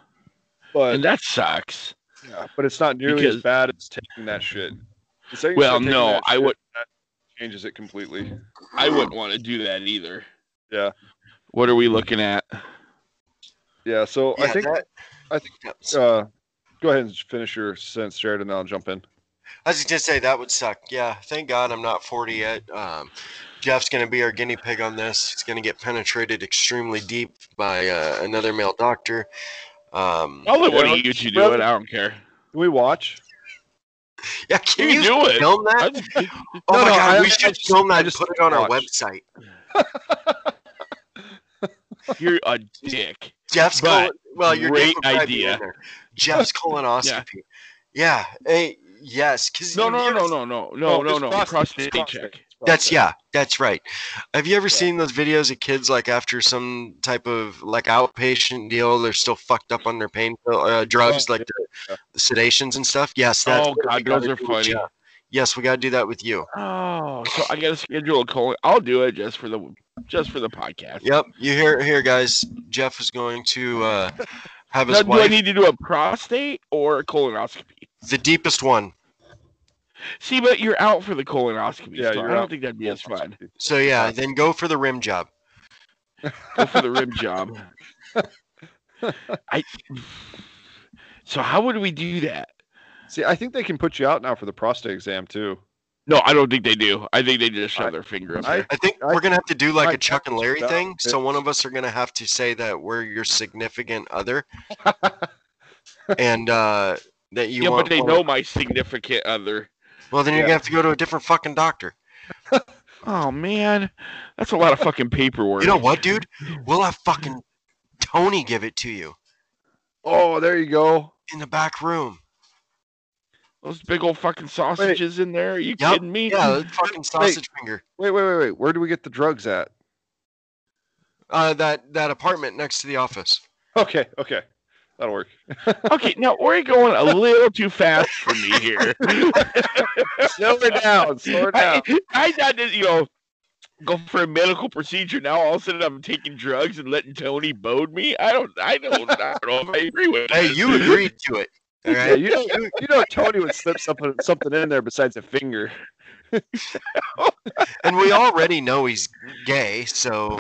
[SPEAKER 2] But
[SPEAKER 3] and that sucks.
[SPEAKER 2] yeah, but it's not nearly
[SPEAKER 3] because-
[SPEAKER 2] as bad as taking that shit. It's taking-
[SPEAKER 3] Well,
[SPEAKER 2] taking
[SPEAKER 3] no,
[SPEAKER 2] that
[SPEAKER 3] I
[SPEAKER 2] shit
[SPEAKER 3] would-
[SPEAKER 2] that changes it completely.
[SPEAKER 3] I wouldn't want to do that either.
[SPEAKER 2] Yeah.
[SPEAKER 3] What are we looking at?
[SPEAKER 2] Yeah, so
[SPEAKER 4] Yeah,
[SPEAKER 2] I think
[SPEAKER 4] that,
[SPEAKER 2] I think.
[SPEAKER 4] Yep.
[SPEAKER 2] Uh, go ahead and finish your sentence, Jared, and then I'll jump in.
[SPEAKER 4] I was just gonna say that would suck. Yeah, thank God I'm not 40 yet. Um, Jeff's gonna be our guinea pig on this. He's gonna get penetrated extremely deep by uh, another male doctor. Um,
[SPEAKER 3] I'll let one
[SPEAKER 2] Yeah,
[SPEAKER 3] of you two do
[SPEAKER 2] brother.
[SPEAKER 3] it. I don't care.
[SPEAKER 2] Can we watch?
[SPEAKER 4] yeah, can
[SPEAKER 3] You
[SPEAKER 4] you,
[SPEAKER 3] do it.
[SPEAKER 4] film that?
[SPEAKER 3] I-
[SPEAKER 4] oh
[SPEAKER 2] No,
[SPEAKER 4] my
[SPEAKER 2] no,
[SPEAKER 4] God,
[SPEAKER 2] I-
[SPEAKER 4] we
[SPEAKER 2] I
[SPEAKER 4] should
[SPEAKER 2] just-
[SPEAKER 4] film
[SPEAKER 2] I
[SPEAKER 4] that and
[SPEAKER 2] just
[SPEAKER 4] put it on our
[SPEAKER 2] watched.
[SPEAKER 4] website.
[SPEAKER 3] You're a dick.
[SPEAKER 4] Jeff's
[SPEAKER 3] But,
[SPEAKER 4] colon. Well, your
[SPEAKER 3] great
[SPEAKER 4] dick would probably be
[SPEAKER 3] idea.
[SPEAKER 4] in there. Jeff's colonoscopy. yeah. Hey, yes, because
[SPEAKER 3] No, no, no, no, no, no, no,
[SPEAKER 2] it's
[SPEAKER 3] no.
[SPEAKER 2] prostate,
[SPEAKER 3] Prostate,
[SPEAKER 2] it's prostate,
[SPEAKER 3] check.
[SPEAKER 2] it's
[SPEAKER 4] That's
[SPEAKER 2] prostate.
[SPEAKER 4] yeah, that's right. Have you ever
[SPEAKER 2] Yeah.
[SPEAKER 4] seen those videos of kids like after some type of like outpatient deal, they're still fucked up on their pain pill, uh, drugs,
[SPEAKER 2] Yeah,
[SPEAKER 4] like the, the sedations and stuff? Yes, that's.
[SPEAKER 3] Oh
[SPEAKER 4] what we
[SPEAKER 3] God,
[SPEAKER 4] gotta
[SPEAKER 3] those are
[SPEAKER 4] do with
[SPEAKER 3] funny.
[SPEAKER 4] Jeff. Yes, we gotta do that with you.
[SPEAKER 3] Oh, so I gotta schedule a colon. I'll do it just for the just for the podcast.
[SPEAKER 4] Yep, you hear it here, guys. Jeff is going to uh, have
[SPEAKER 3] Now,
[SPEAKER 4] his
[SPEAKER 3] do I
[SPEAKER 4] wife,
[SPEAKER 3] need to do a prostate or a colonoscopy?
[SPEAKER 4] the deepest one.
[SPEAKER 3] See, but you're out for the colonoscopy.
[SPEAKER 2] Yeah,
[SPEAKER 3] so I
[SPEAKER 2] you're
[SPEAKER 3] don't
[SPEAKER 2] out.
[SPEAKER 3] think that'd be as fun.
[SPEAKER 4] So yeah, then go for the rim job.
[SPEAKER 3] Go for the rib job. I. So how would we do that?
[SPEAKER 2] See, I think they can put you out now for the prostate exam too.
[SPEAKER 3] No, I don't think they do. I think they just shove
[SPEAKER 2] I-
[SPEAKER 3] their finger up
[SPEAKER 2] I-
[SPEAKER 3] there.
[SPEAKER 4] I think
[SPEAKER 2] I-
[SPEAKER 4] we're gonna have to do like
[SPEAKER 2] I
[SPEAKER 4] a Chuck and Larry
[SPEAKER 2] that,
[SPEAKER 4] thing. So
[SPEAKER 2] bitch.
[SPEAKER 4] one of us are gonna have to say that we're your significant other, and uh, that you
[SPEAKER 3] yeah,
[SPEAKER 4] want.
[SPEAKER 3] but they
[SPEAKER 4] one-
[SPEAKER 3] know my significant other.
[SPEAKER 4] Well, then you're gonna have to go to a different fucking doctor.
[SPEAKER 3] Oh man, that's a lot of fucking paperwork.
[SPEAKER 4] You know what, dude? We'll have fucking Tony give it to you
[SPEAKER 2] Oh, there you go.
[SPEAKER 4] in the back room.
[SPEAKER 3] Those big old fucking sausages in there? Are you
[SPEAKER 4] Yep.
[SPEAKER 3] kidding me?
[SPEAKER 4] Yeah, the fucking sausage finger.
[SPEAKER 2] Wait, wait, wait, wait. Where do we get the drugs at?
[SPEAKER 4] Uh, that that apartment next to the office.
[SPEAKER 2] Okay, okay, that'll work.
[SPEAKER 3] Okay, now we're going a little too fast for me here.
[SPEAKER 2] slow her down. Slow her down.
[SPEAKER 3] I, I thought that you know, go for a medical procedure. Now all of a sudden I'm taking drugs and letting Tony bode me. I don't, I don't, I don't know if I agree with.
[SPEAKER 4] Hey,
[SPEAKER 3] this.
[SPEAKER 4] you agreed to it. All
[SPEAKER 2] Yeah,
[SPEAKER 4] right.
[SPEAKER 2] you know, you, you know, Tony would slip something something in there besides a finger.
[SPEAKER 4] And we already know he's gay, so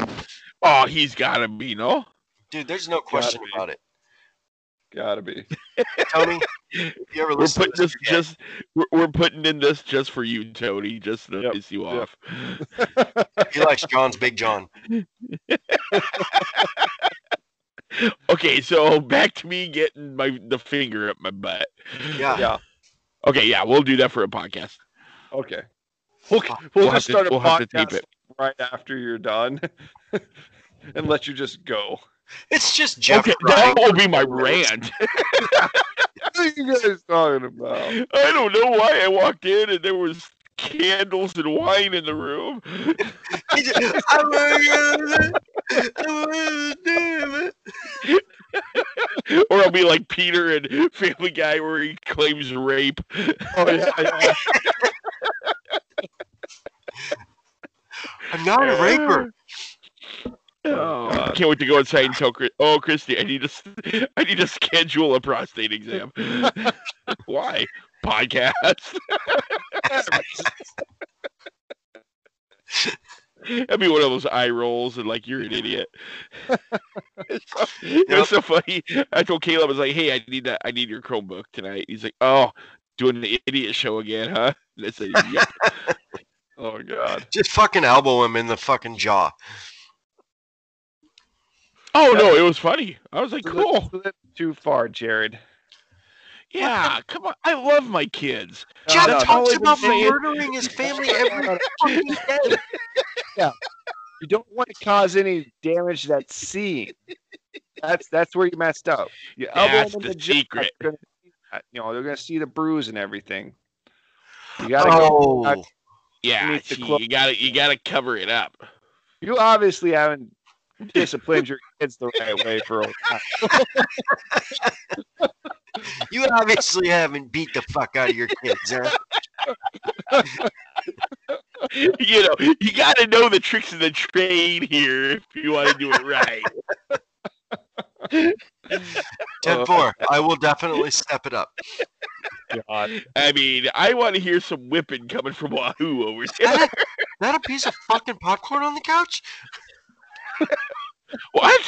[SPEAKER 3] Oh, he's gotta be no.
[SPEAKER 4] dude, there's no question
[SPEAKER 2] be.
[SPEAKER 4] about it.
[SPEAKER 2] Gotta be.
[SPEAKER 4] Tony, if you ever
[SPEAKER 3] We're
[SPEAKER 4] listen to
[SPEAKER 3] putting this
[SPEAKER 4] you're gay.
[SPEAKER 3] just, we're, we're putting in this just for you, Tony, just to
[SPEAKER 2] Yep,
[SPEAKER 3] piss you
[SPEAKER 2] yep.
[SPEAKER 3] off.
[SPEAKER 4] He likes John's Big John.
[SPEAKER 3] Okay, so back to me getting my the finger up my butt.
[SPEAKER 4] Yeah.
[SPEAKER 2] Yeah.
[SPEAKER 3] Okay, yeah, we'll do that for a podcast.
[SPEAKER 2] Okay. We'll,
[SPEAKER 3] We'll
[SPEAKER 2] we'll,
[SPEAKER 3] have
[SPEAKER 2] just
[SPEAKER 3] to-
[SPEAKER 2] start a
[SPEAKER 3] we'll have to tape
[SPEAKER 2] podcast right after you're done, and let you just go.
[SPEAKER 4] It's just Jeff.
[SPEAKER 3] okay,
[SPEAKER 4] Ryan.
[SPEAKER 3] that will be my rant.
[SPEAKER 2] What are you guys talking about?
[SPEAKER 3] I don't know why I walked in and there was candles and wine in the room.
[SPEAKER 4] He just- I'm gonna- I'm gonna do it.
[SPEAKER 3] or I'll be like Peter and Family Guy where he claims rape.
[SPEAKER 2] Oh yeah, yeah.
[SPEAKER 4] I'm not a raper.
[SPEAKER 3] Oh, I
[SPEAKER 2] God.
[SPEAKER 3] can't wait to go inside and tell Chris. Oh, Christy, I need to, s- I need to schedule a prostate exam. why? Podcast. That'd be one of those eye rolls and like you're an idiot. it's so, it was so funny. I told Caleb, I was like, "Hey, I need that. I need your Chromebook tonight." He's like, "Oh, doing the idiot show again, huh?" And I said, "Yep."
[SPEAKER 2] Oh god.
[SPEAKER 4] Just fucking elbow him in the fucking jaw.
[SPEAKER 3] oh no, it was funny. I was like,
[SPEAKER 2] So that's-
[SPEAKER 3] "Cool,
[SPEAKER 2] so that's Too far, Jared.
[SPEAKER 3] yeah, come on." I love my kids.
[SPEAKER 4] Jeff
[SPEAKER 2] no,
[SPEAKER 3] that's all
[SPEAKER 4] talks
[SPEAKER 3] I've been
[SPEAKER 4] about
[SPEAKER 3] saying.
[SPEAKER 4] murdering his family every fucking day.
[SPEAKER 2] You don't want to cause any damage to that scene. That's that's where you messed up. You elbow
[SPEAKER 3] That's
[SPEAKER 2] them in
[SPEAKER 3] the
[SPEAKER 2] jaw,
[SPEAKER 3] secret.
[SPEAKER 2] it's gonna- You know they're gonna see the bruise and everything. You gotta go
[SPEAKER 4] Oh,
[SPEAKER 3] Yeah,
[SPEAKER 2] Underneath the
[SPEAKER 3] see,
[SPEAKER 2] clo-
[SPEAKER 3] you gotta you gotta cover it up.
[SPEAKER 2] You obviously haven't disciplined your kids the right way for a while.
[SPEAKER 4] you obviously haven't beat the fuck out of your kids, huh?
[SPEAKER 3] you know, you gotta know the tricks of the trade here if you want to do it right.
[SPEAKER 4] Ten four.
[SPEAKER 2] Oh.
[SPEAKER 4] I will definitely step it up.
[SPEAKER 3] I mean, I want to hear some whipping coming from Wahoo over there.
[SPEAKER 4] That a, that a piece of fucking popcorn on the couch?
[SPEAKER 3] What?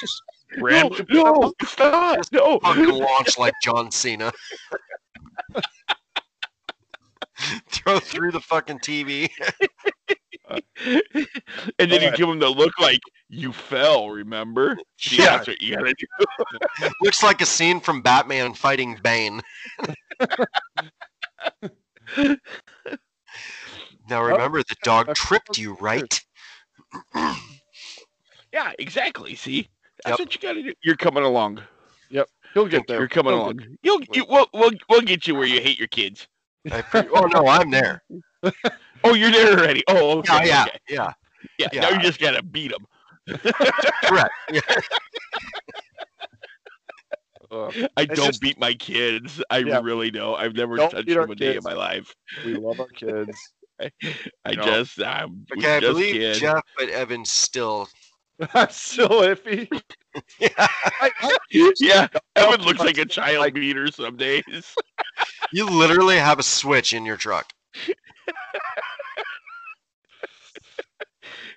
[SPEAKER 2] Just Rambo.
[SPEAKER 3] No, no, it's not. No,
[SPEAKER 4] Fucking launch like John Cena. Throw through the fucking TV.
[SPEAKER 3] and then you give him the look like you fell. Remember? See,
[SPEAKER 4] Yeah.
[SPEAKER 3] that's what you gotta do.
[SPEAKER 4] Looks like a scene from Batman fighting Bane. now remember, the dog tripped you, right?
[SPEAKER 3] Yeah, exactly. See,
[SPEAKER 4] Yep.
[SPEAKER 3] that's what you gotta do. You're coming along.
[SPEAKER 2] He'll get there.
[SPEAKER 3] You're coming
[SPEAKER 2] He'll
[SPEAKER 3] along. You'll, you, we'll, we'll, we'll get you where you hate your kids.
[SPEAKER 4] I pre- oh no, I'm there.
[SPEAKER 3] Oh, you're there already. Oh,
[SPEAKER 4] Yeah,
[SPEAKER 3] okay,
[SPEAKER 4] yeah,
[SPEAKER 3] okay.
[SPEAKER 4] yeah.
[SPEAKER 3] yeah.
[SPEAKER 4] yeah.
[SPEAKER 3] Now you just gotta beat them.
[SPEAKER 4] Correct. Yeah.
[SPEAKER 2] Uh,
[SPEAKER 3] I
[SPEAKER 2] It's
[SPEAKER 3] don't
[SPEAKER 2] just-
[SPEAKER 3] beat my kids. I
[SPEAKER 2] Yeah.
[SPEAKER 3] really don't. I've never
[SPEAKER 2] Don't
[SPEAKER 3] touched
[SPEAKER 2] beat our
[SPEAKER 3] them a day in
[SPEAKER 2] kids.
[SPEAKER 3] my life.
[SPEAKER 2] we love our kids.
[SPEAKER 3] I
[SPEAKER 2] No.
[SPEAKER 3] just, I'm we
[SPEAKER 4] Okay, I
[SPEAKER 3] just
[SPEAKER 4] believe
[SPEAKER 3] kids.
[SPEAKER 4] Jeff, but Evan's still.
[SPEAKER 2] I'm so iffy.
[SPEAKER 4] Yeah.
[SPEAKER 2] I, I,
[SPEAKER 3] Yeah, Evan looks
[SPEAKER 2] fuck
[SPEAKER 3] like a child beater some days.
[SPEAKER 4] You literally have a switch in your truck.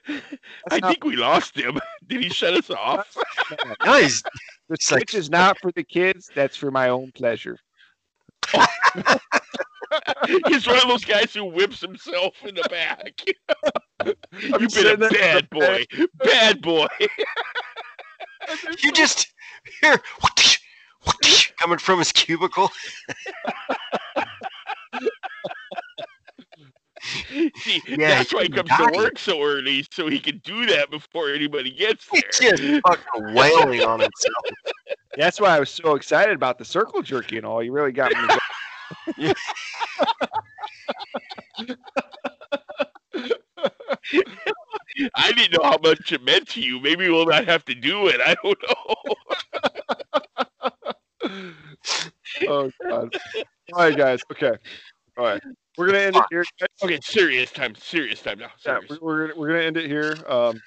[SPEAKER 3] I
[SPEAKER 2] that's not-
[SPEAKER 3] think we lost him. Did he shut us off?
[SPEAKER 4] Nice.
[SPEAKER 5] The
[SPEAKER 4] It's like-
[SPEAKER 5] Switch is not for the kids. That's for my own pleasure.
[SPEAKER 3] He's one of those guys who whips himself in the back. You've
[SPEAKER 2] sitting
[SPEAKER 3] been
[SPEAKER 2] there
[SPEAKER 3] a
[SPEAKER 2] in the
[SPEAKER 3] bad boy. Bad boy.
[SPEAKER 4] You just here coming from his cubicle.
[SPEAKER 3] See,
[SPEAKER 4] Yeah,
[SPEAKER 3] that's why he
[SPEAKER 4] you
[SPEAKER 3] comes
[SPEAKER 4] got
[SPEAKER 3] to
[SPEAKER 4] it.
[SPEAKER 3] work so early, so he can do that before anybody gets
[SPEAKER 4] He
[SPEAKER 3] there.
[SPEAKER 4] just fucking wailing on himself.
[SPEAKER 5] That's why I was so excited about the circle jerky and all. You really got me.
[SPEAKER 3] I didn't know how much it meant to you. Maybe we'll not have to do it. I don't know.
[SPEAKER 2] oh god. All right, guys. Okay. All right. We're gonna end it here. guys.
[SPEAKER 3] Okay, serious time. Serious time now.
[SPEAKER 2] Yeah, we're,
[SPEAKER 3] serious.
[SPEAKER 2] we're, gonna- we're gonna end it here. Um,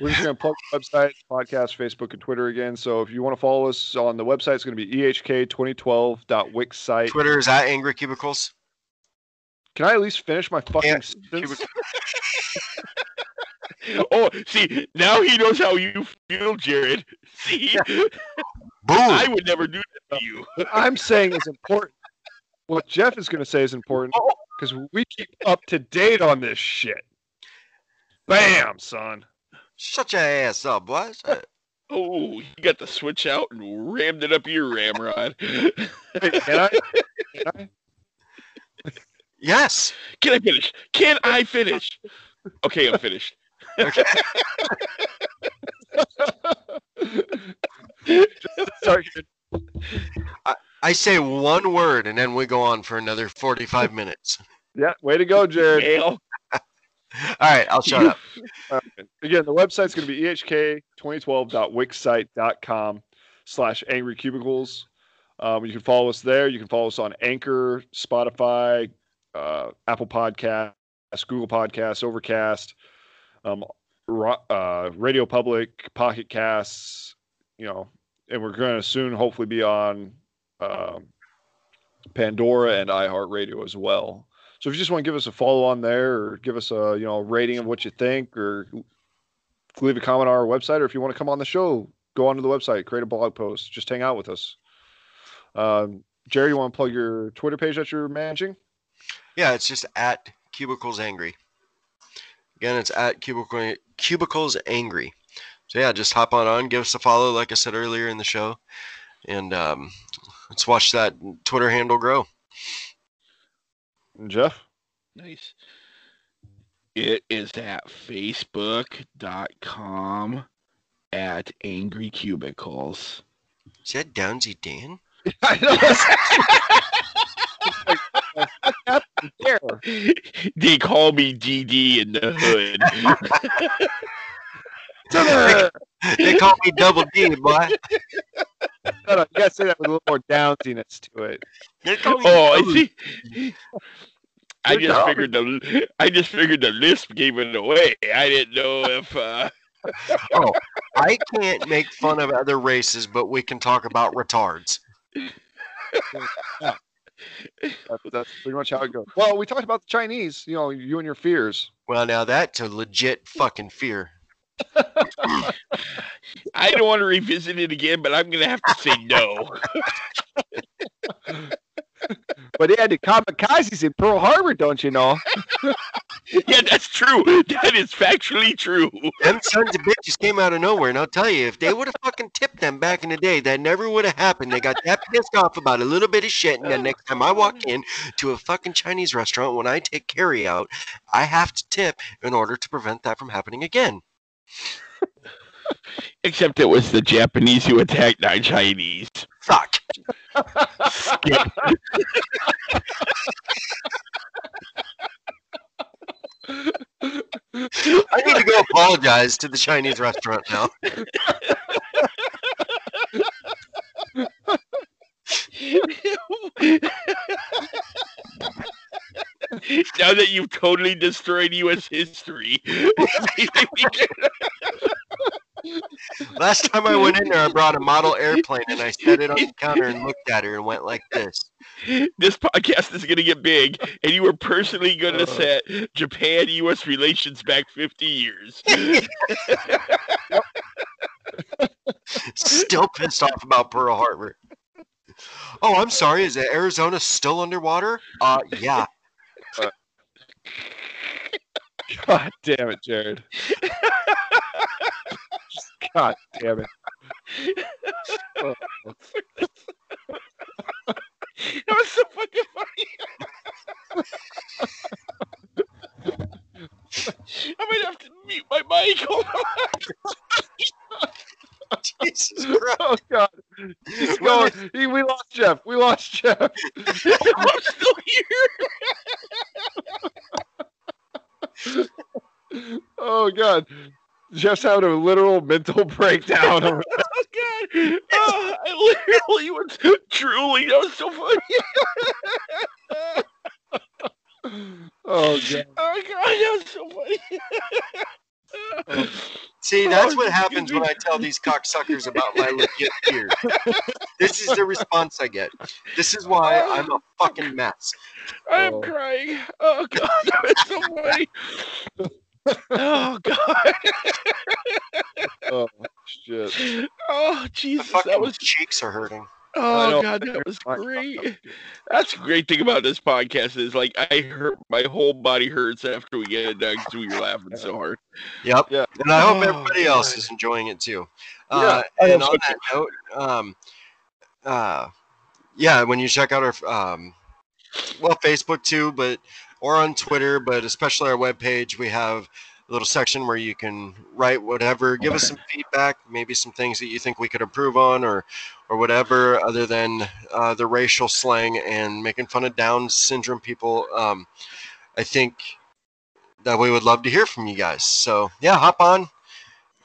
[SPEAKER 2] we're just gonna plug the website, podcast, Facebook, and Twitter again. So if you want to follow us on the website, it's gonna be E ehk2012.wixsite.
[SPEAKER 4] Twitter is at Angry Cubicles.
[SPEAKER 2] Can I at least finish my fucking
[SPEAKER 4] Yeah,
[SPEAKER 2] sentence?
[SPEAKER 3] Oh, see, now he knows how you feel, Jared. See,
[SPEAKER 4] Boom.
[SPEAKER 3] I would never do that to you.
[SPEAKER 2] What I'm saying is important. What Jeff is gonna say is important because we keep up to date on this shit. Bam, son.
[SPEAKER 4] Shut your ass up, boy.
[SPEAKER 3] Oh, he got the switch out and rammed it up your ramrod.
[SPEAKER 2] Hey, can I?
[SPEAKER 4] Yes.
[SPEAKER 3] Can I finish? Can I finish? Okay, I'm finished.
[SPEAKER 2] Sorry.
[SPEAKER 4] I say one word and then we go on for another 45 minutes.
[SPEAKER 2] Yeah, way to go, Oh, Jared.
[SPEAKER 3] Nail.
[SPEAKER 4] All right, I'll shut up.
[SPEAKER 2] Again, the website's going to be E ehk2012.wixsite.com slash angry cubicles. Um, you can follow us there. You can follow us on Anchor, Spotify, uh, Apple Podcasts, Google Podcasts, Overcast, um, Ro- uh, Radio Public, Pocket Casts, you know, and we're going to soon hopefully be on um, Pandora and iHeartRadio as well. So if you just want to give us a follow on there or give us a you know rating of what you think or leave a comment on our website or if you want to come on the show, go onto the website, create a blog post, just hang out with us. Um, Jerry, you want to plug your Twitter page that you're managing?
[SPEAKER 4] Yeah, it's just at Cubicles Angry. Again, it's at cubicle, Cubicles Angry. So yeah, just hop on on, give us a follow, like I said earlier in the show, and um, let's watch that Twitter handle grow.
[SPEAKER 2] And Jeff?
[SPEAKER 3] Nice. It is at facebook.com at angry cubicles.
[SPEAKER 4] Is that Downsy Dan?
[SPEAKER 3] They call me DD in the hood.
[SPEAKER 4] They call me Double D, boy.
[SPEAKER 5] No, no, you gotta say that with a little more downsiness to it.
[SPEAKER 4] They call me
[SPEAKER 3] oh, I
[SPEAKER 4] Double D.
[SPEAKER 3] see. I
[SPEAKER 5] You're
[SPEAKER 3] just
[SPEAKER 5] dumb.
[SPEAKER 3] figured the I just figured the lisp gave it away. I didn't know if uh,
[SPEAKER 4] Oh, I can't make fun of other races, but we can talk about retards.
[SPEAKER 2] That's, that's pretty much how it goes. Well, we talked about the Chinese, you know, you and your fears.
[SPEAKER 4] Well, now that's a legit fucking fear.
[SPEAKER 3] I don't want to revisit it again, but I'm gonna have to say no.
[SPEAKER 5] But they had the kamikazes in Pearl Harbor, don't you know?
[SPEAKER 3] yeah, that's true. That is factually true.
[SPEAKER 4] Them sons of bitches came out of nowhere, and I'll tell you, if they would have fucking tipped them back in the day, that never would have happened. They got that pissed off about a little bit of shit, and the next time I walk in to a fucking Chinese restaurant when I take carry out, I have to tip in order to prevent that from happening again.
[SPEAKER 3] Except it was the Japanese who attacked nine Chinese.
[SPEAKER 4] Fuck. I need to go apologize to the Chinese restaurant now.
[SPEAKER 3] now that you've totally destroyed U.S. history,
[SPEAKER 4] Last time I went in there, I brought a model airplane and I set it on the counter and looked at her and went like this.
[SPEAKER 3] this podcast is going to get big, and you are personally going to
[SPEAKER 2] Uh.
[SPEAKER 3] set Japan-U.S. relations back 50 years.
[SPEAKER 4] Still pissed off about Pearl Harbor. Oh, I'm sorry. Is Arizona still underwater? Uh, yeah.
[SPEAKER 2] God damn it, Jared. God damn it.
[SPEAKER 3] That was so fucking funny. I might have to mute my mic. Hold on.
[SPEAKER 4] Jesus Christ.
[SPEAKER 2] Oh God. He's going. He, we lost Jeff. We lost Jeff.
[SPEAKER 3] I'm still here.
[SPEAKER 2] Oh God. Jeff's having a literal mental breakdown. over-
[SPEAKER 3] Oh god. Oh, I literally was truly. That was so funny.
[SPEAKER 2] Oh God.
[SPEAKER 3] Oh god, that was so funny.
[SPEAKER 4] See, that's
[SPEAKER 3] Oh,
[SPEAKER 4] what happens when I tell these cocksuckers about my legit fear. This is the response I get. This is why I'm a fucking mess.
[SPEAKER 3] I am
[SPEAKER 2] Oh.
[SPEAKER 3] crying. Oh god, that was so funny. Oh god.
[SPEAKER 2] Oh shit.
[SPEAKER 3] Oh
[SPEAKER 4] My
[SPEAKER 3] Jesus,
[SPEAKER 4] fucking
[SPEAKER 3] that was
[SPEAKER 4] cheeks are hurting.
[SPEAKER 2] I
[SPEAKER 3] Oh
[SPEAKER 2] know.
[SPEAKER 3] god, that was
[SPEAKER 2] Fine.
[SPEAKER 3] great. That's the great thing about this podcast is like I hurt my whole body hurts after we get it done because we were laughing so hard.
[SPEAKER 4] Yep.
[SPEAKER 2] Yeah.
[SPEAKER 4] And I hope
[SPEAKER 3] Oh,
[SPEAKER 4] everybody else
[SPEAKER 3] God.
[SPEAKER 4] is enjoying it too.
[SPEAKER 2] Yeah,
[SPEAKER 4] Uh,
[SPEAKER 3] I
[SPEAKER 4] and
[SPEAKER 3] hope
[SPEAKER 4] on that note, um, uh, yeah, when you check out our, um, well, Facebook too, but or on Twitter, but especially our webpage, we have a little section where you can write whatever, give us some feedback, maybe some things that you think we could improve on, or or whatever, other than uh, the racial slang and making fun of Down syndrome people. Um, I think that we would love to hear from you guys. So yeah, hop on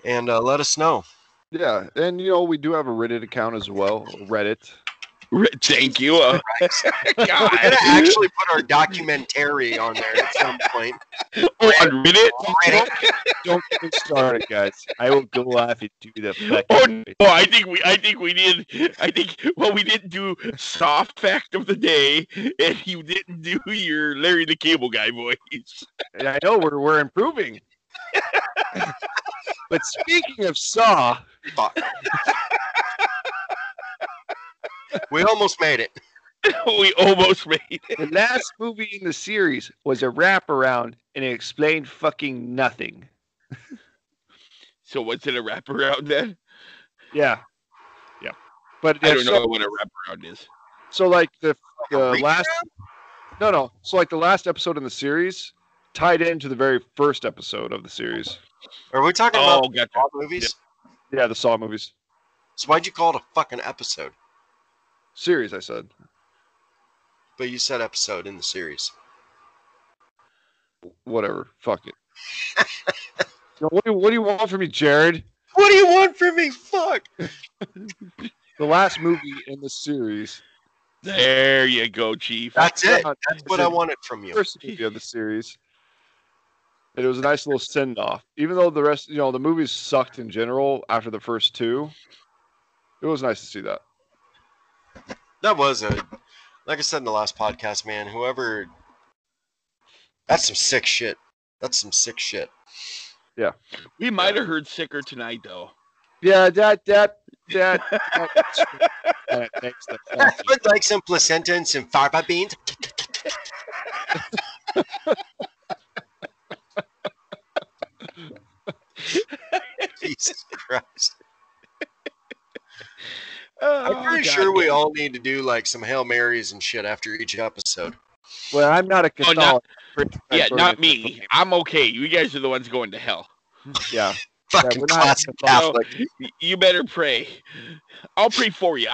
[SPEAKER 4] and uh, let us know.
[SPEAKER 2] Yeah, and you know we do have a Reddit account as well. Reddit.
[SPEAKER 3] Re- Thank you. Uh,
[SPEAKER 4] We're
[SPEAKER 3] God.
[SPEAKER 4] gonna actually put our documentary on there at some point.
[SPEAKER 3] Oh, on Reddit?
[SPEAKER 4] Reddit.
[SPEAKER 2] Don't get me started, guys. I will go live and do the.
[SPEAKER 3] Oh
[SPEAKER 2] fucking-
[SPEAKER 3] no! I think we, I think we did. I think well, we didn't do soft fact of the day, and you didn't do your Larry the Cable Guy voice.
[SPEAKER 2] And I know we're we're improving. but speaking of Saw,
[SPEAKER 4] Fuck. we almost made it.
[SPEAKER 3] we almost made it.
[SPEAKER 2] the last movie in the series was a wraparound, and it explained fucking nothing.
[SPEAKER 3] So what's it a wraparound then?
[SPEAKER 2] Yeah, yeah. But
[SPEAKER 3] I don't
[SPEAKER 2] so,
[SPEAKER 3] know what a wraparound is.
[SPEAKER 2] So like the the
[SPEAKER 4] reach
[SPEAKER 2] last. No, no. So like the last episode in the series tied into the very first episode of the series.
[SPEAKER 4] Are we talking
[SPEAKER 3] Oh,
[SPEAKER 4] about
[SPEAKER 3] gotcha.
[SPEAKER 4] Saw movies?
[SPEAKER 2] Yeah, the Saw movies
[SPEAKER 4] So why'd you call it a fucking episode?
[SPEAKER 2] series. I said.
[SPEAKER 4] But you said episode in the series.
[SPEAKER 2] whatever. Fuck it. Now, what, do, what do you want from me, Jared?
[SPEAKER 4] What do you want from me? Fuck.
[SPEAKER 2] The last movie in the series.
[SPEAKER 3] There you go, Chief.
[SPEAKER 4] That's it.
[SPEAKER 2] Not
[SPEAKER 4] That's what I wanted from
[SPEAKER 2] the
[SPEAKER 4] you.
[SPEAKER 2] first movie of the series. And it was a nice little send off. Even though the rest, you know, the movies sucked in general after the first two, it was nice to see that.
[SPEAKER 4] That was a like I said in the last podcast, man, whoever that's some sick shit. That's some sick shit.
[SPEAKER 3] We might have heard sicker tonight though.
[SPEAKER 2] Yeah, that that that
[SPEAKER 5] Uh, thanks, that's
[SPEAKER 4] I
[SPEAKER 5] awesome.
[SPEAKER 4] would like some placenta and some fava beans. Jesus Christ. I'm pretty
[SPEAKER 3] Oh,
[SPEAKER 4] sure
[SPEAKER 3] God.
[SPEAKER 4] we all need to do like some Hail Marys and shit after each episode.
[SPEAKER 5] well, I'm not a
[SPEAKER 3] Oh,
[SPEAKER 5] Catholic.
[SPEAKER 3] not,
[SPEAKER 5] I'm
[SPEAKER 3] yeah, not
[SPEAKER 5] burning
[SPEAKER 3] me.
[SPEAKER 5] for-
[SPEAKER 3] I'm okay. You guys are the ones going to hell.
[SPEAKER 5] Yeah,
[SPEAKER 4] Fucking
[SPEAKER 5] we're not
[SPEAKER 4] classic
[SPEAKER 5] having
[SPEAKER 3] fun.
[SPEAKER 4] Catholic.
[SPEAKER 3] Y- You better pray. I'll pray for you.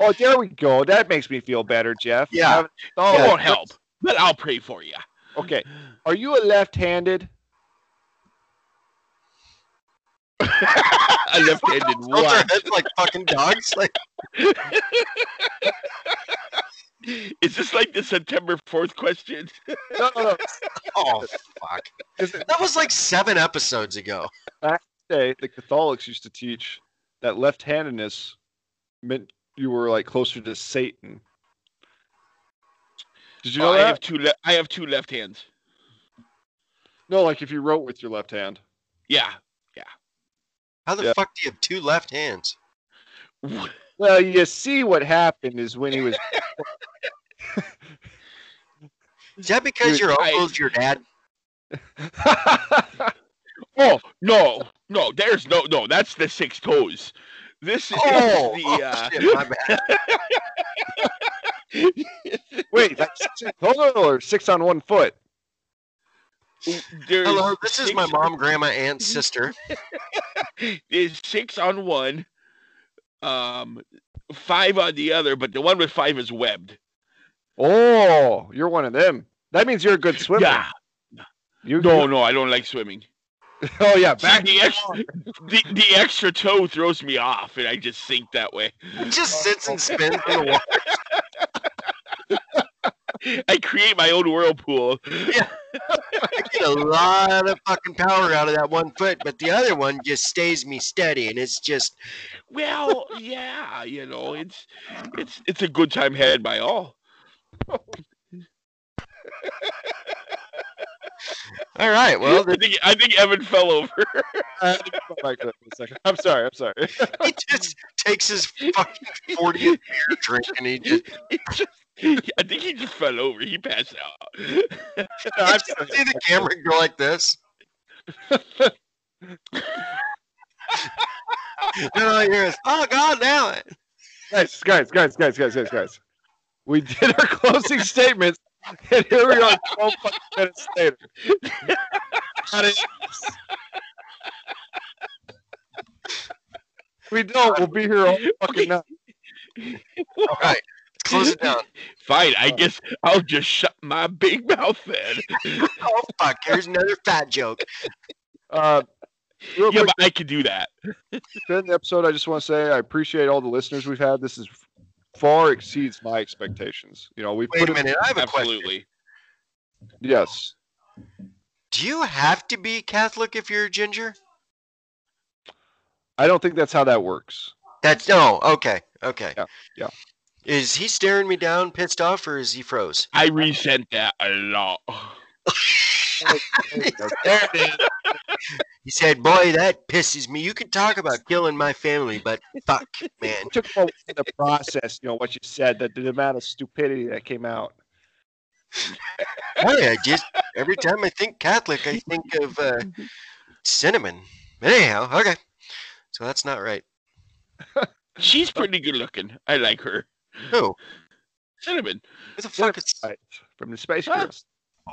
[SPEAKER 5] Oh, there we go. That makes me feel better, Jeff.
[SPEAKER 4] Yeah.
[SPEAKER 5] Having-
[SPEAKER 3] It
[SPEAKER 5] Oh,
[SPEAKER 3] won't help, but I'll pray for you.
[SPEAKER 5] Okay. Are you a left-handed?
[SPEAKER 3] A left-handed
[SPEAKER 4] Those are
[SPEAKER 3] one.
[SPEAKER 4] heads like fucking dogs. Like,
[SPEAKER 3] Is this like the September Fourth question?
[SPEAKER 5] No, no, no.
[SPEAKER 4] oh fuck.
[SPEAKER 2] Is
[SPEAKER 4] That was like seven episodes ago.
[SPEAKER 2] day the Catholics used to teach that left-handedness meant you were like closer to Satan. Did you know
[SPEAKER 3] Oh, I
[SPEAKER 2] that?
[SPEAKER 3] have two. Le- I have two left hands.
[SPEAKER 2] No, like if you wrote with your left hand.
[SPEAKER 3] Yeah.
[SPEAKER 4] How the
[SPEAKER 2] Yeah.
[SPEAKER 4] fuck do you have two left hands?
[SPEAKER 5] Well, you see what happened is when he was.
[SPEAKER 4] Is that because
[SPEAKER 3] You're
[SPEAKER 4] your
[SPEAKER 3] right.
[SPEAKER 4] uncle's your dad?
[SPEAKER 3] Oh no, no. There's no, no. That's the six toes. This is
[SPEAKER 4] Oh,
[SPEAKER 3] the. Uh,
[SPEAKER 4] shit, my bad.
[SPEAKER 5] Wait, that's total or six on one foot?
[SPEAKER 3] there's
[SPEAKER 4] Hello, this is
[SPEAKER 3] six
[SPEAKER 4] my mom, grandma, aunt, sister.
[SPEAKER 3] is six on one, um, five on the other, but the one with five is webbed.
[SPEAKER 5] Oh, you're one of them. That means you're a good swimmer.
[SPEAKER 3] Yeah.
[SPEAKER 5] You
[SPEAKER 3] No, no, I don't like swimming.
[SPEAKER 5] Oh yeah. Back
[SPEAKER 3] Back the extra, the, the extra toe throws me off, and I just sink that way.
[SPEAKER 4] It just sits and spins in the water.
[SPEAKER 3] I create my own whirlpool.
[SPEAKER 4] I get a lot of fucking power out of that one foot, but the other one just stays me steady, and it's just
[SPEAKER 3] Well, yeah, you know, it's it's it's a good time had by all.
[SPEAKER 4] all right. Well,
[SPEAKER 3] I think I think Evan fell over.
[SPEAKER 5] Mike, for a second. I'm sorry. I'm sorry.
[SPEAKER 4] he just takes his fucking 40th beer drink, and he just
[SPEAKER 3] He just- I think he just fell over. He passed out.
[SPEAKER 5] No, I'm
[SPEAKER 4] Did you see the camera go like this. and all you hear is, "Oh God, now it."
[SPEAKER 5] guys, guys, guys, guys, guys, guys, guys. We did our closing statements, and here we are, twelve fucking minutes later. Got it. we don't. We'll be here all fucking night.
[SPEAKER 4] All right, let's close it down.
[SPEAKER 3] Fine, I guess I'll just shut my big mouth then.
[SPEAKER 4] Oh fuck, here's another fat joke.
[SPEAKER 2] Uh, real
[SPEAKER 3] Yeah,
[SPEAKER 2] quick,
[SPEAKER 3] but I could do that.
[SPEAKER 2] to end the episode, I just want to say I appreciate all the listeners we've had. This is far exceeds my expectations. You know, we
[SPEAKER 4] Wait
[SPEAKER 2] put
[SPEAKER 4] a
[SPEAKER 2] in,
[SPEAKER 4] minute, I have a question.
[SPEAKER 3] Absolutely.
[SPEAKER 2] yes.
[SPEAKER 4] Do you have to be Catholic if you're a ginger?
[SPEAKER 2] I don't think that's how that works.
[SPEAKER 4] That's no. Okay, okay.
[SPEAKER 2] Yeah, yeah.
[SPEAKER 4] Is he staring me down, pissed off, or is he froze?
[SPEAKER 3] I resent that a lot.
[SPEAKER 4] there it is. He said, "Boy, that pisses me. You can talk about killing my family, but fuck, man."
[SPEAKER 5] It took away the process. You know what you said. The, the amount of stupidity that came out.
[SPEAKER 4] Hey, I just every time I think Catholic, I think of uh, cinnamon. Anyhow, okay. So that's not right.
[SPEAKER 3] She's pretty good looking. I like her.
[SPEAKER 4] Who?
[SPEAKER 3] Cinnamon.
[SPEAKER 4] Who the fuck is?
[SPEAKER 5] Right. From the Space
[SPEAKER 3] Huh?
[SPEAKER 5] Girls.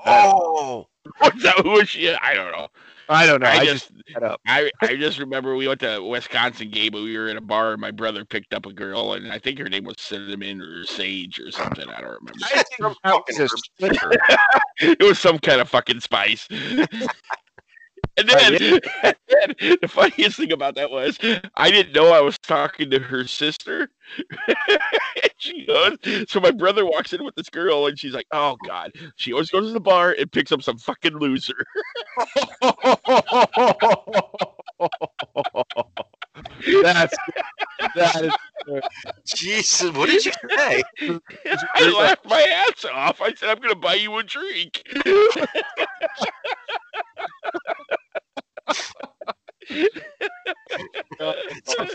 [SPEAKER 4] Oh,
[SPEAKER 3] What's that? Who is she? I don't know.
[SPEAKER 5] I don't know. I,
[SPEAKER 3] I
[SPEAKER 5] just
[SPEAKER 3] just
[SPEAKER 5] made that up.
[SPEAKER 3] I, I just remember we went to a Wisconsin game, but we were in a bar and my brother picked up a girl and I think her name was Cinnamon or Sage or something. I don't remember.
[SPEAKER 5] I think that was a slipper.
[SPEAKER 3] it was some kind of fucking spice. and then, and then the funniest thing about that was I didn't know I was talking to her sister. and she goes, so my brother walks in with this girl and she's like, "Oh God!" She always goes to the bar and picks up some fucking loser.
[SPEAKER 5] That's that is
[SPEAKER 4] Jesus! What did you say?
[SPEAKER 3] I laughed my ass off. I said, "I'm gonna buy you a drink."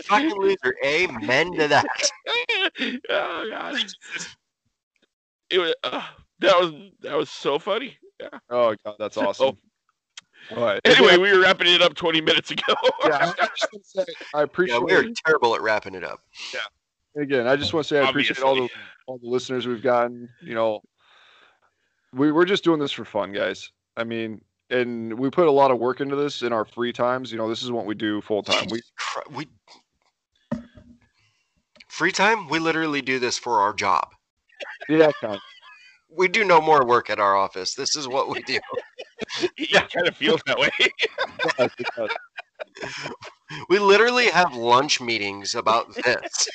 [SPEAKER 4] fucking loser. Amen to that.
[SPEAKER 3] oh god. It was uh, that was that was so funny.
[SPEAKER 2] Oh god, that's awesome. All right.
[SPEAKER 3] Anyway, we were wrapping it up 20 minutes ago.
[SPEAKER 2] yeah, I just wanna say I
[SPEAKER 4] Yeah,
[SPEAKER 2] appreciate
[SPEAKER 4] we are terrible at wrapping it up.
[SPEAKER 2] again. I just want to say I appreciate all the
[SPEAKER 3] Obviously.
[SPEAKER 2] all the listeners we've gotten. You know, we we're just doing this for fun, guys. I mean, and we put a lot of work into this in our free times. You know, this is what we do full time. We
[SPEAKER 4] Cri- We free time. We literally do this for our job.
[SPEAKER 2] yeah, kind of.
[SPEAKER 4] We do no more work at our office. This is what we do.
[SPEAKER 3] yeah, kind of feels that way.
[SPEAKER 2] Yes, it does.
[SPEAKER 4] We literally have lunch meetings about this.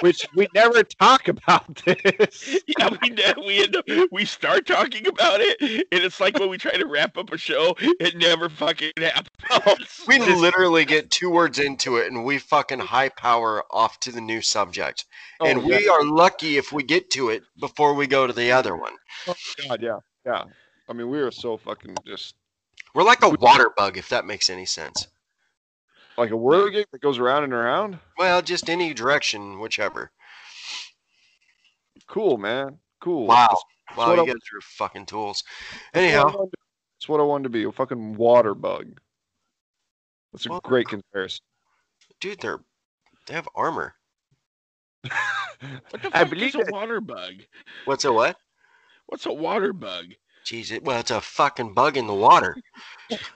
[SPEAKER 5] which we never talk about this.
[SPEAKER 3] yeah, we ne- we end up we start talking about it, and it's like when we try to wrap up a show, it never fucking happens.
[SPEAKER 4] We literally get two words into it and we fucking high power off to the new subject.
[SPEAKER 2] Oh,
[SPEAKER 4] and we are lucky if we get to it before we go to the other one.
[SPEAKER 2] God, yeah, yeah. I mean, we are so fucking just
[SPEAKER 4] We're like a water bug, if that makes any sense.
[SPEAKER 2] like a whirligig that goes around and around.
[SPEAKER 4] Well, just any direction, whichever.
[SPEAKER 2] Cool, man. Cool.
[SPEAKER 4] Wow.
[SPEAKER 2] That's-
[SPEAKER 4] Wow,
[SPEAKER 2] what
[SPEAKER 4] you
[SPEAKER 2] I-
[SPEAKER 4] guys are fucking tools.
[SPEAKER 2] That's what I
[SPEAKER 4] Anyhow,
[SPEAKER 2] wanted to- that's what I wanted to be. A fucking water bug. That's a
[SPEAKER 4] Well-
[SPEAKER 2] great comparison.
[SPEAKER 4] dude, they're they have armor.
[SPEAKER 3] What the fuck
[SPEAKER 5] I
[SPEAKER 3] is
[SPEAKER 5] believe
[SPEAKER 3] a water bug?
[SPEAKER 4] What's a what?
[SPEAKER 3] What's a water bug?
[SPEAKER 4] Jesus. Well, it's a fucking bug in the water.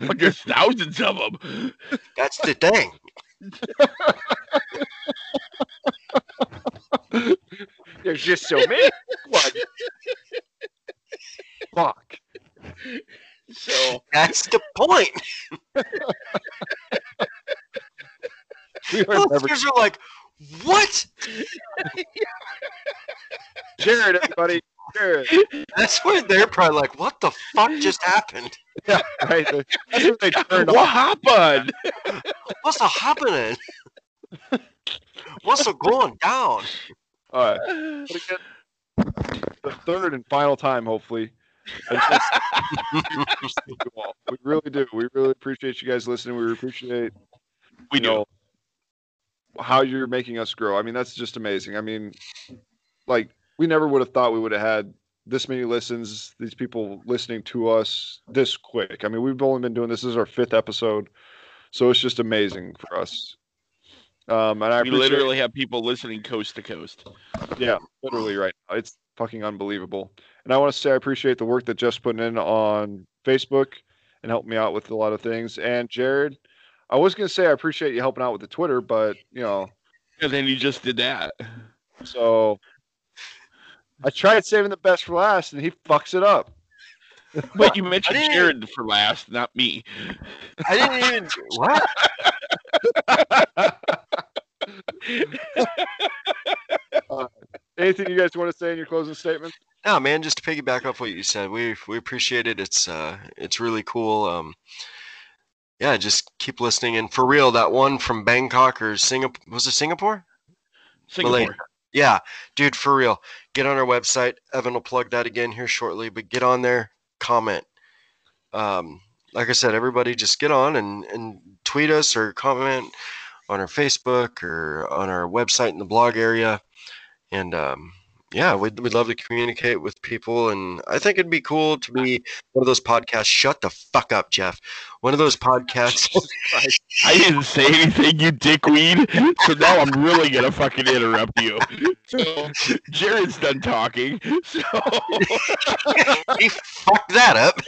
[SPEAKER 3] But there's thousands of them.
[SPEAKER 4] That's the thing.
[SPEAKER 5] There's just so many. What? Fuck.
[SPEAKER 3] So
[SPEAKER 4] That's the point.
[SPEAKER 2] We
[SPEAKER 5] Oh,
[SPEAKER 2] are never
[SPEAKER 4] Listeners are like, what?
[SPEAKER 5] Jared, everybody. Jared.
[SPEAKER 4] That's where they're probably like, what the fuck just happened?
[SPEAKER 5] Right? That's what they turned
[SPEAKER 3] what
[SPEAKER 5] off.
[SPEAKER 3] happened?
[SPEAKER 4] What's a happening? What's a going down?
[SPEAKER 2] all right. But again, the third and final time, hopefully. I just- you all. we really do. We really appreciate you guys listening. We appreciate
[SPEAKER 3] We
[SPEAKER 2] you know how you're making us grow. I mean, that's just amazing. I mean, like we never would have thought we would have had this many listens, these people listening to us this quick. I mean, we've only been doing this, this is our fifth episode, so it's just amazing for us. Um, and I
[SPEAKER 3] we
[SPEAKER 2] appreciate-
[SPEAKER 3] literally have people listening coast to coast.
[SPEAKER 2] yeah, literally right now. It's fucking unbelievable. And I want to say I appreciate the work that Jeff's putting in on Facebook and helped me out with a lot of things. And Jared, I was gonna say I appreciate you helping out with the Twitter, but you know,
[SPEAKER 3] And then you just did that.
[SPEAKER 2] so I tried saving the best for last and he fucks it up.
[SPEAKER 3] But you mentioned
[SPEAKER 4] I didn't-
[SPEAKER 3] Jared for last, not me.
[SPEAKER 4] I didn't even. What?
[SPEAKER 2] Anything you guys want to say in your closing statement?
[SPEAKER 4] No, man. Just to piggyback off what you said, we we appreciate it. It's uh, it's really cool. Um, yeah, just keep listening. And for real, that one from Bangkok or Singapore was it Singapore?
[SPEAKER 3] Singapore.
[SPEAKER 4] Malay. Yeah, dude, for real. Get on our website. Evan will plug that again here shortly, but get on there, comment. Um, like I said, everybody just get on and, and tweet us or comment on our Facebook or on our website in the blog area. And um, yeah, we'd, we'd love to communicate with people. And I think it'd be cool to be one of those podcasts. Shut the fuck up, Jeff. One of those podcasts.
[SPEAKER 3] I didn't say anything, you dickweed. So now I'm really gonna fucking interrupt you. So Jared's done talking. So
[SPEAKER 4] he fucked that up.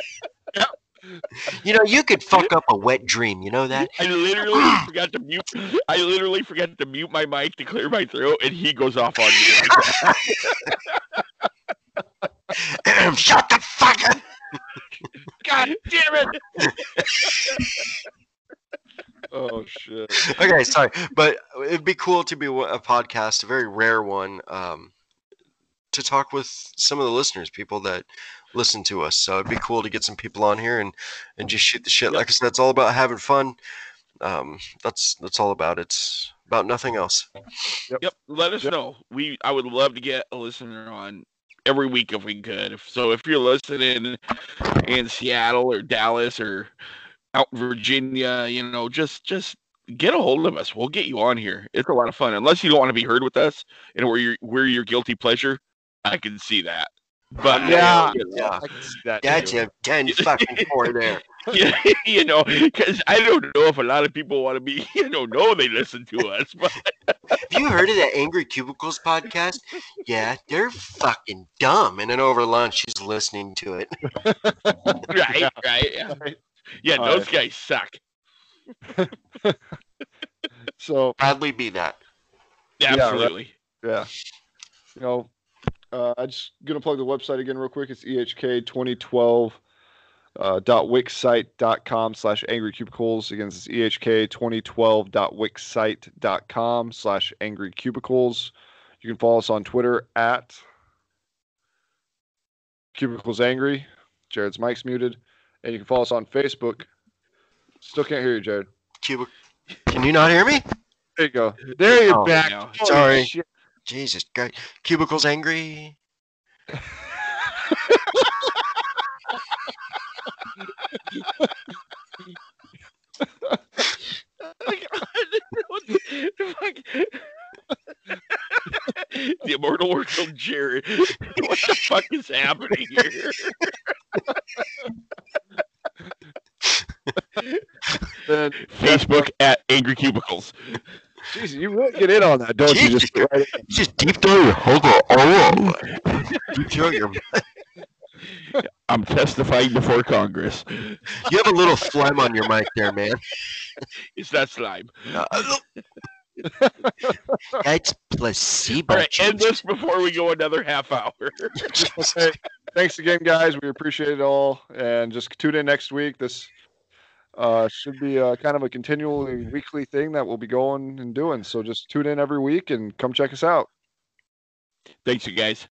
[SPEAKER 4] You know, you could fuck up a wet dream. You know that?
[SPEAKER 3] I literally forgot to mute. I literally forgot to mute my mic to clear my throat, and he goes off on me.
[SPEAKER 4] Shut the fuck up.
[SPEAKER 3] God damn it!
[SPEAKER 2] Oh shit.
[SPEAKER 4] okay, sorry, but it'd be cool to be a podcast, a very rare one, um, to talk with some of the listeners, people that listen to us. So it'd be cool to get some people on here and and just shoot the shit. Like I said, it's all about having fun. Um, that's that's all about. it. It's about nothing else.
[SPEAKER 3] Yep. Let us know. We I would love to get a listener on every week if we could. If, so if you're listening in Seattle or Dallas or out in Virginia, you know, just just get a hold of us. We'll get you on here. It's a lot of fun. Unless you don't want to be heard with us and we're your we're your guilty pleasure, I can see that. But
[SPEAKER 5] Yeah.
[SPEAKER 3] you know,
[SPEAKER 4] Yeah,
[SPEAKER 5] I can see that.
[SPEAKER 4] that's
[SPEAKER 5] too.
[SPEAKER 4] a ten fucking four there.
[SPEAKER 3] yeah, you know, because I don't know if a lot of people want to be, you know, know they listen to us, but
[SPEAKER 4] Have you heard of that Angry Cubicles podcast? Yeah, they're fucking dumb. And then over lunch, she's listening to it.
[SPEAKER 3] right, right, yeah, yeah,
[SPEAKER 2] All
[SPEAKER 3] those guys suck.
[SPEAKER 2] So
[SPEAKER 4] Probably be that.
[SPEAKER 2] Yeah, right.
[SPEAKER 3] Absolutely.
[SPEAKER 2] yeah, you know, uh, I'm just gonna plug the website again real quick. It's E ehk2012. Uh, dot wixsite.com slash angry cubicles again E it's ehk2012.wixsite.com slash angry cubicles you can follow us on twitter at cubicles angry jared's mic's muted and you can follow us on facebook still can't hear you jared
[SPEAKER 4] Cubic. Can you not hear me?
[SPEAKER 2] there you go there you
[SPEAKER 4] Oh,
[SPEAKER 2] back
[SPEAKER 3] no.
[SPEAKER 2] Holy
[SPEAKER 4] Sorry.
[SPEAKER 2] shit.
[SPEAKER 4] Jesus, God. Cubicles angry.
[SPEAKER 3] What the fuck? the immortal works of Jared. What the fuck is happening here?
[SPEAKER 2] Then
[SPEAKER 3] Facebook at Angry Cubicles.
[SPEAKER 2] Jeez, you really get in on that, don't you? Just right?
[SPEAKER 4] Just deep throw your hugger. Oh, deep throw your.
[SPEAKER 3] I'm testifying before Congress.
[SPEAKER 4] You have a little phlegm on your mic there, man.
[SPEAKER 3] It's that slime.
[SPEAKER 4] That's placebo.
[SPEAKER 3] All right, end
[SPEAKER 4] juice.
[SPEAKER 3] this before we go another half hour.
[SPEAKER 2] Okay. Thanks again, guys. We appreciate it all, and just tune in next week. This uh, should be uh, kind of a continually weekly thing that we'll be going and doing. So just tune in every week and come check us out.
[SPEAKER 3] Thanks, you guys.